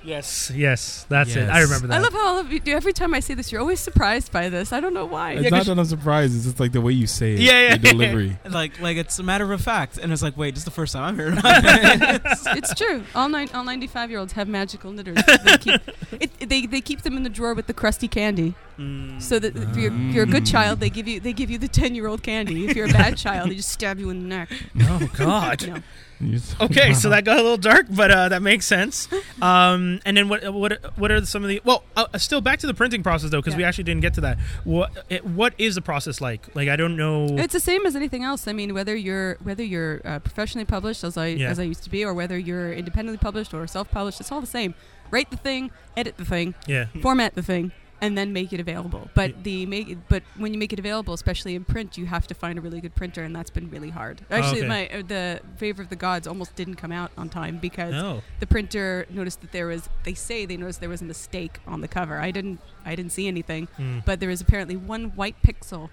Speaker 2: Yes, yes, that's it. I
Speaker 6: Yes.
Speaker 2: remember that.
Speaker 3: I love how all of you do. Every time I say this, you're always surprised by this. I don't know why.
Speaker 4: It's
Speaker 2: Yeah, 'cause-
Speaker 4: not <laughs> that I'm surprised. It's just like the way you say it.
Speaker 2: Yeah, yeah,
Speaker 4: Your
Speaker 2: yeah. <laughs>
Speaker 4: delivery.
Speaker 5: Like, like it's a matter of fact. And it's like, wait, this is the first time I'm here.
Speaker 2: <laughs>
Speaker 3: it's, it's true. All nine, all 95 year olds have magical knitters. They keep, it, they, they keep them in the drawer with the crusty candy,
Speaker 2: Mm.
Speaker 3: so that if you're, if you're a good child, they give you they give you the 10 year old candy. If you're a bad child, they just stab you in the neck.
Speaker 2: oh
Speaker 3: <laughs>
Speaker 2: God.
Speaker 3: No.
Speaker 4: You're so-
Speaker 2: Okay, so
Speaker 4: <laughs>
Speaker 2: that got a little dark, but uh, that makes sense. Um, and then what? What? What are some of the? Well, uh, still back to the printing process though, because we
Speaker 3: Yeah.
Speaker 2: actually didn't get to that. What? It, what is the process like? Like I don't know.
Speaker 3: It's the same as anything else. I mean, whether you're whether you're uh, professionally published as I
Speaker 2: Yeah.
Speaker 3: as I used to be, or whether you're independently published or self-published, it's all the same. Write the thing, edit the thing,
Speaker 2: yeah.
Speaker 3: format the thing, and then make it available. But
Speaker 2: Hmm. Yeah.
Speaker 3: the make but when you make it available, especially in print, you have to find a really good printer, and that's been really hard. Actually,
Speaker 2: Oh, okay.
Speaker 3: my uh, the favor of the gods almost didn't come out on time because
Speaker 2: No.
Speaker 3: the printer noticed that there was. They say they noticed there was a mistake on the cover. I didn't I didn't see anything,
Speaker 2: Mm.
Speaker 3: but there was apparently one white pixel.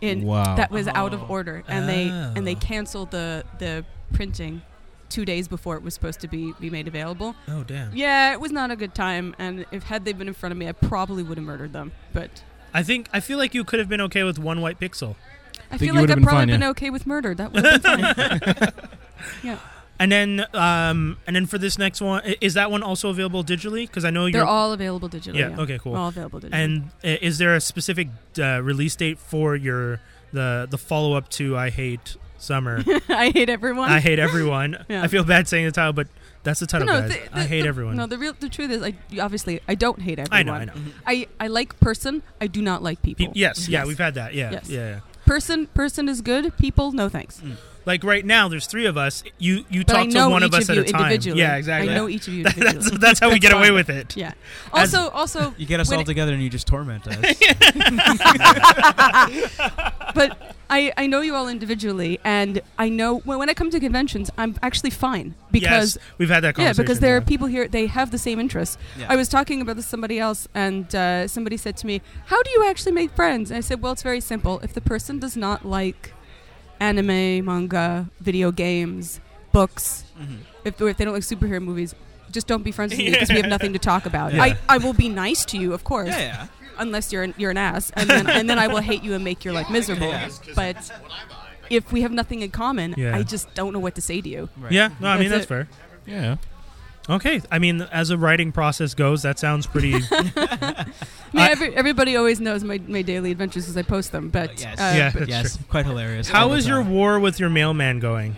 Speaker 3: In,
Speaker 6: Wow.
Speaker 3: that was out of
Speaker 5: Oh.
Speaker 3: order and they and they
Speaker 2: Oh.
Speaker 3: canceled the the printing two days before it was supposed to be be made available
Speaker 2: Oh damn.
Speaker 3: yeah it was not a good time and if had they been in front of me i probably would have murdered them but
Speaker 2: I think I feel like you could have been okay with one white pixel.
Speaker 3: i
Speaker 4: Think
Speaker 3: feel
Speaker 4: you
Speaker 3: like
Speaker 4: would've
Speaker 3: i've
Speaker 4: been
Speaker 3: probably
Speaker 4: fine, yeah.
Speaker 2: <laughs>
Speaker 3: been okay with murder that would have been fine Yeah.
Speaker 2: And then, um, and then for this next one, i- is that one also available digitally? Because I know you're.
Speaker 3: They're all available digitally.
Speaker 2: Yeah,
Speaker 3: Yeah.
Speaker 2: okay, cool.
Speaker 3: All available digitally.
Speaker 2: and i- is there a specific uh, release date for your the the follow up to I Hate
Speaker 3: <laughs>
Speaker 2: Summer?
Speaker 3: I hate everyone. <laughs>
Speaker 2: I hate everyone.
Speaker 3: Yeah.
Speaker 2: I feel bad saying the title, but that's the title, guys.
Speaker 3: the-
Speaker 2: I
Speaker 3: the-
Speaker 2: hate
Speaker 3: the-
Speaker 2: everyone.
Speaker 3: No, the real the truth is, I obviously I don't hate everyone.
Speaker 2: I know, I know.
Speaker 3: I, I like person. I do not like people.
Speaker 2: Pe- yes, yeah,
Speaker 3: Yes.
Speaker 2: we've had that. Yeah,
Speaker 3: Yes.
Speaker 2: yeah, yeah.
Speaker 3: Person person is good. People, no thanks.
Speaker 2: Like right now, there's three of us. You you
Speaker 3: But I
Speaker 2: talk to
Speaker 3: know
Speaker 2: one of
Speaker 3: each
Speaker 2: us
Speaker 3: of you
Speaker 2: at a time.
Speaker 3: individually.
Speaker 2: Yeah, exactly.
Speaker 3: I know each of you
Speaker 2: <laughs> that's,
Speaker 3: individually.
Speaker 2: that's how we
Speaker 3: That's
Speaker 2: get away
Speaker 3: fine.
Speaker 2: with it. <laughs>
Speaker 3: <laughs> yeah.
Speaker 2: As-
Speaker 3: Also also
Speaker 5: You get us
Speaker 3: When
Speaker 5: all
Speaker 3: it-
Speaker 5: together and you just
Speaker 3: <laughs>
Speaker 5: torment us.
Speaker 3: but I, I know you all individually, and I know when, when I come to conventions, I'm actually fine because
Speaker 2: yes, we've had that
Speaker 3: yeah,
Speaker 2: conversation.
Speaker 3: because there are people here. They have the same interests.
Speaker 5: Yeah.
Speaker 3: I was talking about this to somebody else, and uh, somebody said to me, "How do you actually make friends?" And I said, "Well, it's very simple. If the person does not like anime, manga, video games, books,
Speaker 5: Mhm.
Speaker 3: if, or if they don't like superhero movies." Just don't be friends with me because
Speaker 2: <laughs>
Speaker 3: we have nothing to talk about.
Speaker 2: Yeah.
Speaker 3: I, I will be nice to you, of course,
Speaker 5: Yeah, yeah.
Speaker 3: unless you're an, you're an ass, and then, and then I will hate you and make your life miserable.
Speaker 5: Yeah.
Speaker 3: But if we have nothing in common,
Speaker 2: Yeah.
Speaker 3: I just don't know what to say to you.
Speaker 5: Right.
Speaker 2: Yeah, no, I mean that's
Speaker 3: That's
Speaker 2: fair.
Speaker 4: Yeah.
Speaker 2: Okay, I mean as a writing process goes, that sounds
Speaker 3: <laughs>
Speaker 2: pretty.
Speaker 3: I mean,
Speaker 2: I-
Speaker 3: every, everybody always knows my, my daily adventures because I post them. But
Speaker 5: yes.
Speaker 3: uh,
Speaker 2: Yeah.
Speaker 3: but-
Speaker 5: yes, quite hilarious. all
Speaker 2: How
Speaker 5: the
Speaker 2: is your
Speaker 5: time.
Speaker 2: war with your mailman going?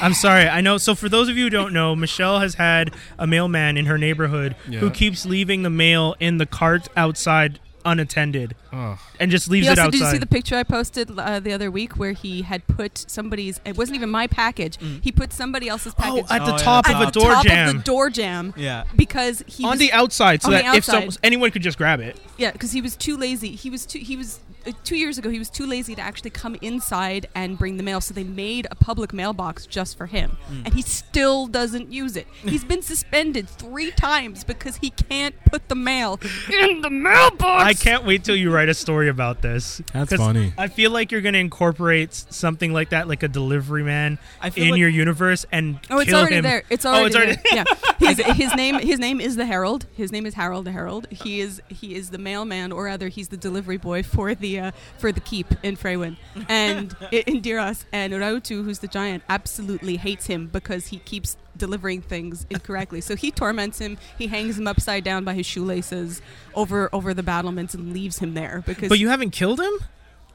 Speaker 2: I'm sorry. I know. So for those of you who don't know, Michelle has had a mailman in her neighborhood
Speaker 4: Yeah.
Speaker 2: who keeps leaving the mail in the cart outside unattended
Speaker 4: Oh.
Speaker 2: and just leaves
Speaker 3: He
Speaker 2: it
Speaker 3: also,
Speaker 2: outside.
Speaker 3: did you see the picture I posted uh, the other week where he had put somebody's? It wasn't even my package. He put somebody else's
Speaker 2: oh,
Speaker 3: package
Speaker 2: at the
Speaker 5: Mm. Oh, yeah,
Speaker 2: top
Speaker 5: the
Speaker 2: of a
Speaker 5: top.
Speaker 2: door
Speaker 3: top
Speaker 2: jam.
Speaker 3: of the door jam
Speaker 5: Yeah.
Speaker 3: because he
Speaker 2: on
Speaker 3: was,
Speaker 2: the outside, so
Speaker 3: on the
Speaker 2: that if some,
Speaker 3: outside.
Speaker 2: anyone could just grab it.
Speaker 3: yeah because he was too lazy. He was too he was uh, two years ago. He was too lazy to actually come inside and bring the mail, so they made a public mailbox just for him, and he still doesn't use it. He's been suspended three times because he can't put the mail in the mailbox.
Speaker 2: I can't wait till you write a story about this.
Speaker 4: That's
Speaker 2: 'Cause
Speaker 4: funny.
Speaker 2: I feel like you're going to incorporate s- something like that, like a delivery man,
Speaker 5: I feel
Speaker 2: in
Speaker 5: like-
Speaker 2: your universe and
Speaker 3: Oh, it's
Speaker 2: kill
Speaker 3: already
Speaker 2: him.
Speaker 3: there. It's
Speaker 2: Oh,
Speaker 3: already,
Speaker 2: it's already- <laughs>
Speaker 3: there. yeah. His, his name his name is the Herald. His name is Harold the Herald. He is he is the mailman, or rather, he's the delivery boy for the uh, for the keep in Freywin
Speaker 2: <laughs>
Speaker 3: and i- in Diras. And Rautu, who's the giant, absolutely hates him because he keeps delivering things incorrectly. So he torments him. He hangs him upside down by his shoelaces over over the battlements and leaves him there because
Speaker 2: But you haven't killed him?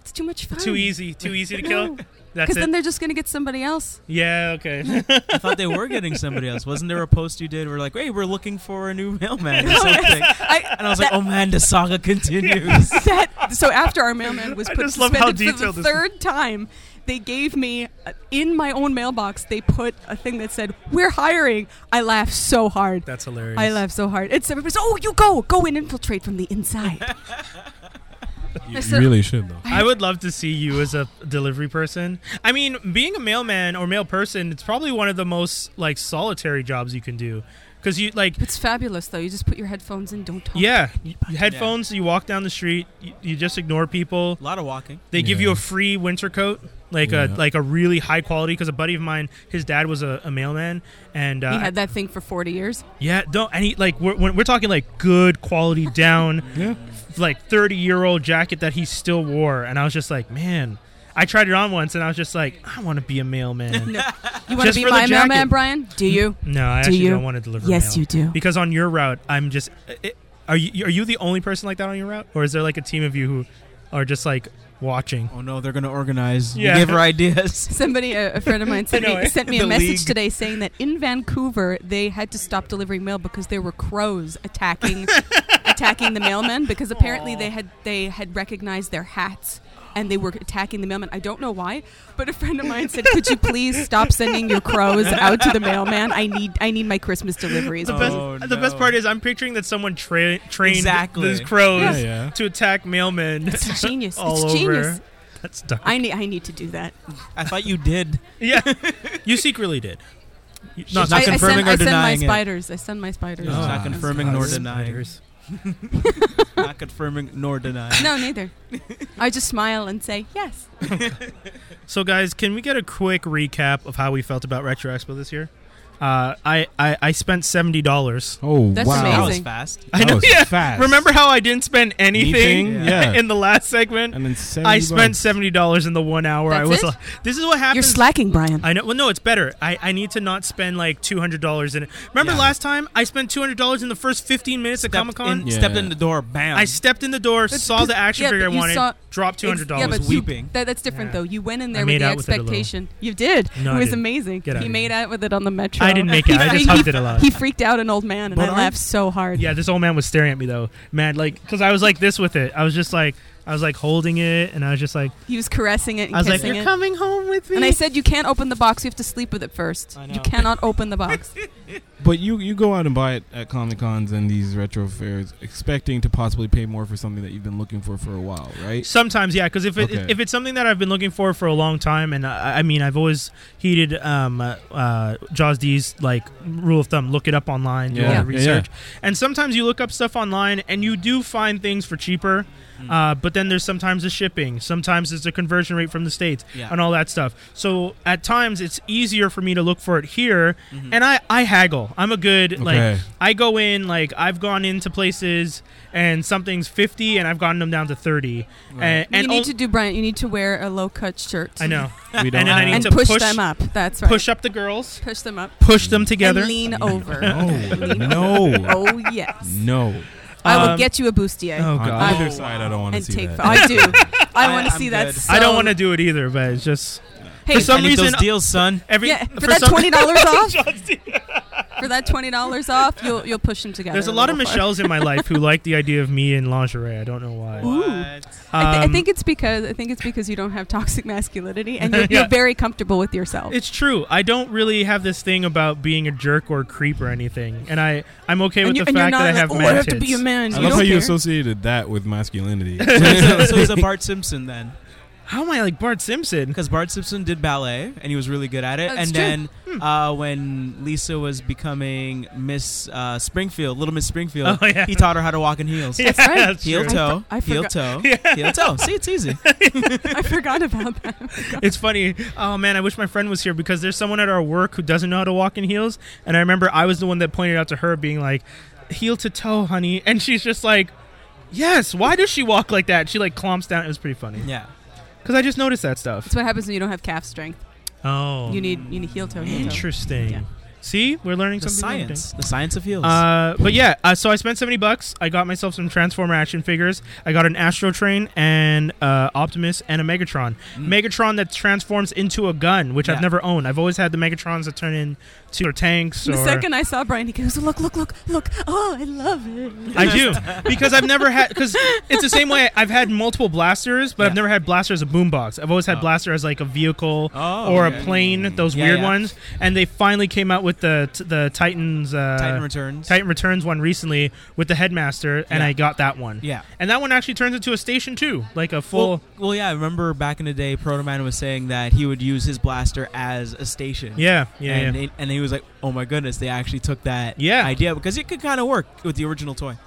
Speaker 3: it's too much fun.
Speaker 2: Too easy. Too easy to kill? That's
Speaker 3: Because then
Speaker 2: it.
Speaker 3: they're just gonna get somebody
Speaker 2: <laughs>
Speaker 3: else.
Speaker 2: Yeah,
Speaker 3: <laughs>
Speaker 2: okay. <laughs>
Speaker 5: I thought they were getting somebody else. Wasn't there a post you did where like, hey, we're looking for a new mailman
Speaker 3: <laughs>
Speaker 5: or something?
Speaker 3: I,
Speaker 5: And I was like, oh man, the saga continues.
Speaker 3: <laughs> that so after our mailman was
Speaker 2: I
Speaker 3: put
Speaker 2: just love how
Speaker 3: suspended for
Speaker 2: detailed
Speaker 3: the
Speaker 2: this is.
Speaker 3: third time they gave me uh, in my own mailbox they put a thing that said we're hiring i laughed so hard
Speaker 2: That's hilarious.
Speaker 3: i laughed so hard it's everybody's oh you go go and infiltrate from the inside
Speaker 4: You,
Speaker 3: said-
Speaker 4: really should though.
Speaker 2: <laughs> I would love to see you as a delivery person. I mean, being a mailman or mail person, it's probably one of the most like solitary jobs you can do because you like
Speaker 3: <laughs> it's fabulous though you just put your headphones in don't talk
Speaker 2: yeah, you- headphones. You walk down the street, you, you just ignore people.
Speaker 5: a lot of walking.
Speaker 2: They give you
Speaker 4: Yeah.
Speaker 2: a free winter coat, like a
Speaker 4: Yeah.
Speaker 2: like a really high quality. Because a buddy of mine, his dad was a, a mailman, and uh,
Speaker 3: he had that thing for 40 years
Speaker 2: yeah, don't and he like we're when we're talking like good quality down, <laughs>
Speaker 4: Yeah.
Speaker 2: like thirty year old jacket that he still wore, and I was just like, man. I tried it on once, and I was just like, "I want to be a mailman."
Speaker 3: <laughs> you want
Speaker 2: Just
Speaker 3: to be
Speaker 2: for the
Speaker 3: my
Speaker 2: jacket.
Speaker 3: mailman brian do you
Speaker 2: No, I
Speaker 3: Do
Speaker 2: actually
Speaker 3: you?
Speaker 2: don't want to deliver.
Speaker 3: yes
Speaker 2: mail.
Speaker 3: you do
Speaker 2: Because on your route, I'm just. It, are you are you the only person like that on your route, or is there like a team of you who are just like watching?
Speaker 5: Oh no, they're gonna organize.
Speaker 2: Yeah.
Speaker 5: Yeah. Give her ideas.
Speaker 3: Somebody, a, a friend
Speaker 2: <laughs>
Speaker 3: of mine, sent,
Speaker 2: I know,
Speaker 3: me,
Speaker 2: eh?
Speaker 3: sent me a
Speaker 5: The
Speaker 3: message
Speaker 5: league.
Speaker 3: today saying that in Vancouver they had to stop delivering mail because there were crows
Speaker 2: <laughs>
Speaker 3: attacking attacking the mailmen because apparently they had they had recognized their hats and they were attacking the mailman. I don't know why, but a friend of mine said, "Could you please stop sending your crows out to the mailman? I need I need my Christmas deliveries."
Speaker 2: The best,
Speaker 5: Oh,
Speaker 2: the best
Speaker 5: no.
Speaker 2: part is I'm picturing that someone tra- trained
Speaker 5: Exactly.
Speaker 2: these crows
Speaker 4: Yeah, yeah.
Speaker 2: to attack mailmen.
Speaker 3: It's
Speaker 2: <laughs>
Speaker 3: genius.
Speaker 2: all
Speaker 3: It's
Speaker 2: over.
Speaker 3: genius.
Speaker 2: That's dark.
Speaker 3: I need I need to do that.
Speaker 5: I thought you did.
Speaker 3: <laughs>
Speaker 2: yeah, you secretly <laughs> did. You-
Speaker 5: She's not
Speaker 3: I, I
Speaker 5: confirming
Speaker 3: send,
Speaker 5: or
Speaker 3: I send my
Speaker 5: denying it.
Speaker 3: spiders. I send my spiders.
Speaker 5: She's
Speaker 4: Ah,
Speaker 5: not confirming nor
Speaker 2: spiders.
Speaker 5: denying. not confirming nor denying.
Speaker 3: No, neither. I just smile and say yes.
Speaker 2: So, guys, can we get a quick recap of how we felt about Retro Expo this year? Uh, I, I I spent seventy dollars.
Speaker 6: Oh
Speaker 3: That's
Speaker 6: wow!
Speaker 5: That was
Speaker 3: Amazing.
Speaker 5: fast.
Speaker 2: I
Speaker 6: That
Speaker 2: know.
Speaker 6: was
Speaker 2: yeah.
Speaker 6: fast.
Speaker 2: Remember how I didn't spend anything,
Speaker 6: Anything?
Speaker 2: <laughs>
Speaker 6: Yeah.
Speaker 2: in the last segment?
Speaker 6: And then 70
Speaker 2: I spent
Speaker 6: bucks.
Speaker 2: seventy dollars in the one hour. I
Speaker 3: That's
Speaker 2: was
Speaker 3: it?
Speaker 2: like, "This is what happens."
Speaker 3: You're slacking, Brian.
Speaker 2: I know. Well, no, it's better. I, I need to not spend like two hundred dollars in it. Remember
Speaker 5: Yeah.
Speaker 2: last time I spent two hundred dollars in the first fifteen minutes of Comic Con.
Speaker 5: in,
Speaker 4: Yeah.
Speaker 5: stepped in the door. Bam.
Speaker 2: I stepped in the door,
Speaker 3: But-
Speaker 2: saw the action
Speaker 3: yeah,
Speaker 2: figure I
Speaker 3: but you
Speaker 2: wanted,
Speaker 3: saw-
Speaker 2: dropped two hundred
Speaker 3: yeah,
Speaker 2: dollars.
Speaker 3: but
Speaker 5: was
Speaker 3: you-
Speaker 5: weeping.
Speaker 3: that, that's different,
Speaker 2: Yeah.
Speaker 3: though. You went in
Speaker 2: I
Speaker 3: there
Speaker 2: made
Speaker 3: with the
Speaker 2: out with it a little.
Speaker 3: expectation. you did.
Speaker 2: No, I
Speaker 3: it was
Speaker 2: didn't.
Speaker 3: amazing.
Speaker 2: Get out
Speaker 3: he
Speaker 2: of
Speaker 3: made out with it on the metro.
Speaker 2: I didn't make it. I
Speaker 3: <laughs> He-
Speaker 2: just hugged it a lot.
Speaker 3: He freaked out an old man, and
Speaker 4: But
Speaker 3: I
Speaker 4: I-
Speaker 3: laughed so hard.
Speaker 2: Yeah, this old man was staring at me though, man. Like, cause I was like this with it. I was just like, I was like holding it, and I was just like,
Speaker 3: He was caressing it and
Speaker 2: I was like,
Speaker 3: kissing
Speaker 2: "You're
Speaker 3: it.
Speaker 2: coming home with me."
Speaker 3: And I said, "You can't open the box. You have to sleep with it first.
Speaker 5: I
Speaker 3: You
Speaker 5: know.
Speaker 3: cannot open the
Speaker 2: <laughs>
Speaker 3: box."
Speaker 4: But you you go out and buy it at comic cons and these retro fairs, expecting to possibly pay more for something that you've been looking for for a while, right?
Speaker 2: Sometimes, yeah, because if it,
Speaker 4: Okay.
Speaker 2: if it's something that I've been looking for for a long time, and I, I mean, I've always heeded um, uh, uh, Jaws D's like rule of thumb: look it up online, do all
Speaker 4: Yeah.
Speaker 2: the
Speaker 4: Yeah,
Speaker 2: research. And sometimes you look up stuff online, and you do find things for cheaper. Uh, but then there's sometimes the shipping, sometimes it's the conversion rate from the states,
Speaker 5: Yeah.
Speaker 2: and all that stuff. So at times it's easier for me to look for it here,
Speaker 5: Hmm.
Speaker 2: and I I haggle. I'm a good like
Speaker 3: <laughs>
Speaker 4: Okay.
Speaker 2: I go in like I've gone into places and something's 50 and I've gotten them down to 30
Speaker 5: Mm-hmm.
Speaker 2: and, and
Speaker 3: you need
Speaker 2: on-
Speaker 3: to do, Brian. You need to wear a low cut shirt.
Speaker 2: I know
Speaker 4: We
Speaker 2: and then I need
Speaker 3: And
Speaker 2: to
Speaker 3: push,
Speaker 2: push,
Speaker 3: them up. That's right.
Speaker 2: push up the girls
Speaker 3: Push them up.
Speaker 2: push them together <laughs>
Speaker 3: And <laughs> lean
Speaker 4: <laughs>
Speaker 3: over.
Speaker 4: No,
Speaker 3: Lean
Speaker 4: no,
Speaker 3: Oh yes.
Speaker 4: no.
Speaker 3: I will
Speaker 2: Um,
Speaker 3: get you a bustier.
Speaker 2: oh
Speaker 4: On
Speaker 2: god
Speaker 4: either
Speaker 5: Oh,
Speaker 4: side,
Speaker 5: wow.
Speaker 4: I don't want to
Speaker 3: and
Speaker 4: see
Speaker 3: take.
Speaker 4: that.
Speaker 3: fi-
Speaker 2: <laughs>
Speaker 4: <laughs>
Speaker 3: I do. I
Speaker 5: I-
Speaker 3: want to
Speaker 5: I'm
Speaker 3: see that.
Speaker 5: good.
Speaker 2: I
Speaker 3: so-
Speaker 2: don't want to do it either but it's just
Speaker 3: Hey,
Speaker 2: for some
Speaker 5: I need
Speaker 2: reason
Speaker 5: those deals, son.
Speaker 2: every
Speaker 3: yeah, for,
Speaker 2: for
Speaker 3: that
Speaker 2: some- <laughs>
Speaker 3: twenty dollars off.
Speaker 2: Jaws D.
Speaker 3: For that twenty dollars off, you'll you'll push them together.
Speaker 2: there's a lot of
Speaker 3: little
Speaker 2: Michelles in my life who like the idea of me in lingerie I don't know why
Speaker 3: Ooh.
Speaker 5: What?
Speaker 3: I, thi- I
Speaker 2: Um,
Speaker 3: think it's because I think it's because you don't have toxic masculinity
Speaker 2: <laughs>
Speaker 3: and you're,
Speaker 2: Yeah.
Speaker 3: you're very comfortable with yourself.
Speaker 2: It's true. I don't really have this thing about being a jerk or a creep or anything, and I I'm okay
Speaker 3: and
Speaker 2: with
Speaker 3: you,
Speaker 2: the
Speaker 3: and you're
Speaker 2: fact
Speaker 3: not
Speaker 2: that I
Speaker 3: like,
Speaker 2: have
Speaker 3: oh,
Speaker 2: man
Speaker 3: I have to
Speaker 2: tits."
Speaker 3: be a man.
Speaker 4: I
Speaker 3: you
Speaker 4: love
Speaker 3: don't
Speaker 4: how you
Speaker 3: care.
Speaker 4: associated that
Speaker 2: <laughs>
Speaker 4: with masculinity.
Speaker 5: so, he's a, so he's a Bart Simpson then,
Speaker 2: How am I like Bart Simpson?
Speaker 5: because Bart Simpson did ballet and he was really good at it.
Speaker 3: That's
Speaker 5: and
Speaker 3: true. Hmm.
Speaker 5: then uh, when Lisa was becoming Miss uh, Springfield, Little Miss Springfield,
Speaker 2: <laughs> Oh, yeah.
Speaker 5: he taught her how to walk in heels.
Speaker 3: That's right.
Speaker 5: Heel
Speaker 2: true. <laughs>
Speaker 3: to-
Speaker 5: toe,
Speaker 3: I
Speaker 5: heel
Speaker 3: forgot-
Speaker 5: toe, heel toe. See, it's easy.
Speaker 3: <laughs> I forgot about that.
Speaker 2: It's funny. Oh man, I wish my friend was here because there's someone at our work who doesn't know how to walk in heels, and I remember I was the one that pointed out to her being like, heel to toe, honey, and she's just like. Yes. Why does she walk like that? She like clomps down. It was pretty <laughs> funny
Speaker 5: Yeah.
Speaker 2: because I just noticed that stuff.
Speaker 3: That's what happens when you don't have calf strength.
Speaker 2: Oh,
Speaker 3: You need you need heel toe. Heel toe.
Speaker 2: interesting.
Speaker 3: Yeah.
Speaker 2: See, we're learning
Speaker 5: The
Speaker 2: something. every day.
Speaker 5: science, the science of heels.
Speaker 2: Uh, but yeah, uh, so I spent seventy bucks. I got myself some Transformer action figures. I got an Astro Train and uh, Optimus and a Megatron.
Speaker 5: Mm.
Speaker 2: Megatron that transforms into a gun, which I've
Speaker 5: Yeah.
Speaker 2: never owned. I've always had the Megatrons that turn into tanks. Or
Speaker 3: The second I saw Brian, he goes, "Look, look, look, look! Oh, I love it."
Speaker 2: <laughs> I do because I've never had because it's the same way I've had multiple blasters, but I've
Speaker 5: Yeah.
Speaker 2: never had blaster as a boombox. I've always had
Speaker 5: Oh.
Speaker 2: blaster as like a vehicle
Speaker 5: Oh,
Speaker 2: or a
Speaker 5: okay.
Speaker 4: Mm.
Speaker 2: plane. Those
Speaker 5: Yeah,
Speaker 2: weird
Speaker 5: yeah.
Speaker 2: ones, and they finally came out with the the Titans. Uh,
Speaker 5: Titan returns.
Speaker 2: Titan Returns one recently with the headmaster, and
Speaker 5: Yeah.
Speaker 2: I got that one.
Speaker 5: Yeah.
Speaker 2: And that one actually turns into a station too, like a full.
Speaker 5: Well, well, yeah. I remember back in the day, Proto Man was saying that he would use his blaster as a station.
Speaker 2: yeah, yeah,
Speaker 5: and,
Speaker 2: yeah.
Speaker 5: It, and he was like, "Oh my goodness, they actually took that
Speaker 2: Yeah.
Speaker 5: idea because it could kind of work with the original toy."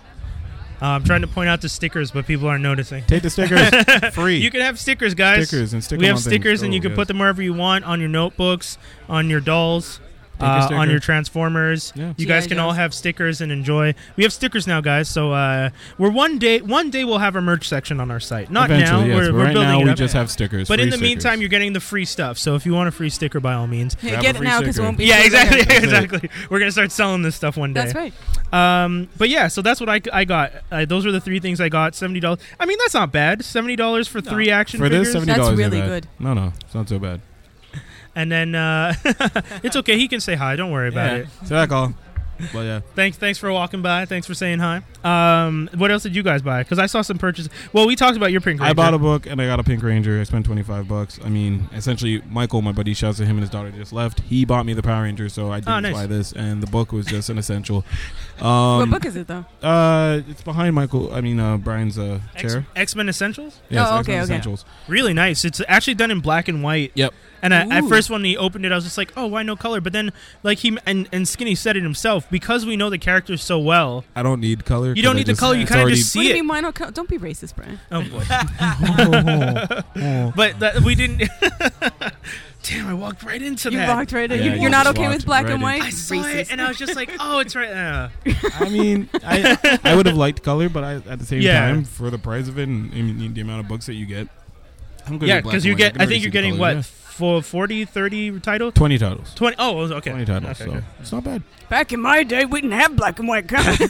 Speaker 2: Uh, I'm trying to point out the stickers, but people aren't
Speaker 5: <laughs>
Speaker 2: noticing. <laughs>
Speaker 4: Take the stickers free.
Speaker 2: You can have stickers, guys.
Speaker 4: stickers and stick
Speaker 2: we have
Speaker 4: them on things.
Speaker 2: stickers, and
Speaker 4: Oh,
Speaker 2: you can
Speaker 4: yes.
Speaker 2: put them wherever you want on your notebooks, on your dolls,
Speaker 4: Take your
Speaker 2: uh, on
Speaker 4: sticker.
Speaker 2: your Transformers.
Speaker 4: Yeah.
Speaker 2: You
Speaker 3: G.I.
Speaker 2: guys can all
Speaker 3: Joes.
Speaker 2: have stickers and enjoy. We have stickers now, guys. So uh, we're one day. One day we'll have a merch section on our site. Not now.
Speaker 4: Eventually, yes,
Speaker 2: we're,
Speaker 4: but
Speaker 2: we're
Speaker 4: right
Speaker 2: building
Speaker 4: now
Speaker 2: it
Speaker 4: we
Speaker 2: up.
Speaker 4: just have stickers.
Speaker 2: but in
Speaker 4: free
Speaker 2: the meantime,
Speaker 4: stickers.
Speaker 2: you're getting the free stuff. So if you want a free sticker, by all means.
Speaker 3: Hey,
Speaker 4: Grab
Speaker 3: Get
Speaker 4: a
Speaker 3: it
Speaker 4: free
Speaker 3: now because it
Speaker 4: sticker.
Speaker 3: won't be.
Speaker 2: Yeah,
Speaker 3: till
Speaker 2: <laughs>
Speaker 3: later.
Speaker 2: exactly,
Speaker 4: That's it.
Speaker 2: exactly. We're gonna start selling this stuff one day.
Speaker 3: That's right.
Speaker 2: Um, but yeah, so that's what I, I got. Uh, those were the three things I got. Seventy dollars. I mean, that's not bad. Seventy dollars for
Speaker 5: No.
Speaker 2: three action
Speaker 4: for
Speaker 2: figures,
Speaker 4: this seventy
Speaker 3: That's
Speaker 4: dollars.
Speaker 3: really
Speaker 4: bad.
Speaker 3: good.
Speaker 4: No, no, it's not so bad.
Speaker 2: and then uh, <laughs> it's okay. He can say hi. Don't worry about it.
Speaker 4: So that call. Well, yeah.
Speaker 2: Thanks, thanks for walking by. Thanks for saying hi. Um, what else did you guys buy? Because I saw some purchases. Well, we talked about your pink.
Speaker 4: I
Speaker 2: Ranger.
Speaker 4: bought a book and I got a Pink Ranger. I spent twenty five bucks. I mean, essentially, Michael, my buddy, shouts to him and his daughter just left. He bought me the Power Ranger, so I didn't
Speaker 2: Oh, nice.
Speaker 4: buy this, and the book was just an
Speaker 2: <laughs>
Speaker 4: essential.
Speaker 3: What
Speaker 4: Um,
Speaker 3: book is it though?
Speaker 4: Uh, it's behind Michael. I mean, uh, Brian's uh, chair.
Speaker 2: X Men Essentials.
Speaker 4: Yes,
Speaker 3: Oh,
Speaker 4: X-Men
Speaker 3: okay, okay.
Speaker 4: Essentials.
Speaker 2: Really nice. It's actually done in black and white.
Speaker 4: Yep.
Speaker 2: And I, at
Speaker 3: Ooh.
Speaker 2: first, when he opened it, I was just like, "Oh, why no color?" But then, like he and, and Skinny said it himself, because we know the characters so well.
Speaker 4: I don't need color.
Speaker 2: You don't
Speaker 4: 'cause I
Speaker 2: need the color, you
Speaker 4: it's
Speaker 2: kinda
Speaker 4: already-
Speaker 2: just
Speaker 4: <laughs>
Speaker 2: see
Speaker 3: what do you
Speaker 2: it.
Speaker 3: mean? Why not? Co- don't be racist, <laughs> Brian.
Speaker 2: Oh boy!
Speaker 6: Oh, oh, oh.
Speaker 2: but that, we didn't. <laughs> damn, I walked right into
Speaker 3: You
Speaker 2: that.
Speaker 3: walked right in.
Speaker 4: Yeah,
Speaker 3: you,
Speaker 4: you
Speaker 3: you're not
Speaker 4: just
Speaker 3: okay
Speaker 4: walked
Speaker 3: with black
Speaker 4: right
Speaker 3: and
Speaker 4: in.
Speaker 3: white.
Speaker 2: I saw it
Speaker 3: Racist.
Speaker 2: and I was just like, oh, it's right. Uh,
Speaker 4: I mean, I I would have liked color, but I at the same
Speaker 2: Yeah.
Speaker 4: time, for the price of it and, and the amount of books that you get, I'm good.
Speaker 2: yeah,
Speaker 4: with black
Speaker 2: because
Speaker 4: and
Speaker 2: you
Speaker 4: white.
Speaker 2: get.
Speaker 4: can
Speaker 2: I
Speaker 4: already
Speaker 2: think
Speaker 4: see
Speaker 2: you're
Speaker 4: the
Speaker 2: getting
Speaker 4: colors,
Speaker 2: what
Speaker 4: yeah.
Speaker 2: for 40, 30 title.
Speaker 4: Twenty titles.
Speaker 2: Twenty. Oh, okay.
Speaker 4: Twenty titles.
Speaker 2: Okay,
Speaker 4: so
Speaker 2: okay.
Speaker 4: it's not bad.
Speaker 3: Back in my day, we didn't have black and white comics.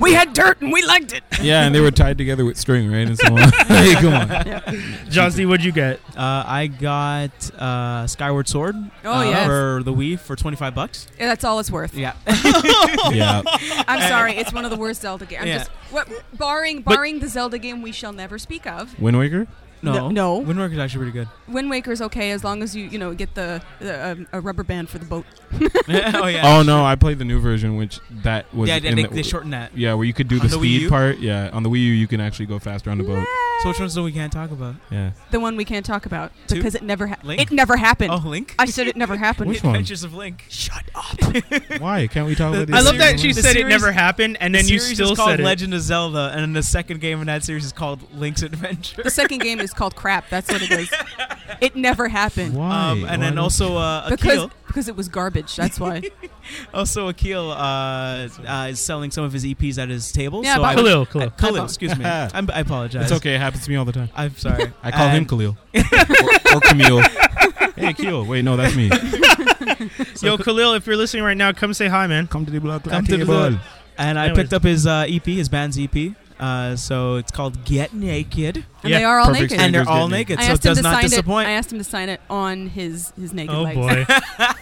Speaker 2: <laughs>
Speaker 3: we had dirt and we liked it.
Speaker 4: yeah, and they were tied together with string, right? And so
Speaker 5: <laughs>
Speaker 4: on. <laughs> hey, come on.
Speaker 2: John Z, what'd you get?
Speaker 5: Uh, I got uh, Skyward Sword
Speaker 3: Oh,
Speaker 5: uh,
Speaker 3: yes.
Speaker 5: for the Wii for 25 bucks.
Speaker 3: Yeah, that's all it's worth.
Speaker 5: <laughs> Yeah.
Speaker 4: Yeah.
Speaker 3: I'm sorry, it's one of the worst Zelda games. I'm
Speaker 5: Yeah.
Speaker 3: just what, barring barring the Zelda game we shall never speak of.
Speaker 4: Wind Waker.
Speaker 5: No.
Speaker 3: Th- no.
Speaker 5: Wind Waker's actually pretty good.
Speaker 3: Wind Waker's okay as long as you you know get the, the um, a rubber band for the boat.
Speaker 5: <laughs> <laughs> oh, yeah.
Speaker 4: Oh no, I played the new version, which that was.
Speaker 5: yeah, they,
Speaker 4: in
Speaker 5: they,
Speaker 4: the-
Speaker 5: they shortened that.
Speaker 4: Yeah, where you could do the,
Speaker 5: On the Wii
Speaker 4: speed
Speaker 5: U?
Speaker 4: part. Yeah, on the Wii U, you can actually go faster on the boat.
Speaker 5: So which one's the one we can't talk about?
Speaker 4: Yeah.
Speaker 3: The one we can't talk about
Speaker 5: Two?
Speaker 3: because it never happened.
Speaker 5: Link?
Speaker 3: It never happened.
Speaker 5: Oh, Link?
Speaker 3: I said it never happened.
Speaker 4: Which
Speaker 5: The
Speaker 4: one?
Speaker 5: Adventures of Link. Shut up.
Speaker 4: Why can't we talk
Speaker 5: The-
Speaker 4: about this?
Speaker 2: I love that
Speaker 5: series-
Speaker 2: she
Speaker 5: the
Speaker 2: said it
Speaker 5: series-
Speaker 2: never happened, and then
Speaker 5: the
Speaker 2: you
Speaker 5: series
Speaker 2: still
Speaker 5: is called
Speaker 2: said it.
Speaker 5: Legend of Zelda, and then the second game in that series is called Link's Adventure.
Speaker 3: The second game is called crap. That's what
Speaker 2: <laughs>
Speaker 3: it is. It never happened
Speaker 4: Why?
Speaker 5: Um, and
Speaker 4: Why
Speaker 5: then
Speaker 4: not?
Speaker 5: also uh,
Speaker 3: because
Speaker 5: Akil,
Speaker 3: because it was garbage. That's <laughs> why.
Speaker 5: also Akil uh, uh, is selling some of his EPs at his table.
Speaker 3: Yeah,
Speaker 5: so
Speaker 3: but-
Speaker 5: I,
Speaker 2: Khalil, Khalil.
Speaker 5: Khalil, excuse me. I'm, I apologize.
Speaker 4: it's okay. It happens to me all the time.
Speaker 5: I'm sorry.
Speaker 4: I call him
Speaker 5: And- <laughs>
Speaker 4: Khalil or, or Camille. hey, Khalil. Wait, no, that's me.
Speaker 2: Yo, Khalil, if you're listening right now, come say hi, man.
Speaker 4: Come to the block.
Speaker 5: Come to the block. And I
Speaker 2: Anyways.
Speaker 5: picked up his uh, EP, his band's EP. Uh, so it's called Get Naked,
Speaker 3: And
Speaker 2: Yeah,
Speaker 3: they are all
Speaker 4: perfect
Speaker 3: naked.
Speaker 5: and
Speaker 4: Strangers
Speaker 5: they're all
Speaker 4: Get Naked.
Speaker 5: naked,
Speaker 3: I
Speaker 5: so it
Speaker 3: asked him
Speaker 5: does
Speaker 3: to
Speaker 5: not
Speaker 3: sign it. I
Speaker 5: disappoint.
Speaker 3: asked him to sign it on his his naked
Speaker 2: Oh
Speaker 3: legs.
Speaker 2: <laughs> boy.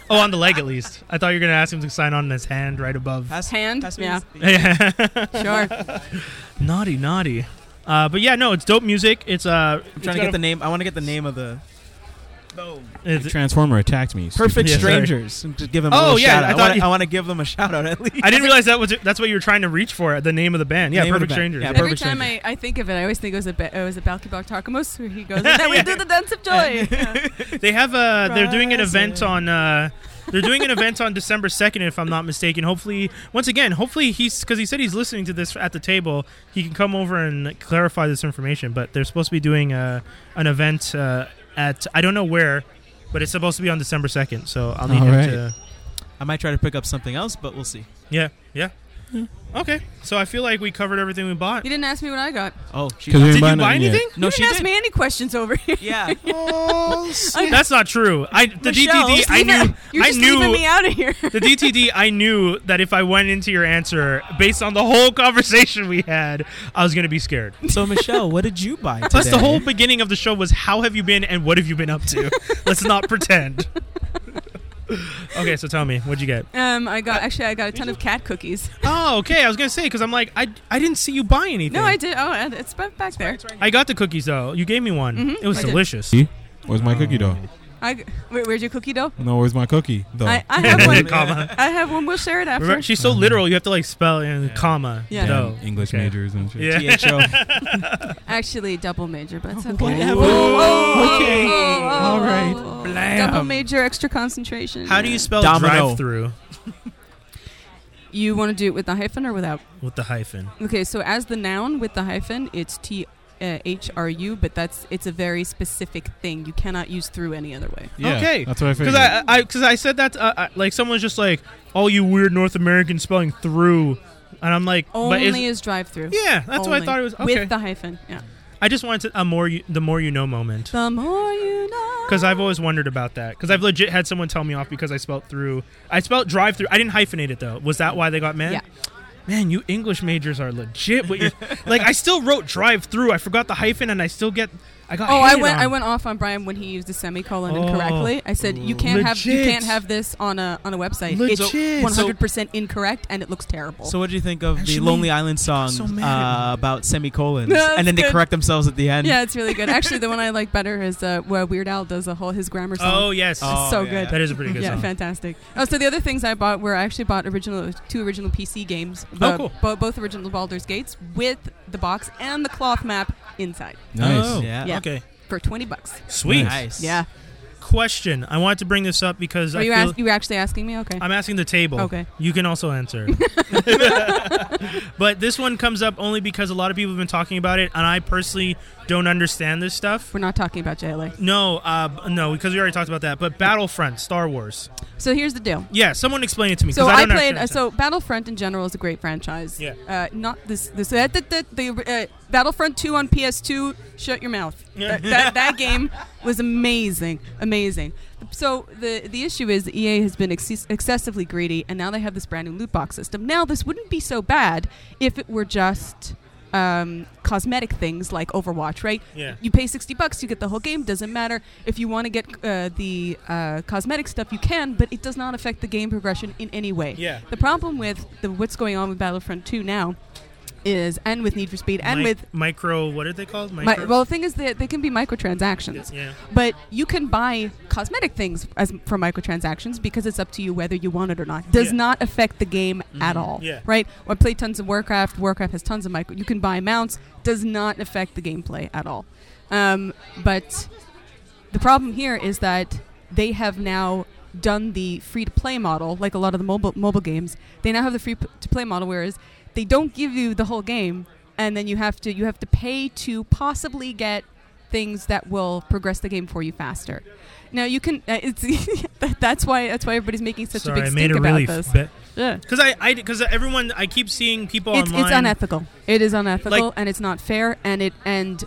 Speaker 2: oh, on the leg at least. I thought you were gonna ask him to sign on his hand right above. <laughs>
Speaker 5: Pass-
Speaker 3: Hand?
Speaker 5: pass me E
Speaker 3: Yeah.
Speaker 5: his-
Speaker 2: Yeah.
Speaker 3: Sure. <laughs>
Speaker 2: naughty, naughty. Uh, but yeah, no, it's dope music. It's uh,
Speaker 5: I'm trying to get the name. I want to get the name of the.
Speaker 4: The Transformer attacked me. stupid.
Speaker 5: Perfect
Speaker 2: Yeah, sorry.
Speaker 5: Strangers. And Just give them. A
Speaker 2: Oh,
Speaker 5: little
Speaker 2: yeah,
Speaker 5: Shout
Speaker 2: I
Speaker 5: out.
Speaker 2: thought
Speaker 5: I, want
Speaker 2: you-
Speaker 5: to, I want to give them a shout out at least.
Speaker 2: I didn't realize that was that's what you were trying to reach for. The name of the band. Yeah,
Speaker 5: Name of the
Speaker 2: Perfect
Speaker 5: band.
Speaker 2: Strangers.
Speaker 5: Yeah,
Speaker 2: Yeah.
Speaker 5: Perfect
Speaker 3: Every time I,
Speaker 5: Stranger.
Speaker 3: I think of it, I always think it was a ba- it was a Balkibar Tarkamus where he goes, and then we <laughs> do the dance of joy. Yeah.
Speaker 2: They have uh they're doing an event
Speaker 5: Surprising.
Speaker 2: on uh they're doing an event on December 2nd if I'm not mistaken. Hopefully, once again, hopefully he's cuz he said he's listening to this at the table, he can come over and clarify this information, but they're supposed to be doing uh an event uh at I don't know where, but it's supposed to be on December 2nd. So I'll need
Speaker 4: All
Speaker 2: him
Speaker 4: right.
Speaker 2: to
Speaker 5: <laughs> I might try to pick up something else, but we'll see.
Speaker 2: Yeah. Yeah. Okay. So I feel like we covered everything we bought.
Speaker 3: He didn't ask me what I got. He
Speaker 5: Oh, she
Speaker 4: 'Cause we
Speaker 2: Did you
Speaker 4: buying
Speaker 2: buy
Speaker 4: nothing yet.
Speaker 2: anything?
Speaker 5: no,
Speaker 3: didn't
Speaker 5: she
Speaker 3: ask
Speaker 5: did.
Speaker 3: me any questions over here. <laughs>
Speaker 5: Yeah.
Speaker 2: That's not true. I the
Speaker 5: Michelle,
Speaker 2: DTD
Speaker 5: just
Speaker 2: I
Speaker 3: Leave it-
Speaker 2: knew
Speaker 3: You're
Speaker 2: I
Speaker 3: just
Speaker 2: knew
Speaker 3: leaving me out of here.
Speaker 2: the DTD, I knew that if I went into your answer based on the whole conversation we had, I was gonna be scared.
Speaker 5: so Michelle, what did you buy? Today?
Speaker 2: Plus, the whole beginning of the show was how have you been and what have you been up <laughs> to. Let's not pretend. okay, so tell me, what'd you get?
Speaker 3: <laughs> Um, I got actually I got a ton of cat cookies.
Speaker 2: Oh, okay. I was gonna say because I'm like I, I didn't see you buy anything.
Speaker 3: No, I did. Oh, and it's back back there.
Speaker 2: I got the cookies though. You gave me one.
Speaker 3: Mhm,
Speaker 2: it was
Speaker 3: I did.
Speaker 2: delicious.
Speaker 4: See? Where's my cookie dough?
Speaker 3: I g- where, where's your cookie dough?
Speaker 4: No, where's my cookie
Speaker 2: Oh.
Speaker 4: though?
Speaker 3: I,
Speaker 2: <laughs>
Speaker 3: I have one.
Speaker 2: comma.
Speaker 3: I have one. We'll share it after.
Speaker 2: Remember, she's so literal. You have to like spell and comma.
Speaker 3: Yeah.
Speaker 4: Damn
Speaker 2: dough.
Speaker 4: English
Speaker 2: Okay.
Speaker 4: majors and shit.
Speaker 2: Yeah.
Speaker 5: THO.
Speaker 3: Actually, double major, but it's okay. Oh,
Speaker 5: Whatever. <laughs>
Speaker 2: Okay.
Speaker 3: All
Speaker 5: right.
Speaker 3: oh, Double
Speaker 5: Blam.
Speaker 3: major, extra concentration.
Speaker 2: How do you spell
Speaker 5: Domino.
Speaker 2: drive-through
Speaker 3: You want to do it with the hyphen or without?
Speaker 2: with the hyphen?
Speaker 3: Okay, so as the noun with the hyphen, it's T uh, H R U, but that's it's a very specific thing. You cannot use through any other way.
Speaker 4: Yeah,
Speaker 2: Okay.
Speaker 4: That's what I figured.
Speaker 2: Because I, I, because I said that, uh, I, like someone's just like, "All you weird North American spelling through," and I'm like, but is-
Speaker 3: Only is drive through.
Speaker 2: yeah, that's what I thought it was. Okay,
Speaker 3: With the hyphen, yeah.
Speaker 2: I just wanted to, a more, you, the more you know moment.
Speaker 3: The more you know.
Speaker 2: Because I've always wondered about that. Because I've legit had someone tell me off because I spelt through. I spelt drive through. I didn't hyphenate it though. Was that why they got mad?
Speaker 3: Yeah.
Speaker 2: Man, you English majors are legit. What you like? I still wrote drive through. I forgot the hyphen, and I still get. I got.
Speaker 3: Oh, I
Speaker 2: hated
Speaker 3: went.
Speaker 2: on.
Speaker 3: I went off on Brian when he used the semicolon
Speaker 2: Oh.
Speaker 3: incorrectly. I said you can't have you
Speaker 2: Legit.
Speaker 3: can't have this on a on a website.
Speaker 2: Legit.
Speaker 3: It's one hundred percent incorrect and it looks terrible.
Speaker 5: So what do you think of
Speaker 2: Actually,
Speaker 5: the Lonely Island song
Speaker 2: so mad at
Speaker 5: uh,
Speaker 3: <laughs>
Speaker 5: about semicolons?
Speaker 3: No,
Speaker 5: and then
Speaker 3: it's
Speaker 5: they
Speaker 3: good.
Speaker 5: correct themselves at the end.
Speaker 3: yeah, it's really good. Actually, the one I like better is uh, where Weird Al does a whole his grammar
Speaker 2: Oh
Speaker 3: song.
Speaker 2: yes,
Speaker 5: Oh,
Speaker 3: so
Speaker 5: yeah.
Speaker 3: good.
Speaker 2: that is a pretty good
Speaker 3: yeah,
Speaker 2: song.
Speaker 3: fantastic. Oh, so the other things I bought were I actually bought original two original PC games.
Speaker 2: Oh,
Speaker 3: uh,
Speaker 2: cool.
Speaker 3: bo- both original Baldur's Gates with the box and the cloth map inside
Speaker 4: nice.
Speaker 2: Oh,
Speaker 5: Yeah.
Speaker 3: Yeah.
Speaker 2: Okay.
Speaker 3: for twenty bucks.
Speaker 2: Sweet.
Speaker 4: Nice.
Speaker 5: Nice.
Speaker 3: Yeah,
Speaker 2: question. I wanted to bring this up because
Speaker 3: Were
Speaker 2: I
Speaker 3: you,
Speaker 2: feel-
Speaker 3: ask, you were actually asking me? Okay.
Speaker 2: I'm asking the table.
Speaker 3: Okay.
Speaker 2: You can also
Speaker 3: <laughs>
Speaker 2: answer. <laughs> but this one comes up only because a lot of people have been talking about it, and I personally don't understand this stuff.
Speaker 3: we're not talking about JLA.
Speaker 2: No, uh, b- no, because we already talked about that. But Battlefront, Star Wars.
Speaker 3: So here's the deal.
Speaker 2: Yeah, someone explain it to me. 'cause
Speaker 3: So I,
Speaker 2: don't
Speaker 3: played. Uh,
Speaker 2: understand.
Speaker 3: so Battlefront in general is a great franchise.
Speaker 2: Yeah.
Speaker 3: Uh, not this. This that, that, that the uh, Battlefront Two on PS2. Shut your mouth. that, that, that game was amazing, amazing. So the the issue is EA has been exce- excessively greedy, and now they have this brand new loot box system. Now this wouldn't be so bad if it were just. Um, cosmetic things like Overwatch, right?
Speaker 2: Yeah.
Speaker 3: You pay sixty bucks, you get the whole game. Doesn't matter if you want to get uh, the uh, cosmetic stuff, you can, but it does not affect the game progression in any way.
Speaker 2: Yeah.
Speaker 3: The problem with the what's going on with Battlefront 2 now is, and with Need for Speed, and
Speaker 2: Mi-
Speaker 3: with
Speaker 2: micro. What are they called?
Speaker 3: my, well, the thing is that they can be microtransactions,
Speaker 2: yeah.
Speaker 3: but you can buy cosmetic things as for microtransactions because it's up to you whether you want it or not. Does
Speaker 2: Yeah. Mm-hmm.
Speaker 3: not affect the game at all, right?
Speaker 2: Yeah.
Speaker 3: I play tons of Warcraft. Warcraft has tons of micro. You can buy mounts. Does not affect the gameplay at all. Um, but the problem here is that they have now done the free to play model, like a lot of the mobile mobile games. They now have the free to play model, whereas they don't give you the whole game, and then you have to you have to pay to possibly get things that will progress the game for you faster. Now you can. Uh, it's <laughs> that- that's why that's why everybody's making such
Speaker 2: Sorry,
Speaker 3: a
Speaker 2: I
Speaker 3: big
Speaker 2: made
Speaker 3: stink
Speaker 2: a
Speaker 3: about
Speaker 2: really
Speaker 3: this.
Speaker 2: bit.
Speaker 3: yeah.
Speaker 2: Because I, I, because everyone, I keep seeing people
Speaker 3: It's,
Speaker 2: online.
Speaker 3: it's unethical. It is unethical,
Speaker 2: Like-
Speaker 3: and it's not fair. And it and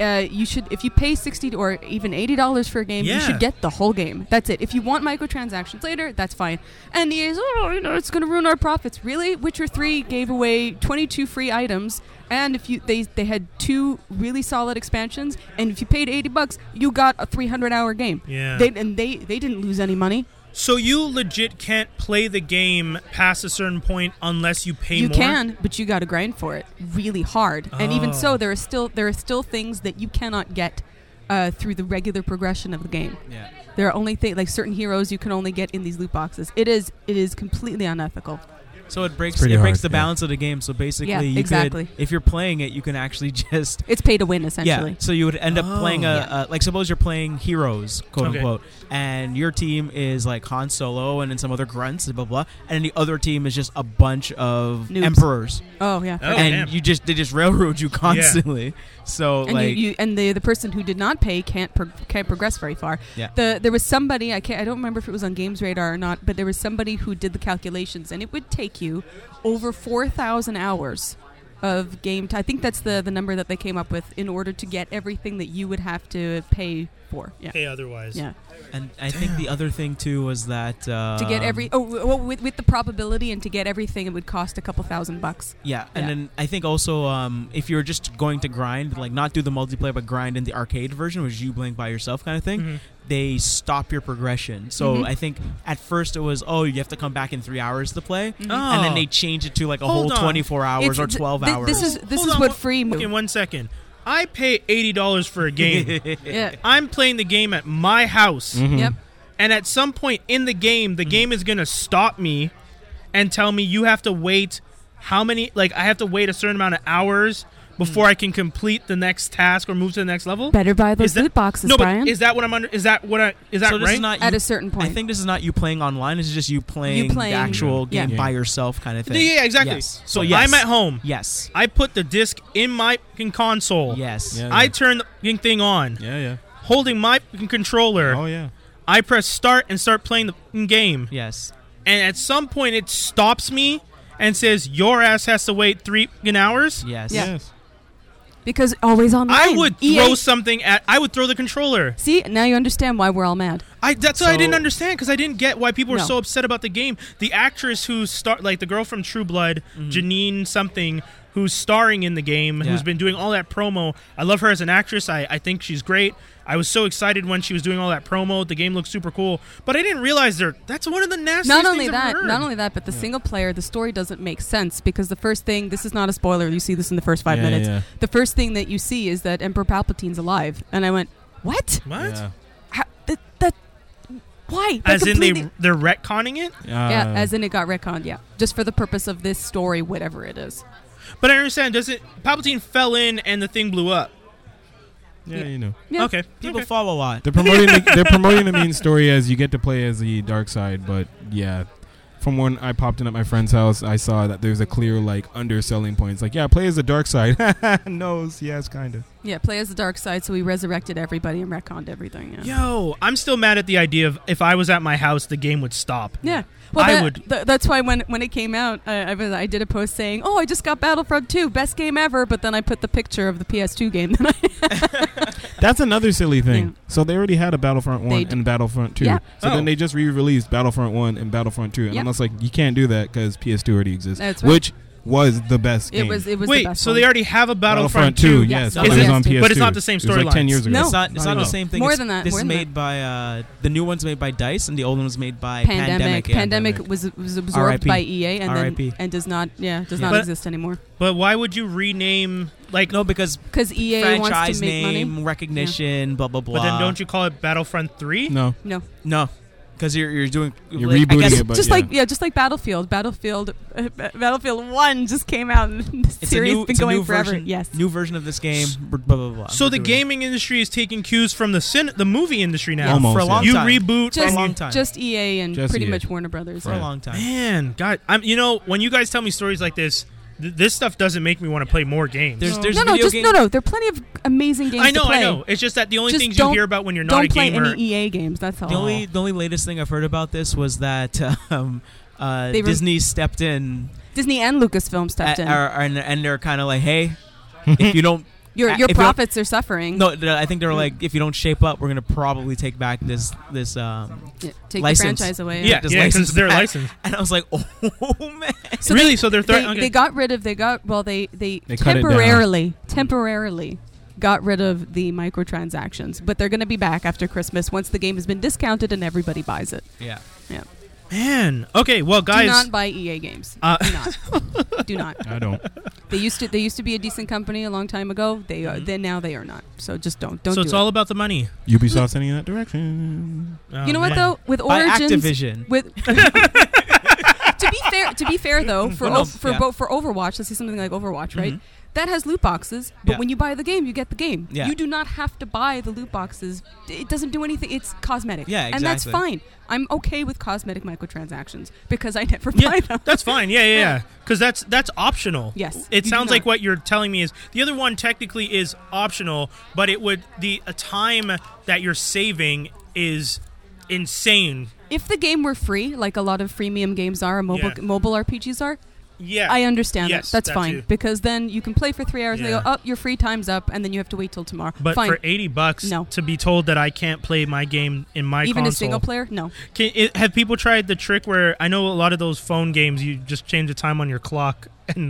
Speaker 3: uh, you should if you pay sixty or even eighty dollars for a game,
Speaker 2: Yeah.
Speaker 3: you should get the whole game. That's it. If you want microtransactions later, that's fine. And EA's, oh, you know, it's going to ruin our profits. Really, Witcher Three gave away twenty-two free items, and if you they they had two really solid expansions, and if you paid eighty bucks, you got a three hundred-hour game.
Speaker 2: Yeah.
Speaker 3: They and they they didn't lose any money.
Speaker 2: So you legit can't play the game past a certain point unless you pay
Speaker 3: you
Speaker 2: more.
Speaker 3: can but you got to grind for it really hard and even
Speaker 2: Oh.
Speaker 3: so there are still there are still things that you cannot get uh, through the regular progression of the game
Speaker 5: Yeah.
Speaker 3: there are only things like certain heroes you can only get in these loot boxes it is it is completely unethical
Speaker 5: So it breaks it
Speaker 6: pretty
Speaker 5: breaks the
Speaker 6: hard, yeah.
Speaker 5: balance of the game. So basically,
Speaker 3: Yeah,
Speaker 5: you
Speaker 3: exactly.
Speaker 5: could if you're playing it, you can actually <laughs> just
Speaker 3: it's pay to win
Speaker 5: yeah.
Speaker 3: essentially
Speaker 5: So you would end up
Speaker 2: Oh.
Speaker 5: playing a,
Speaker 3: Yeah.
Speaker 5: a like suppose you're playing heroes, quote
Speaker 2: Okay.
Speaker 5: unquote, and your team is like Han Solo and then some other grunts and blah blah, and the other team is just a bunch of
Speaker 3: Noobs.
Speaker 5: emperors,
Speaker 3: oh yeah
Speaker 2: Oh,
Speaker 5: and
Speaker 2: damn.
Speaker 5: you just they just railroad you constantly. <laughs> So
Speaker 3: and
Speaker 5: like
Speaker 3: you, you and the the person who did not pay can't pro- can't progress very far.
Speaker 5: Yeah.
Speaker 3: The there was somebody I can't I don't remember if it was on Games Radar or not, but there was somebody who did the calculations, and it would take you over four thousand hours of game. T- I think that's the the number that they came up with in order to get everything that you would have to pay for. Yeah.
Speaker 2: pay otherwise.
Speaker 3: Yeah,
Speaker 5: And I think the other thing too was that um,
Speaker 3: to get every oh w- well, with with the probability and to get everything, it would cost a couple thousand bucks.
Speaker 5: yeah, and
Speaker 3: yeah.
Speaker 5: then I think also um, if you're just going to grind, like not do the multiplayer, but grind in the arcade version, which is you playing by yourself kind of thing,
Speaker 2: Mhm.
Speaker 3: Mm-hmm.
Speaker 5: they stop your progression. So
Speaker 3: Mhm.
Speaker 5: I think at first it was oh you have to come back in three hours to play,
Speaker 3: Mhm.
Speaker 5: and then
Speaker 2: Oh.
Speaker 5: they change it to like a
Speaker 2: Hold
Speaker 5: whole
Speaker 2: on.
Speaker 5: 24 hours
Speaker 3: It's-
Speaker 5: or
Speaker 3: th-
Speaker 5: 12
Speaker 3: thi-
Speaker 5: hours.
Speaker 3: This is this
Speaker 2: Hold
Speaker 3: is
Speaker 2: on,
Speaker 3: what
Speaker 2: one-
Speaker 3: free
Speaker 2: Okay,
Speaker 3: move.
Speaker 2: one second. I pay eighty dollars for a game.
Speaker 3: Yeah.
Speaker 2: I'm playing the game at my house,
Speaker 5: Mm-hmm.
Speaker 3: Yep.
Speaker 2: and at some point in the game, the game is gonna stop me and tell me you have to wait how many? Like I have to wait a certain amount of hours before I can complete the next task or move to the next level.
Speaker 3: Better buy
Speaker 2: Is
Speaker 3: those
Speaker 2: that-
Speaker 3: loot boxes,
Speaker 2: no, but
Speaker 3: Brian.
Speaker 2: is that what I'm under? Is that what I? Is that
Speaker 5: so this
Speaker 2: right?
Speaker 5: is not
Speaker 3: at
Speaker 5: you-
Speaker 3: a certain
Speaker 5: I
Speaker 3: point.
Speaker 5: think this is not you playing online. This is just you playing,
Speaker 3: playing-
Speaker 5: the actual
Speaker 3: Yeah.
Speaker 5: game
Speaker 3: Yeah.
Speaker 5: by yourself kind of
Speaker 2: yeah,
Speaker 5: thing.
Speaker 2: yeah, exactly.
Speaker 5: Yes.
Speaker 2: So
Speaker 5: yes.
Speaker 2: I'm at home.
Speaker 5: Yes.
Speaker 2: I put the disc in my fucking console.
Speaker 5: Yes.
Speaker 4: Yeah.
Speaker 2: I turn the fucking thing on,
Speaker 4: Yeah, yeah.
Speaker 2: holding my fucking controller.
Speaker 4: Oh yeah.
Speaker 2: I press start and start playing the fucking game.
Speaker 5: Yes.
Speaker 2: And at some point, it stops me and says, "Your ass has to wait three fucking hours."
Speaker 5: Yes.
Speaker 3: Yeah.
Speaker 4: Yes.
Speaker 3: because always online.
Speaker 2: I would
Speaker 3: EA
Speaker 2: throw something at. I would throw the controller.
Speaker 3: See, now you understand why we're all mad.
Speaker 2: I that's what I
Speaker 5: So-
Speaker 2: didn't understand because I didn't get why people were
Speaker 3: No.
Speaker 2: so upset about the game. The actress who star like the girl from True Blood,
Speaker 3: Mm-hmm.
Speaker 2: Janine something, who's starring in the game, who's
Speaker 5: Yeah.
Speaker 2: been doing all that promo. I love her as an actress. I, I think she's great. I was so excited when she was doing all that promo. The game looks super cool, but I didn't realize there. That's one of the nastiest.
Speaker 3: Not only
Speaker 2: things I've
Speaker 3: that,
Speaker 2: heard.
Speaker 3: not only that, but the single player, the story doesn't make sense because the first thing, this is not a spoiler, you see this in the first five
Speaker 4: Yeah,
Speaker 3: minutes.
Speaker 4: yeah.
Speaker 3: The first thing that you see is that Emperor Palpatine's alive. And I went, What?
Speaker 2: what?
Speaker 4: Yeah.
Speaker 3: How, that, that, why? That
Speaker 2: As in they
Speaker 3: completely-
Speaker 2: they're retconning it.
Speaker 3: Yeah,
Speaker 4: Uh.
Speaker 3: as in it got retconned, yeah. Just for the purpose of this story, whatever it is.
Speaker 2: But I understand. Doesn't Palpatine fell in and the thing blew up?
Speaker 7: Yeah, you know.
Speaker 3: Yeah.
Speaker 2: Okay.
Speaker 5: People
Speaker 2: okay.
Speaker 5: fall a lot.
Speaker 4: <laughs> They're promoting the, they're promoting the main story as you get to play as the dark side, but yeah. From when I popped in at my friend's house, I saw that there's a clear like underselling point. It's like, yeah, play as the dark side. <laughs> Knows, yes, kind of.
Speaker 3: Yeah, play as the dark side, so we resurrected everybody and retconned everything. Yeah.
Speaker 2: Yo, I'm still mad at the idea of if I was at my house, the game would stop.
Speaker 3: Yeah. Well,
Speaker 2: I
Speaker 3: that-
Speaker 2: would-
Speaker 3: tha- that's why when, when it came out, I, I, was- I did a post saying, "Oh, I just got Battlefront 2, best game ever," but then I put the picture of the PS2 game. <laughs> That I
Speaker 4: That's another silly thing.
Speaker 3: Yeah.
Speaker 4: So they already had a Battlefront
Speaker 3: They
Speaker 4: one
Speaker 3: d-
Speaker 4: and Battlefront two.
Speaker 3: Yeah.
Speaker 4: So
Speaker 2: Oh.
Speaker 4: then they just re-released Battlefront one and Battlefront two, and
Speaker 3: Yep.
Speaker 4: I'm just like, you can't do that because PS2 already exists,
Speaker 3: That's right.
Speaker 4: which was the best
Speaker 3: it
Speaker 4: game.
Speaker 3: was it was the
Speaker 2: Wait,
Speaker 3: best
Speaker 2: so
Speaker 3: one.
Speaker 2: they already have a Battlefront,
Speaker 4: Battlefront two,
Speaker 3: Yeah,
Speaker 4: yes,
Speaker 5: so
Speaker 4: but
Speaker 5: it's
Speaker 4: it was on
Speaker 2: PS2.
Speaker 4: PS2
Speaker 2: But it's not the same
Speaker 4: It was like
Speaker 2: storyline.
Speaker 4: ten years ago.
Speaker 3: No.
Speaker 5: It's not. It's not,
Speaker 4: Not
Speaker 5: the
Speaker 4: at all.
Speaker 5: same thing.
Speaker 3: More
Speaker 5: It's-
Speaker 3: than that,
Speaker 5: This
Speaker 3: more
Speaker 5: is
Speaker 3: than
Speaker 5: made by uh, the new one's made by Dice, and the old one's made by
Speaker 3: pandemic.
Speaker 5: Pandemic.
Speaker 3: Pandemic,
Speaker 5: yeah.
Speaker 3: was was absorbed
Speaker 5: R.I.P..
Speaker 3: by EA and
Speaker 5: R.I.P..
Speaker 3: then and does not yeah does
Speaker 5: Yeah.
Speaker 3: not
Speaker 2: But-
Speaker 3: exist anymore
Speaker 2: but why would you rename like?
Speaker 5: No, because
Speaker 3: because EA E wants to
Speaker 5: franchise
Speaker 3: make
Speaker 5: name
Speaker 3: money.
Speaker 5: recognition, blah blah blah.
Speaker 2: But then don't you call it Battlefront Three?
Speaker 4: No,
Speaker 3: No,
Speaker 5: No, because you're you're doing
Speaker 4: You're
Speaker 5: like, I
Speaker 4: rebooting
Speaker 5: guess
Speaker 4: it, but
Speaker 3: just
Speaker 4: yeah.
Speaker 3: like yeah, just like Battlefield. Battlefield, uh, Ba- Battlefield One just came out. And <laughs> the
Speaker 5: It's
Speaker 3: series
Speaker 5: a new,
Speaker 3: has been
Speaker 5: it's a
Speaker 3: going
Speaker 5: new
Speaker 3: forever.
Speaker 5: Version,
Speaker 3: yes.
Speaker 5: new version of this game. Blah blah blah. blah.
Speaker 2: So
Speaker 5: We're
Speaker 2: the
Speaker 5: doing
Speaker 2: gaming industry is taking cues from the cin- the movie industry now.
Speaker 4: Yeah, Almost,
Speaker 5: for a
Speaker 4: yeah.
Speaker 5: long
Speaker 2: you
Speaker 5: time.
Speaker 2: reboot.
Speaker 5: for a
Speaker 3: just,
Speaker 5: long time.
Speaker 3: just EA and
Speaker 4: Just
Speaker 3: pretty
Speaker 4: EA.
Speaker 3: much Warner Brothers.
Speaker 5: for E a
Speaker 4: Right.
Speaker 5: long time.
Speaker 2: man, God, I'm. You know, when you guys tell me stories like this, th- this stuff doesn't make me want to play more games.
Speaker 5: There's there's
Speaker 3: no, no,
Speaker 5: video
Speaker 3: just
Speaker 5: game-
Speaker 3: no, no. There are plenty of amazing games.
Speaker 2: I know,
Speaker 3: to play.
Speaker 2: I know. It's just that the only
Speaker 3: Just
Speaker 2: things you
Speaker 3: don't-
Speaker 2: hear about when you're not
Speaker 3: Don't
Speaker 2: a
Speaker 3: play
Speaker 2: gamer.
Speaker 3: any EA games. That's all.
Speaker 5: The only the only latest thing I've heard about this was that <laughs> um, uh,
Speaker 3: They were-
Speaker 5: Disney stepped in,
Speaker 3: Disney and Lucasfilm stepped
Speaker 5: at-
Speaker 3: in.
Speaker 2: uh,
Speaker 5: or- or- and, and they're kind of like, hey, if you don't
Speaker 3: your
Speaker 5: at-
Speaker 3: your
Speaker 5: if you're-
Speaker 3: profits are suffering.
Speaker 5: no, th- I think they were like, if you don't shape up, we're gonna probably take back this this um, <laughs>
Speaker 3: Yeah, take the
Speaker 5: license.
Speaker 3: franchise away.
Speaker 2: yeah,
Speaker 5: Just
Speaker 2: yeah, 'cause
Speaker 5: license
Speaker 2: they're
Speaker 5: that.
Speaker 2: licensed.
Speaker 5: and I was like, <laughs> oh man,
Speaker 3: <laughs> So
Speaker 2: really? so they're
Speaker 3: they,
Speaker 2: threatening.
Speaker 3: they got rid of they got well they they,
Speaker 4: They cut it down.
Speaker 3: temporarily temporarily got rid of the microtransactions but they're going to be back after christmas once the game has been discounted and everybody buys it
Speaker 5: yeah.
Speaker 2: man. Okay, well,
Speaker 3: do
Speaker 2: guys.
Speaker 3: not buy ea games
Speaker 2: Uh,
Speaker 3: do not do not
Speaker 4: I don't.
Speaker 3: they used to they used to be a decent company a long time ago they are
Speaker 2: Mhm.
Speaker 3: then now they are not so just don't don't
Speaker 2: so
Speaker 3: do
Speaker 2: it's
Speaker 3: it.
Speaker 2: all about the money.
Speaker 4: Ubisoft's heading in that direction.
Speaker 2: Oh,
Speaker 3: you know what
Speaker 2: man.
Speaker 3: though with
Speaker 5: By
Speaker 3: origins
Speaker 5: Activision,
Speaker 2: <laughs>
Speaker 3: with to be fair to be fair though for
Speaker 5: Well, no,
Speaker 3: o- for
Speaker 5: yeah.
Speaker 3: bo- for Overwatch let's say something like Overwatch right
Speaker 5: Mhm.
Speaker 2: Mm-hmm.
Speaker 3: that has loot boxes but
Speaker 5: Yeah.
Speaker 3: when you buy the game you get the game
Speaker 5: Yeah.
Speaker 3: you do not have to buy the loot boxes it doesn't do anything it's cosmetic
Speaker 5: Yeah,
Speaker 3: and that's
Speaker 5: exactly.
Speaker 3: fine I'm okay with cosmetic microtransactions because I <laughs> never
Speaker 2: Yeah,
Speaker 3: buy them
Speaker 2: That's fine. Yeah, <laughs> yeah,
Speaker 3: Yeah.
Speaker 2: yeah. Because that's that's optional.
Speaker 3: Yes, you
Speaker 2: It
Speaker 3: do
Speaker 2: sounds like
Speaker 3: not.
Speaker 2: what you're telling me is the other one technically is optional, but it would the uh, time that you're saving is insane.
Speaker 3: if the game were free like a lot of freemium games are and mobile
Speaker 2: Yeah.
Speaker 3: mobile RPGs are
Speaker 2: Yeah.
Speaker 3: I understand
Speaker 2: Yes,
Speaker 3: that that's
Speaker 2: that
Speaker 3: fine
Speaker 2: too.
Speaker 3: because then you can play for three hours
Speaker 2: Yeah.
Speaker 3: and they go oh your free time's up and then you have to wait till tomorrow
Speaker 2: but
Speaker 3: fine
Speaker 2: for eighty bucks
Speaker 3: No.
Speaker 2: to be told that I can't play my game in my
Speaker 3: even
Speaker 2: console,
Speaker 3: a single player no
Speaker 2: Can, it, have people tried the trick where I know a lot of those phone games you just change the time on your clock <laughs> and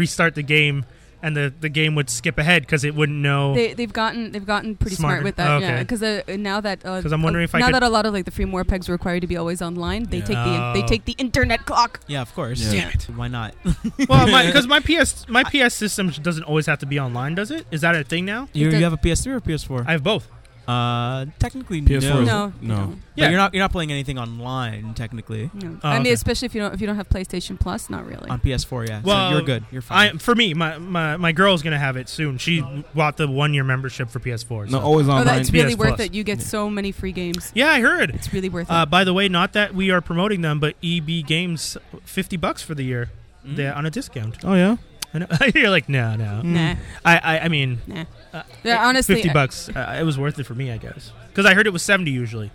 Speaker 2: restart the game, and the, the game would skip ahead because it wouldn't know.
Speaker 3: They, they've gotten they've gotten pretty
Speaker 2: Smarter.
Speaker 3: smart with that,
Speaker 2: Okay.
Speaker 3: yeah. Because uh, now that
Speaker 2: 'Cause I'm wondering if I
Speaker 3: now
Speaker 2: could-
Speaker 3: that a lot of like the free more pegs are required to be always online, they take the they
Speaker 2: Oh.
Speaker 3: take the internet clock.
Speaker 5: yeah, of course.
Speaker 4: Yeah.
Speaker 3: Damn it.
Speaker 5: Why not?
Speaker 2: well, because my, PS my PS system doesn't always have to be online, does it? Is that a thing now?
Speaker 5: You,
Speaker 3: It does-
Speaker 5: you have a PS3 or PS4?
Speaker 2: I have both.
Speaker 5: Uh, technically,
Speaker 4: PS4
Speaker 5: no.
Speaker 4: is-
Speaker 3: No,
Speaker 4: no.
Speaker 3: no.
Speaker 5: But
Speaker 2: Yeah.
Speaker 5: you're not you're not playing anything online technically
Speaker 3: no.
Speaker 2: Oh,
Speaker 3: I mean,
Speaker 2: okay.
Speaker 3: especially if you don't if you don't have PlayStation Plus, not really.
Speaker 5: on PS4. Yeah, So
Speaker 2: Well,
Speaker 5: you're good. You're
Speaker 2: I
Speaker 5: fine.
Speaker 2: for me, my, my my girl's gonna have it soon. She bought the one year membership for PS4.
Speaker 4: No,
Speaker 2: so-
Speaker 4: always
Speaker 3: oh,
Speaker 4: online.
Speaker 3: that's really
Speaker 2: PS
Speaker 3: worth
Speaker 2: Plus.
Speaker 3: it. You get so many free games.
Speaker 2: Yeah, I heard.
Speaker 3: It's really worth
Speaker 2: Uh,
Speaker 3: it.
Speaker 2: by the way, not that we are promoting them, but EB Games, fifty bucks for the year.
Speaker 4: Mm-hmm.
Speaker 5: Hmm?
Speaker 2: They're on a discount. <laughs>
Speaker 4: oh yeah.
Speaker 2: I know. You're like, no, no.
Speaker 3: Nah,
Speaker 2: I, I, I mean,
Speaker 3: nah.
Speaker 2: uh,
Speaker 3: Yeah, honestly,
Speaker 2: hmm. fifty
Speaker 3: I-
Speaker 2: bucks. Uh, it was worth it for me, I guess, because I heard it was seventy usually.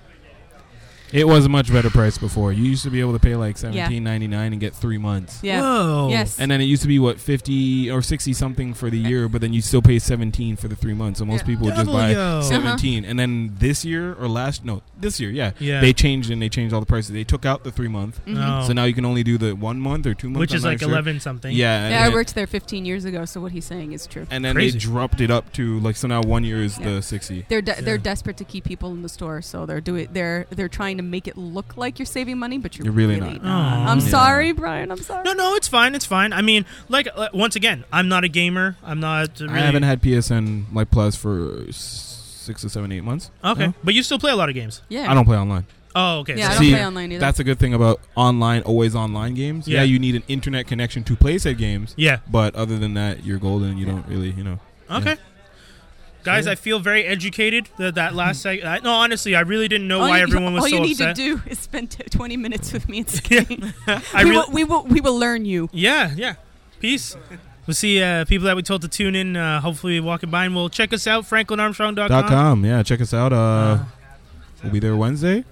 Speaker 4: It was a much better price before. You used to be able to pay like
Speaker 3: Yeah.
Speaker 4: seventeen ninety nine and get three months.
Speaker 3: Yeah.
Speaker 2: Whoa.
Speaker 3: Yes.
Speaker 4: And then it used to be what fifty or sixty something for the year, but then you still pay seventeen for the three months. So most
Speaker 3: Yeah. Uh-huh.
Speaker 4: people would just
Speaker 2: Double
Speaker 4: buy
Speaker 2: yo.
Speaker 4: seventeen. And then this year or last no, this year, yeah,
Speaker 2: Yeah.
Speaker 4: they changed and they changed all the prices. They took out the three month,
Speaker 3: Mhm.
Speaker 2: No.
Speaker 4: so now you can only do the one month or two months,
Speaker 2: which
Speaker 4: I'm
Speaker 2: is
Speaker 4: not
Speaker 2: like
Speaker 4: sure.
Speaker 2: eleven something.
Speaker 4: Yeah,
Speaker 3: yeah, I
Speaker 4: and-
Speaker 3: worked there 15 years ago, so what he's saying is true.
Speaker 4: And then
Speaker 2: Crazy.
Speaker 4: they dropped it up to like so now one year is
Speaker 3: Yeah.
Speaker 4: the sixty.
Speaker 3: They're de-
Speaker 2: Yeah.
Speaker 3: they're desperate to keep people in the store, so they're doing they're they're trying to make it look like you're saving money, but you're,
Speaker 4: You're really not.
Speaker 2: Aw.
Speaker 3: I'm
Speaker 4: Yeah.
Speaker 3: sorry, Brian. I'm sorry.
Speaker 2: No, no, it's fine. It's fine. I mean, like, uh, once again, I'm not a gamer. I'm not. Really,
Speaker 4: I haven't had PSN like Plus for s- six or seven eight months.
Speaker 2: Okay,
Speaker 4: No.
Speaker 2: but you still play a lot of games.
Speaker 3: Yeah.
Speaker 4: I don't play online.
Speaker 2: Oh, okay.
Speaker 3: Yeah, I
Speaker 2: so-
Speaker 3: don't
Speaker 4: See,
Speaker 3: play online either.
Speaker 4: That's a good thing about online, always online games. Yeah.
Speaker 2: Yeah.
Speaker 4: you need an internet connection to play said games,
Speaker 2: yeah.
Speaker 4: but other than that, you're golden. You don't really, you know.
Speaker 2: Okay. Guys, I feel very educated. That that last seg- I, No, honestly, I really didn't know
Speaker 3: all
Speaker 2: why
Speaker 3: you,
Speaker 2: everyone was
Speaker 3: all
Speaker 2: so
Speaker 3: you need
Speaker 2: upset.
Speaker 3: to do is spend t- 20 minutes with me. It's
Speaker 2: <laughs> I
Speaker 3: we,
Speaker 2: really,
Speaker 3: will, we will we will learn you.
Speaker 2: yeah, yeah. Peace. We'll see uh, people that we told to tune in. Uh, hopefully, walking by and will check us out.
Speaker 4: Dot
Speaker 2: FranklinArmstrong.com.
Speaker 4: com. Yeah, check us out. Uh,
Speaker 2: Uh,
Speaker 4: we'll be there Wednesday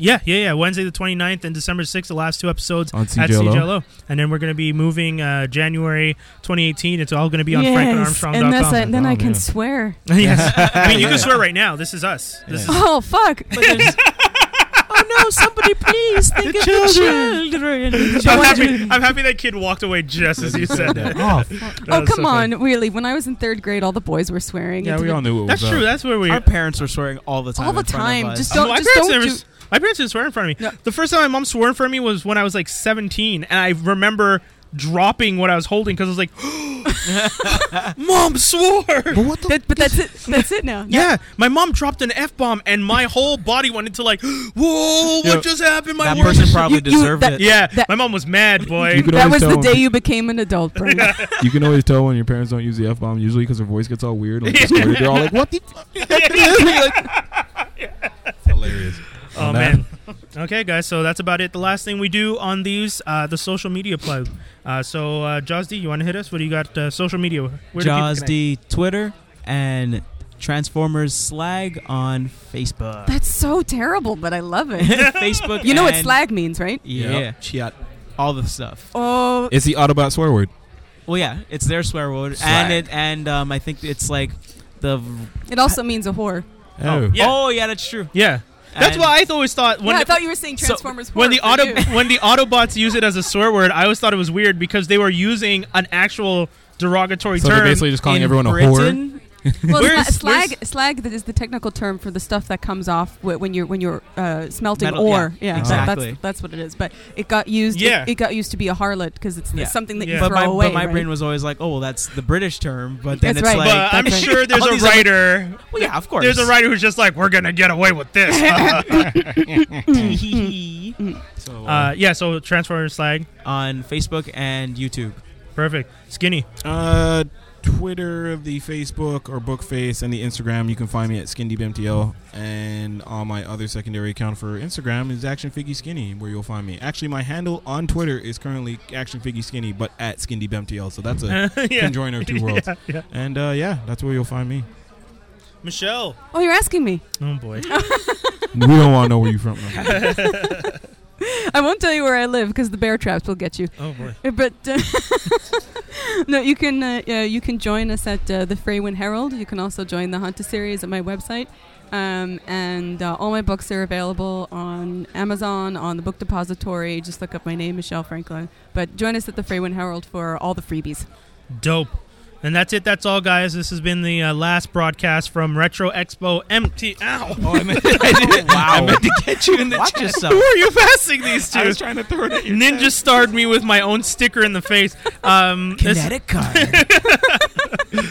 Speaker 2: yeah, yeah, yeah. Wednesday the 29th and December 6th, the last two episodes
Speaker 4: on
Speaker 2: at
Speaker 4: CJLO.
Speaker 2: CJLO. And then we're going to be moving uh, January 2018. It's all going to be on
Speaker 3: yes, and that's
Speaker 2: <laughs> FranklinArmstrong.com.
Speaker 3: it. then I can
Speaker 4: yeah.
Speaker 3: swear.
Speaker 2: <laughs> yes.
Speaker 4: <laughs>
Speaker 2: I mean, you can swear right now. This is us. This is
Speaker 3: Oh fuck!
Speaker 5: <laughs> But there's- oh no! Somebody please think of the children.
Speaker 2: I'm happy, I'm happy that kid walked away just as you said that.
Speaker 4: Oh,
Speaker 3: oh come on, really? When I was in third grade, all the boys were swearing.
Speaker 4: yeah,
Speaker 3: It's
Speaker 4: we
Speaker 3: like-
Speaker 4: all knew it was
Speaker 2: That's
Speaker 4: up.
Speaker 2: true. That's where we
Speaker 5: Our parents were swearing all the time.
Speaker 3: All the
Speaker 5: in front of
Speaker 3: time,
Speaker 5: us.
Speaker 3: just
Speaker 2: Oh,
Speaker 3: don't-
Speaker 2: my,
Speaker 3: just
Speaker 2: parents
Speaker 3: don't
Speaker 2: never,
Speaker 3: do-
Speaker 2: s- my parents didn't swear in front of me.
Speaker 3: No.
Speaker 2: The first time my mom swore in front of me was when I was like 17, and I remember dropping what I was holding because I was like, <gasps> "Mom swore."
Speaker 4: But what the?
Speaker 3: That- but that's it. That's it now.
Speaker 2: Yeah, my mom dropped an f bomb, and my whole body went into like, <gasps> "Whoa, what
Speaker 5: Yeah.
Speaker 2: just happened?" My
Speaker 5: that
Speaker 2: words-
Speaker 5: person
Speaker 3: <laughs>
Speaker 5: probably
Speaker 3: you-
Speaker 5: deserved
Speaker 3: that-
Speaker 5: it.
Speaker 2: Yeah,
Speaker 3: That-
Speaker 2: my mom was mad, boy.
Speaker 4: You could
Speaker 3: That
Speaker 4: always
Speaker 3: was the
Speaker 4: tell
Speaker 3: day you became an adult, bro.
Speaker 4: You can always tell when your parents don't use the f bomb usually because their voice gets all weird. Like, distorted. They're all like, "What the?" Fuck? Hilarious.
Speaker 2: Oh
Speaker 4: On
Speaker 2: man.
Speaker 5: <laughs>
Speaker 2: okay, guys. So that's about it. The last thing we do on these, uh, the social media plug. Uh, so uh, Jaws D, you want to hit us? What do you got? Uh, social media. Where do people
Speaker 5: Jaws
Speaker 2: connect?
Speaker 5: D Twitter and Transformers Slag on
Speaker 2: <laughs>
Speaker 5: Facebook.
Speaker 3: That's so terrible, but I love it.
Speaker 5: <laughs> Facebook.
Speaker 3: You know what
Speaker 5: and-
Speaker 3: slag means, right?
Speaker 5: Yeah,
Speaker 4: Chiat.
Speaker 5: all the stuff.
Speaker 3: Oh,
Speaker 4: It's the Autobot swear word.
Speaker 5: Well, yeah, it's their swear word,
Speaker 4: Slag.
Speaker 5: and it and um, I think it's like the.
Speaker 3: it also means a whore.
Speaker 2: Oh. Yeah.
Speaker 5: Oh yeah, that's true.
Speaker 2: Yeah, that's
Speaker 5: And-
Speaker 2: why I always thought when
Speaker 3: yeah, I
Speaker 2: the,
Speaker 3: thought you were saying
Speaker 5: so,
Speaker 3: Transformers.
Speaker 2: when the
Speaker 3: whore for
Speaker 2: <laughs> auto
Speaker 3: you.
Speaker 2: when the Autobots use it as a swear word, I always thought it was weird because they were using an actual derogatory
Speaker 4: Oh. So
Speaker 2: term.
Speaker 4: they're basically just calling
Speaker 5: In
Speaker 4: everyone a whore.
Speaker 5: Britain,
Speaker 3: well,
Speaker 2: Where's-
Speaker 3: sla- slag slag that is the technical term for the stuff that comes off wh- when you're when you're uh, smelting
Speaker 5: Metal-
Speaker 3: ore.
Speaker 5: yeah,
Speaker 3: Yeah,
Speaker 4: exactly.
Speaker 3: that- that's that's what it is. But it got used. it-
Speaker 2: Yeah.
Speaker 3: it, got used to be a harlot because it's
Speaker 5: Yeah.
Speaker 3: something that
Speaker 2: Yeah.
Speaker 3: you
Speaker 5: But
Speaker 3: throw
Speaker 5: my,
Speaker 3: away.
Speaker 5: but my
Speaker 3: right?
Speaker 5: brain was always like, oh, well, that's the British term. But then
Speaker 3: That's
Speaker 5: it's
Speaker 3: right.
Speaker 2: but
Speaker 5: like,
Speaker 2: I'm
Speaker 3: that's
Speaker 2: sure
Speaker 5: right.
Speaker 2: there's
Speaker 5: All
Speaker 2: a
Speaker 5: these other-
Speaker 2: writer.
Speaker 5: well, yeah, of course.
Speaker 2: There's a
Speaker 5: <laughs>
Speaker 2: writer who's just like, we're gonna get away with this.
Speaker 4: So,
Speaker 2: uh, yeah. So Transformers slag.
Speaker 5: on Facebook and YouTube.
Speaker 2: Perfect. Skinny.
Speaker 4: Uh, Twitter, the Facebook or Bookface, and the Instagram. You can find me at SkinDeepMTL. And on my other secondary account for Instagram is Action Figgy Skinny, where you'll find me. Actually, my handle on Twitter is currently Action Figgy Skinny, but at SkinDeepMTL. So that's <laughs> a
Speaker 2: <laughs> yeah.
Speaker 4: conjoiner of two worlds.
Speaker 2: Yeah, yeah.
Speaker 4: And uh, yeah, that's where you'll find me.
Speaker 2: Michelle.
Speaker 3: oh, you're asking
Speaker 5: <laughs>
Speaker 3: me. <laughs>
Speaker 2: Oh boy.
Speaker 4: we don't want to know where you're from. no.
Speaker 3: I won't tell you where I live because the bear traps will get you.
Speaker 2: Oh boy.
Speaker 3: Uh, But uh, <laughs> no, you can uh, uh, you can join us at uh, the Freywin Herald. You can also join the Hunter series at my website, um, and uh, all my books are available on Amazon, on the Book Depository. Just look up my name, Michelle Franklin. But join us at the Freywin Herald for all the freebies.
Speaker 2: <laughs> Dope. And that's it. That's all, guys. This has been the uh, last broadcast from Retro Expo MT. Ow. <laughs>
Speaker 4: Oh, I
Speaker 5: <laughs>
Speaker 4: meant, I did. I meant to get you in the
Speaker 5: Watch
Speaker 4: chat.
Speaker 5: yourself.
Speaker 2: Who are you <laughs> passing these
Speaker 4: I
Speaker 2: to?
Speaker 4: was trying to throw it at you.
Speaker 2: Ninja starred me with my own sticker in the face. Um, this-
Speaker 5: <laughs> Connecticut.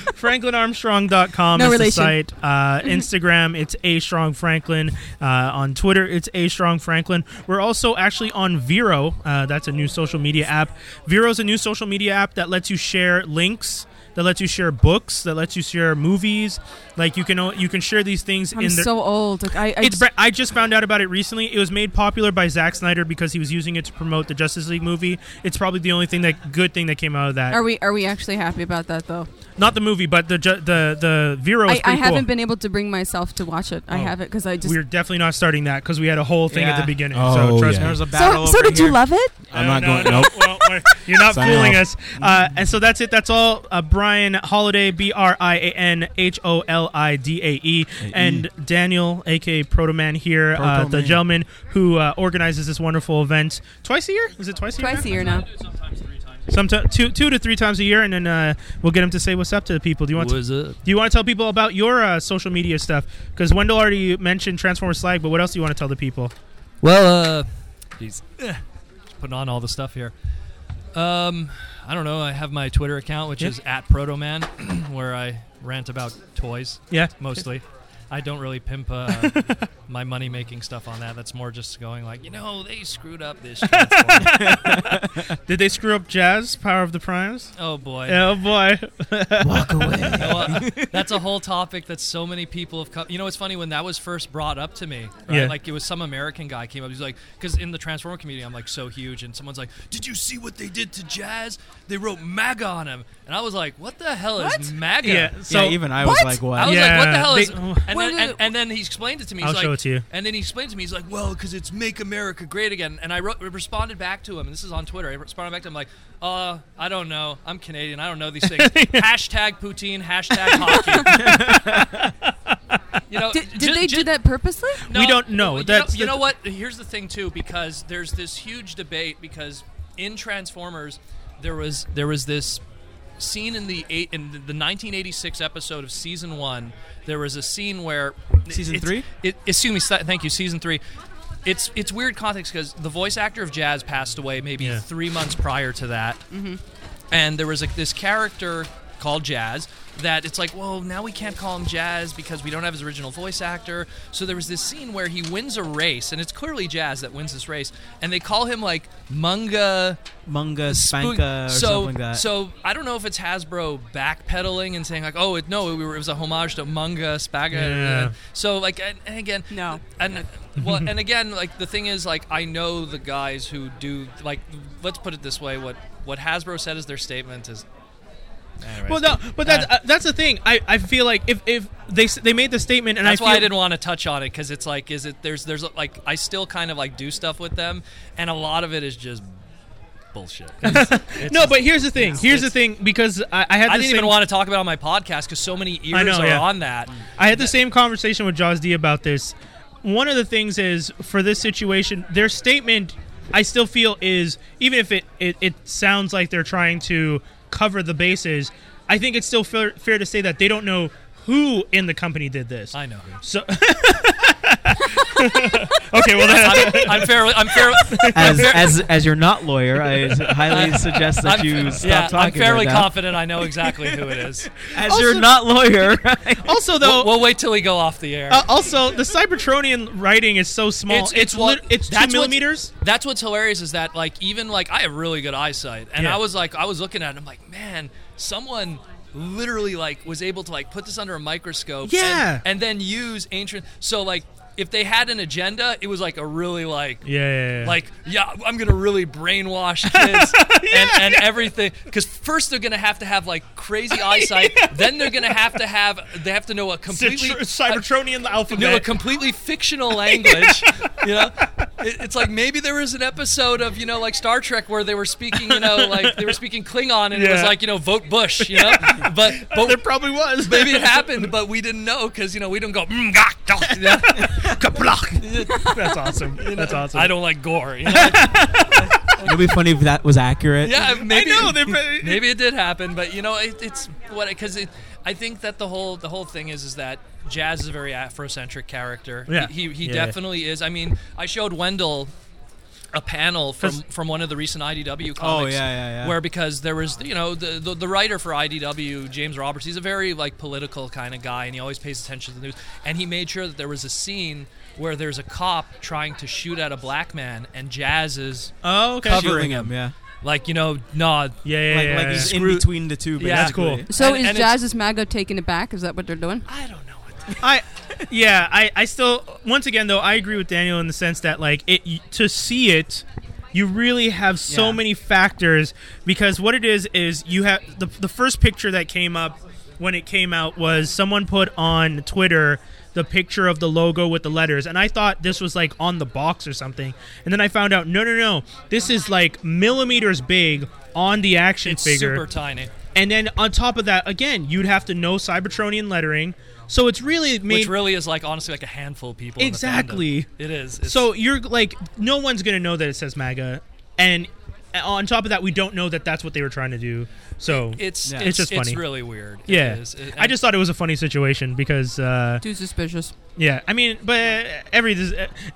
Speaker 2: FranklinArmstrong.com
Speaker 3: No
Speaker 2: is the
Speaker 3: relation. Mm-hmm.
Speaker 2: site. Uh, Instagram, it's A Strong Franklin. Uh, on Twitter, it's A Strong Franklin. We're also actually on Vero. Uh, that's a new social media app. Vero's a new social media app that lets you share links. That lets you share books. That lets you share movies. Like you can o- you can share these things
Speaker 3: I'm
Speaker 2: in the
Speaker 3: so old. Like, I, I
Speaker 2: it's
Speaker 3: just-
Speaker 2: bra- I just found out about it recently. It was made popular by Zack Snyder because he was using it to promote the Justice League movie. It's probably the only thing that good thing that came out of that.
Speaker 3: are we are we actually happy about that though?
Speaker 2: Not the movie, but the ju- the the Vero. Is
Speaker 3: I, I
Speaker 2: pretty cool.
Speaker 3: haven't been able to bring myself to watch it. I
Speaker 2: Oh.
Speaker 3: haven't because I just.
Speaker 2: We're definitely not starting that because we had a whole thing at the
Speaker 5: Yeah.
Speaker 2: beginning. so
Speaker 4: Oh,
Speaker 2: trust
Speaker 4: yeah.
Speaker 5: There
Speaker 2: me.
Speaker 5: was a battle.
Speaker 3: so so
Speaker 5: over
Speaker 3: did
Speaker 5: here.
Speaker 3: you love it?
Speaker 4: I'm
Speaker 2: No,
Speaker 4: not
Speaker 2: no,
Speaker 4: going.
Speaker 2: no.
Speaker 4: nope.
Speaker 2: Well, we're- you're not
Speaker 4: Sign
Speaker 2: fooling
Speaker 4: off.
Speaker 2: us. Uh, and so that's it. That's all. Uh, Brian Holiday, B R I A N H O L I D A E,
Speaker 4: A E.
Speaker 2: and Daniel, aka Proto Man here, uh,
Speaker 4: Proto
Speaker 2: the
Speaker 4: Man.
Speaker 2: gentleman who uh, organizes this wonderful event twice a year. Is it twice a year?
Speaker 3: Twice a year now.
Speaker 2: Sometimes two two to three times a year, and then uh, we'll get him to say what's up to the people. Do you want to, do you want to tell people about your uh, social media stuff? Because Wendell already mentioned Transformers Slag, but what else do you want to tell the people?
Speaker 8: Well, uh, geez, Just putting on all the stuff here. Um, I don't know. I have my Twitter account, which <clears throat>
Speaker 2: Yeah.
Speaker 8: is at Protoman, where I rant about toys
Speaker 2: Yeah,
Speaker 8: mostly. I don't really pimp uh, my money making stuff on that. That's more just going like, you know, they screwed up this. Transformer.
Speaker 2: Did they screw up Jazz, Power of the Primes?
Speaker 8: oh boy.
Speaker 2: Oh
Speaker 8: <laughs>
Speaker 2: boy.
Speaker 5: Walk away.
Speaker 8: You know what? that's a whole topic that so many people have come. You know, it's funny when that was first brought up to me. Right?
Speaker 2: Yeah.
Speaker 8: Like it was some American guy came up. He's like, because in the Transformer community, I'm like so huge, and someone's like, "Did you see what they did to Jazz? They wrote MAGA on him," and I was like, "What the hell is MAGA?"
Speaker 2: Yeah. So
Speaker 5: yeah, even I was
Speaker 3: What?
Speaker 5: like,
Speaker 8: I
Speaker 5: what?
Speaker 8: was like, "What the hell
Speaker 2: They-
Speaker 8: is?" And
Speaker 3: Wait,
Speaker 8: then,
Speaker 3: wait,
Speaker 8: and,
Speaker 3: wait.
Speaker 8: and then he explained it to me. He's
Speaker 2: I'll
Speaker 8: like,
Speaker 2: show it to you.
Speaker 8: And then he explained to me. He's like, "Well, because it's make America great again." And I wrote, responded back to him, and this is on Twitter. I responded back to him like, "Uh, I don't know. I'm Canadian. I don't
Speaker 2: <laughs>
Speaker 8: know these things." hashtag poutine. Hashtag hockey.
Speaker 2: <laughs>
Speaker 8: you know,
Speaker 3: Did, did
Speaker 8: ju-
Speaker 3: they
Speaker 8: ju-
Speaker 3: do that purposely?
Speaker 8: no,
Speaker 2: We don't know.
Speaker 8: You,
Speaker 2: That's
Speaker 8: know,
Speaker 2: the-
Speaker 8: you know what? Here's the thing too, because there's this huge debate because in Transformers, there was there was this scene in the eight, in the 1986 episode of season one. There was a scene where
Speaker 5: Season
Speaker 8: it's-
Speaker 5: three?
Speaker 8: It, excuse me. st- Thank you. Season three. It's it's weird context because the voice actor of Jazz passed away maybe
Speaker 2: Yeah.
Speaker 8: three months prior to that and there was like this character called Jazz that it's like, well, now we can't call him Jazz because we don't have his original voice actor. So there was this scene where he wins a race, and it's clearly Jazz that wins this race, and they call him like Munga
Speaker 5: Munga,
Speaker 8: Spoon-
Speaker 5: Spanka, or
Speaker 8: so,
Speaker 5: something like that.
Speaker 8: So I don't know if it's Hasbro backpedaling and saying like, oh, it, no, it, were, it was a homage to Munga Spaga.
Speaker 2: Yeah.
Speaker 8: So like, and, and again,
Speaker 3: No.
Speaker 8: and well, and again, like the thing is, like I know the guys who do like. Let's put it this way: what what Hasbro said as their statement is. Anyways,
Speaker 2: well, no, but that's uh, that's the thing. I, I feel like if, if they s- they made the statement and
Speaker 8: That's
Speaker 2: I feel
Speaker 8: why I didn't want to touch on it because it's like, is it there's there's like I still kind of like do stuff with them, and a lot of it is just
Speaker 2: <laughs>
Speaker 8: bullshit.
Speaker 2: no. But here's the thing. Here's the
Speaker 8: it's-
Speaker 2: thing because I, I had
Speaker 8: I
Speaker 2: the
Speaker 8: didn't
Speaker 2: same
Speaker 8: even want to talk about it on my podcast because so many ears
Speaker 2: know,
Speaker 8: are
Speaker 2: yeah.
Speaker 8: on that.
Speaker 2: I had the same conversation with Jaws D about this. One of the things is for this situation, their statement I still feel is even if it, it, it sounds like they're trying to cover the bases, I think it's still fair, fair to say that they don't know who in the company did this.
Speaker 8: I know. who.
Speaker 2: so <laughs> Okay, well that,
Speaker 8: I'm, I'm fairly. I'm fair.
Speaker 5: as,
Speaker 8: <laughs>
Speaker 5: as as you're not lawyer, I highly suggest that
Speaker 8: I'm,
Speaker 5: you stop
Speaker 8: yeah, I'm
Speaker 5: talking.
Speaker 8: fairly
Speaker 5: right now.
Speaker 8: confident. I know exactly who it is.
Speaker 5: As you're not lawyer,
Speaker 2: <laughs>
Speaker 5: <laughs>
Speaker 2: also though
Speaker 8: We'll, we'll wait till we go off the air.
Speaker 2: uh, also the Cybertronian writing is so small.
Speaker 8: It's-
Speaker 2: It's
Speaker 8: it's
Speaker 2: it's,
Speaker 8: what-
Speaker 2: lit- it's
Speaker 8: that's
Speaker 2: two
Speaker 8: what's-
Speaker 2: millimeters.
Speaker 8: That's what's hilarious is that like even like I have really good eyesight, and
Speaker 2: Yeah.
Speaker 8: I was like I was looking at it, I'm like, man, someone literally like was able to like put this under a microscope, and-
Speaker 2: Yeah.
Speaker 8: and, then use ancient. So like if they had an agenda, it was like a really like
Speaker 2: Yeah, yeah, yeah.
Speaker 8: like yeah i'm gonna really <laughs> brainwash kids and, and everything because first they're gonna have to have like <laughs> crazy eyesight then they're gonna have to have they have to know a completely
Speaker 2: Citro- Cybertronian alphabet.
Speaker 8: no, a completely <laughs> fictional language. you know, It- it's like maybe there was an episode of you know like Star Trek where they were speaking, you know, like they were speaking Klingon, and it was
Speaker 2: Yeah.
Speaker 8: like you know vote Bush, you know, but but.
Speaker 2: there probably <laughs> was.
Speaker 8: Maybe it happened, but we didn't know because you know we don't go. Mm, <laughs> gah, gah, you know?
Speaker 2: That's awesome. That's awesome.
Speaker 8: I don't like gore. <laughs> You know?
Speaker 5: it'd be funny if that was accurate.
Speaker 8: Yeah, maybe
Speaker 2: I know. <laughs> They,
Speaker 8: maybe it did happen, but you know, it, it's what because it. I think that the whole the whole thing is is that Jazz is a very Afrocentric character.
Speaker 2: Yeah.
Speaker 8: he he, he
Speaker 2: Yeah, yeah.
Speaker 8: definitely is. I mean, I showed Wendell a panel from from one of the recent IDW comics.
Speaker 5: Oh, yeah, yeah, yeah.
Speaker 8: Where because there was you know the, the the writer for IDW James Roberts, he's a very like political kind of guy, and he always pays attention to the news. And he made sure that there was a scene where there's a cop trying to shoot at a black man, and Jazz is
Speaker 2: oh, okay.
Speaker 5: covering him. Yeah,
Speaker 8: like you know nah
Speaker 2: Yeah, yeah,
Speaker 5: like,
Speaker 2: yeah.
Speaker 5: like
Speaker 2: yeah.
Speaker 5: he's
Speaker 8: Screw-
Speaker 5: in between the two.
Speaker 8: Yeah. That's
Speaker 2: cool.
Speaker 5: basically.
Speaker 3: So
Speaker 8: And-
Speaker 3: is
Speaker 8: and it's-
Speaker 3: Jazz's MAGA taking it back? Is that what they're doing?
Speaker 8: I don't know what. The
Speaker 2: I, yeah, I, I still, once again though, I agree with Daniel in the sense that like it to see it, you really have so
Speaker 5: Yeah.
Speaker 2: many factors because what it is is you have the the first picture that came up when it came out was someone put on Twitter the picture of the logo with the letters and I thought this was like on the box or something and then I found out no no no this is like millimeters big on the action
Speaker 8: it's
Speaker 2: figure
Speaker 8: super tiny.
Speaker 2: And then on top of that, again, you'd have to know Cybertronian lettering. So it's really made.
Speaker 8: which really is like honestly like a handful of people. in the
Speaker 2: Exactly.
Speaker 8: fandom. it is. It's-
Speaker 2: so you're like, no one's gonna know that it says MAGA, and on top of that, we don't know that that's what they were trying to do. So
Speaker 8: It's
Speaker 5: Yeah.
Speaker 8: it's,
Speaker 2: It's just funny.
Speaker 8: It's really weird. It
Speaker 2: Yeah.
Speaker 8: is. It-
Speaker 2: I just thought it was a funny situation because, uh,
Speaker 3: Too suspicious.
Speaker 2: yeah, I mean, but every this,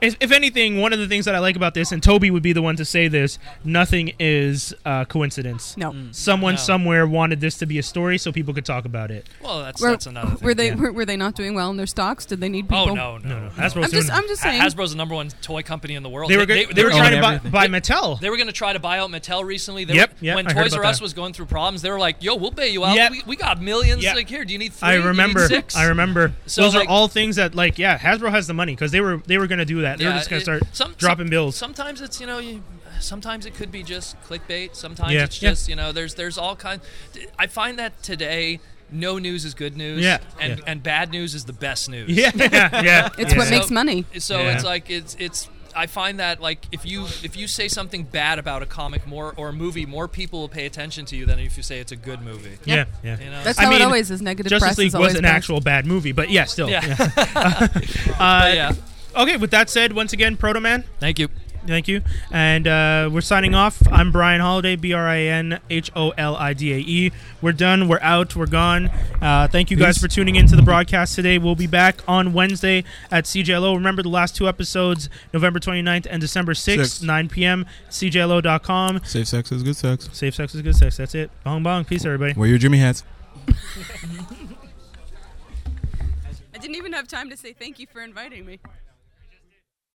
Speaker 2: if, if anything, one of the things that I like about this, and Toby would be the one to say this, nothing is uh, coincidence.
Speaker 3: No.
Speaker 2: Someone
Speaker 8: No.
Speaker 2: somewhere wanted this to be a story so people could talk about it.
Speaker 8: well, that's
Speaker 3: Were-
Speaker 8: that's another thing.
Speaker 3: Were they
Speaker 2: yeah.
Speaker 3: were, were they not doing well in their stocks? Did they need people?
Speaker 8: Oh no, no,
Speaker 2: No, no,
Speaker 8: no.
Speaker 2: Hasbro's
Speaker 3: I'm just
Speaker 2: doing-
Speaker 3: I'm just saying.
Speaker 8: Hasbro's the number one toy company in the world.
Speaker 2: they were they, they were
Speaker 8: gonna-
Speaker 2: trying to buy,
Speaker 5: everything.
Speaker 2: buy Mattel.
Speaker 8: They were going to try to buy out Mattel recently. They
Speaker 2: Yep,
Speaker 8: were,
Speaker 2: yep,
Speaker 8: when
Speaker 2: I heard
Speaker 8: Toys
Speaker 2: about
Speaker 8: R Us
Speaker 2: that.
Speaker 8: was going through problems, they were like, "Yo, we'll pay you out.
Speaker 2: Yep.
Speaker 8: We, we got millions.
Speaker 2: Yeah.
Speaker 8: Like here, do you need three?
Speaker 2: I
Speaker 8: You need
Speaker 2: remember.
Speaker 8: six?
Speaker 2: I remember.
Speaker 8: So,
Speaker 2: Those
Speaker 8: like-
Speaker 2: are all things that, like, yeah, Hasbro has the money because they were they were going to do that. They were
Speaker 8: Yeah,
Speaker 2: just going
Speaker 8: it-
Speaker 2: to start <laughs>
Speaker 8: some-
Speaker 2: dropping bills.
Speaker 8: Sometimes it's you know, you, sometimes it could be just clickbait. Sometimes
Speaker 2: Yeah.
Speaker 8: it's
Speaker 2: Yeah.
Speaker 8: just you know, there's there's all kinds. I find that today, no news is good news.
Speaker 2: Yeah.
Speaker 8: and
Speaker 2: Yeah.
Speaker 8: and bad news is the best news. <laughs>
Speaker 2: yeah, yeah, yeah.
Speaker 3: it's what
Speaker 2: yeah.
Speaker 3: makes money.
Speaker 8: So
Speaker 2: Yeah.
Speaker 8: it's like it's it's. I find that like if you if you say something bad about a comic more or a movie, more people will pay attention to you than if you say it's a good movie.
Speaker 2: Yeah, yeah.
Speaker 8: You know?
Speaker 3: That's
Speaker 2: I
Speaker 3: how it
Speaker 2: mean,
Speaker 3: always is. Negative press
Speaker 2: Justice League
Speaker 3: is always
Speaker 2: was an
Speaker 3: bad.
Speaker 2: actual bad movie, but yeah, still.
Speaker 8: yeah.
Speaker 2: <laughs> Uh,
Speaker 8: yeah.
Speaker 2: Okay, with that said, once again, Proto Man,
Speaker 8: Thank you.
Speaker 2: thank you. And uh, we're signing off. I'm Brian Holiday, B R I N H O L I D A E. We're done. We're out. We're gone. Uh, thank you guys for tuning in to the broadcast today. We'll be back on Wednesday at CJLO. Remember the last two episodes, November 29th and December 6th,
Speaker 4: Six.
Speaker 2: 9 p.m., CJLO.com.
Speaker 4: Safe sex is good sex.
Speaker 2: Safe sex is good sex. That's it. Bong bong. Peace, everybody.
Speaker 4: Wear your Jimmy hats.
Speaker 3: I didn't even have time to say thank you for inviting me.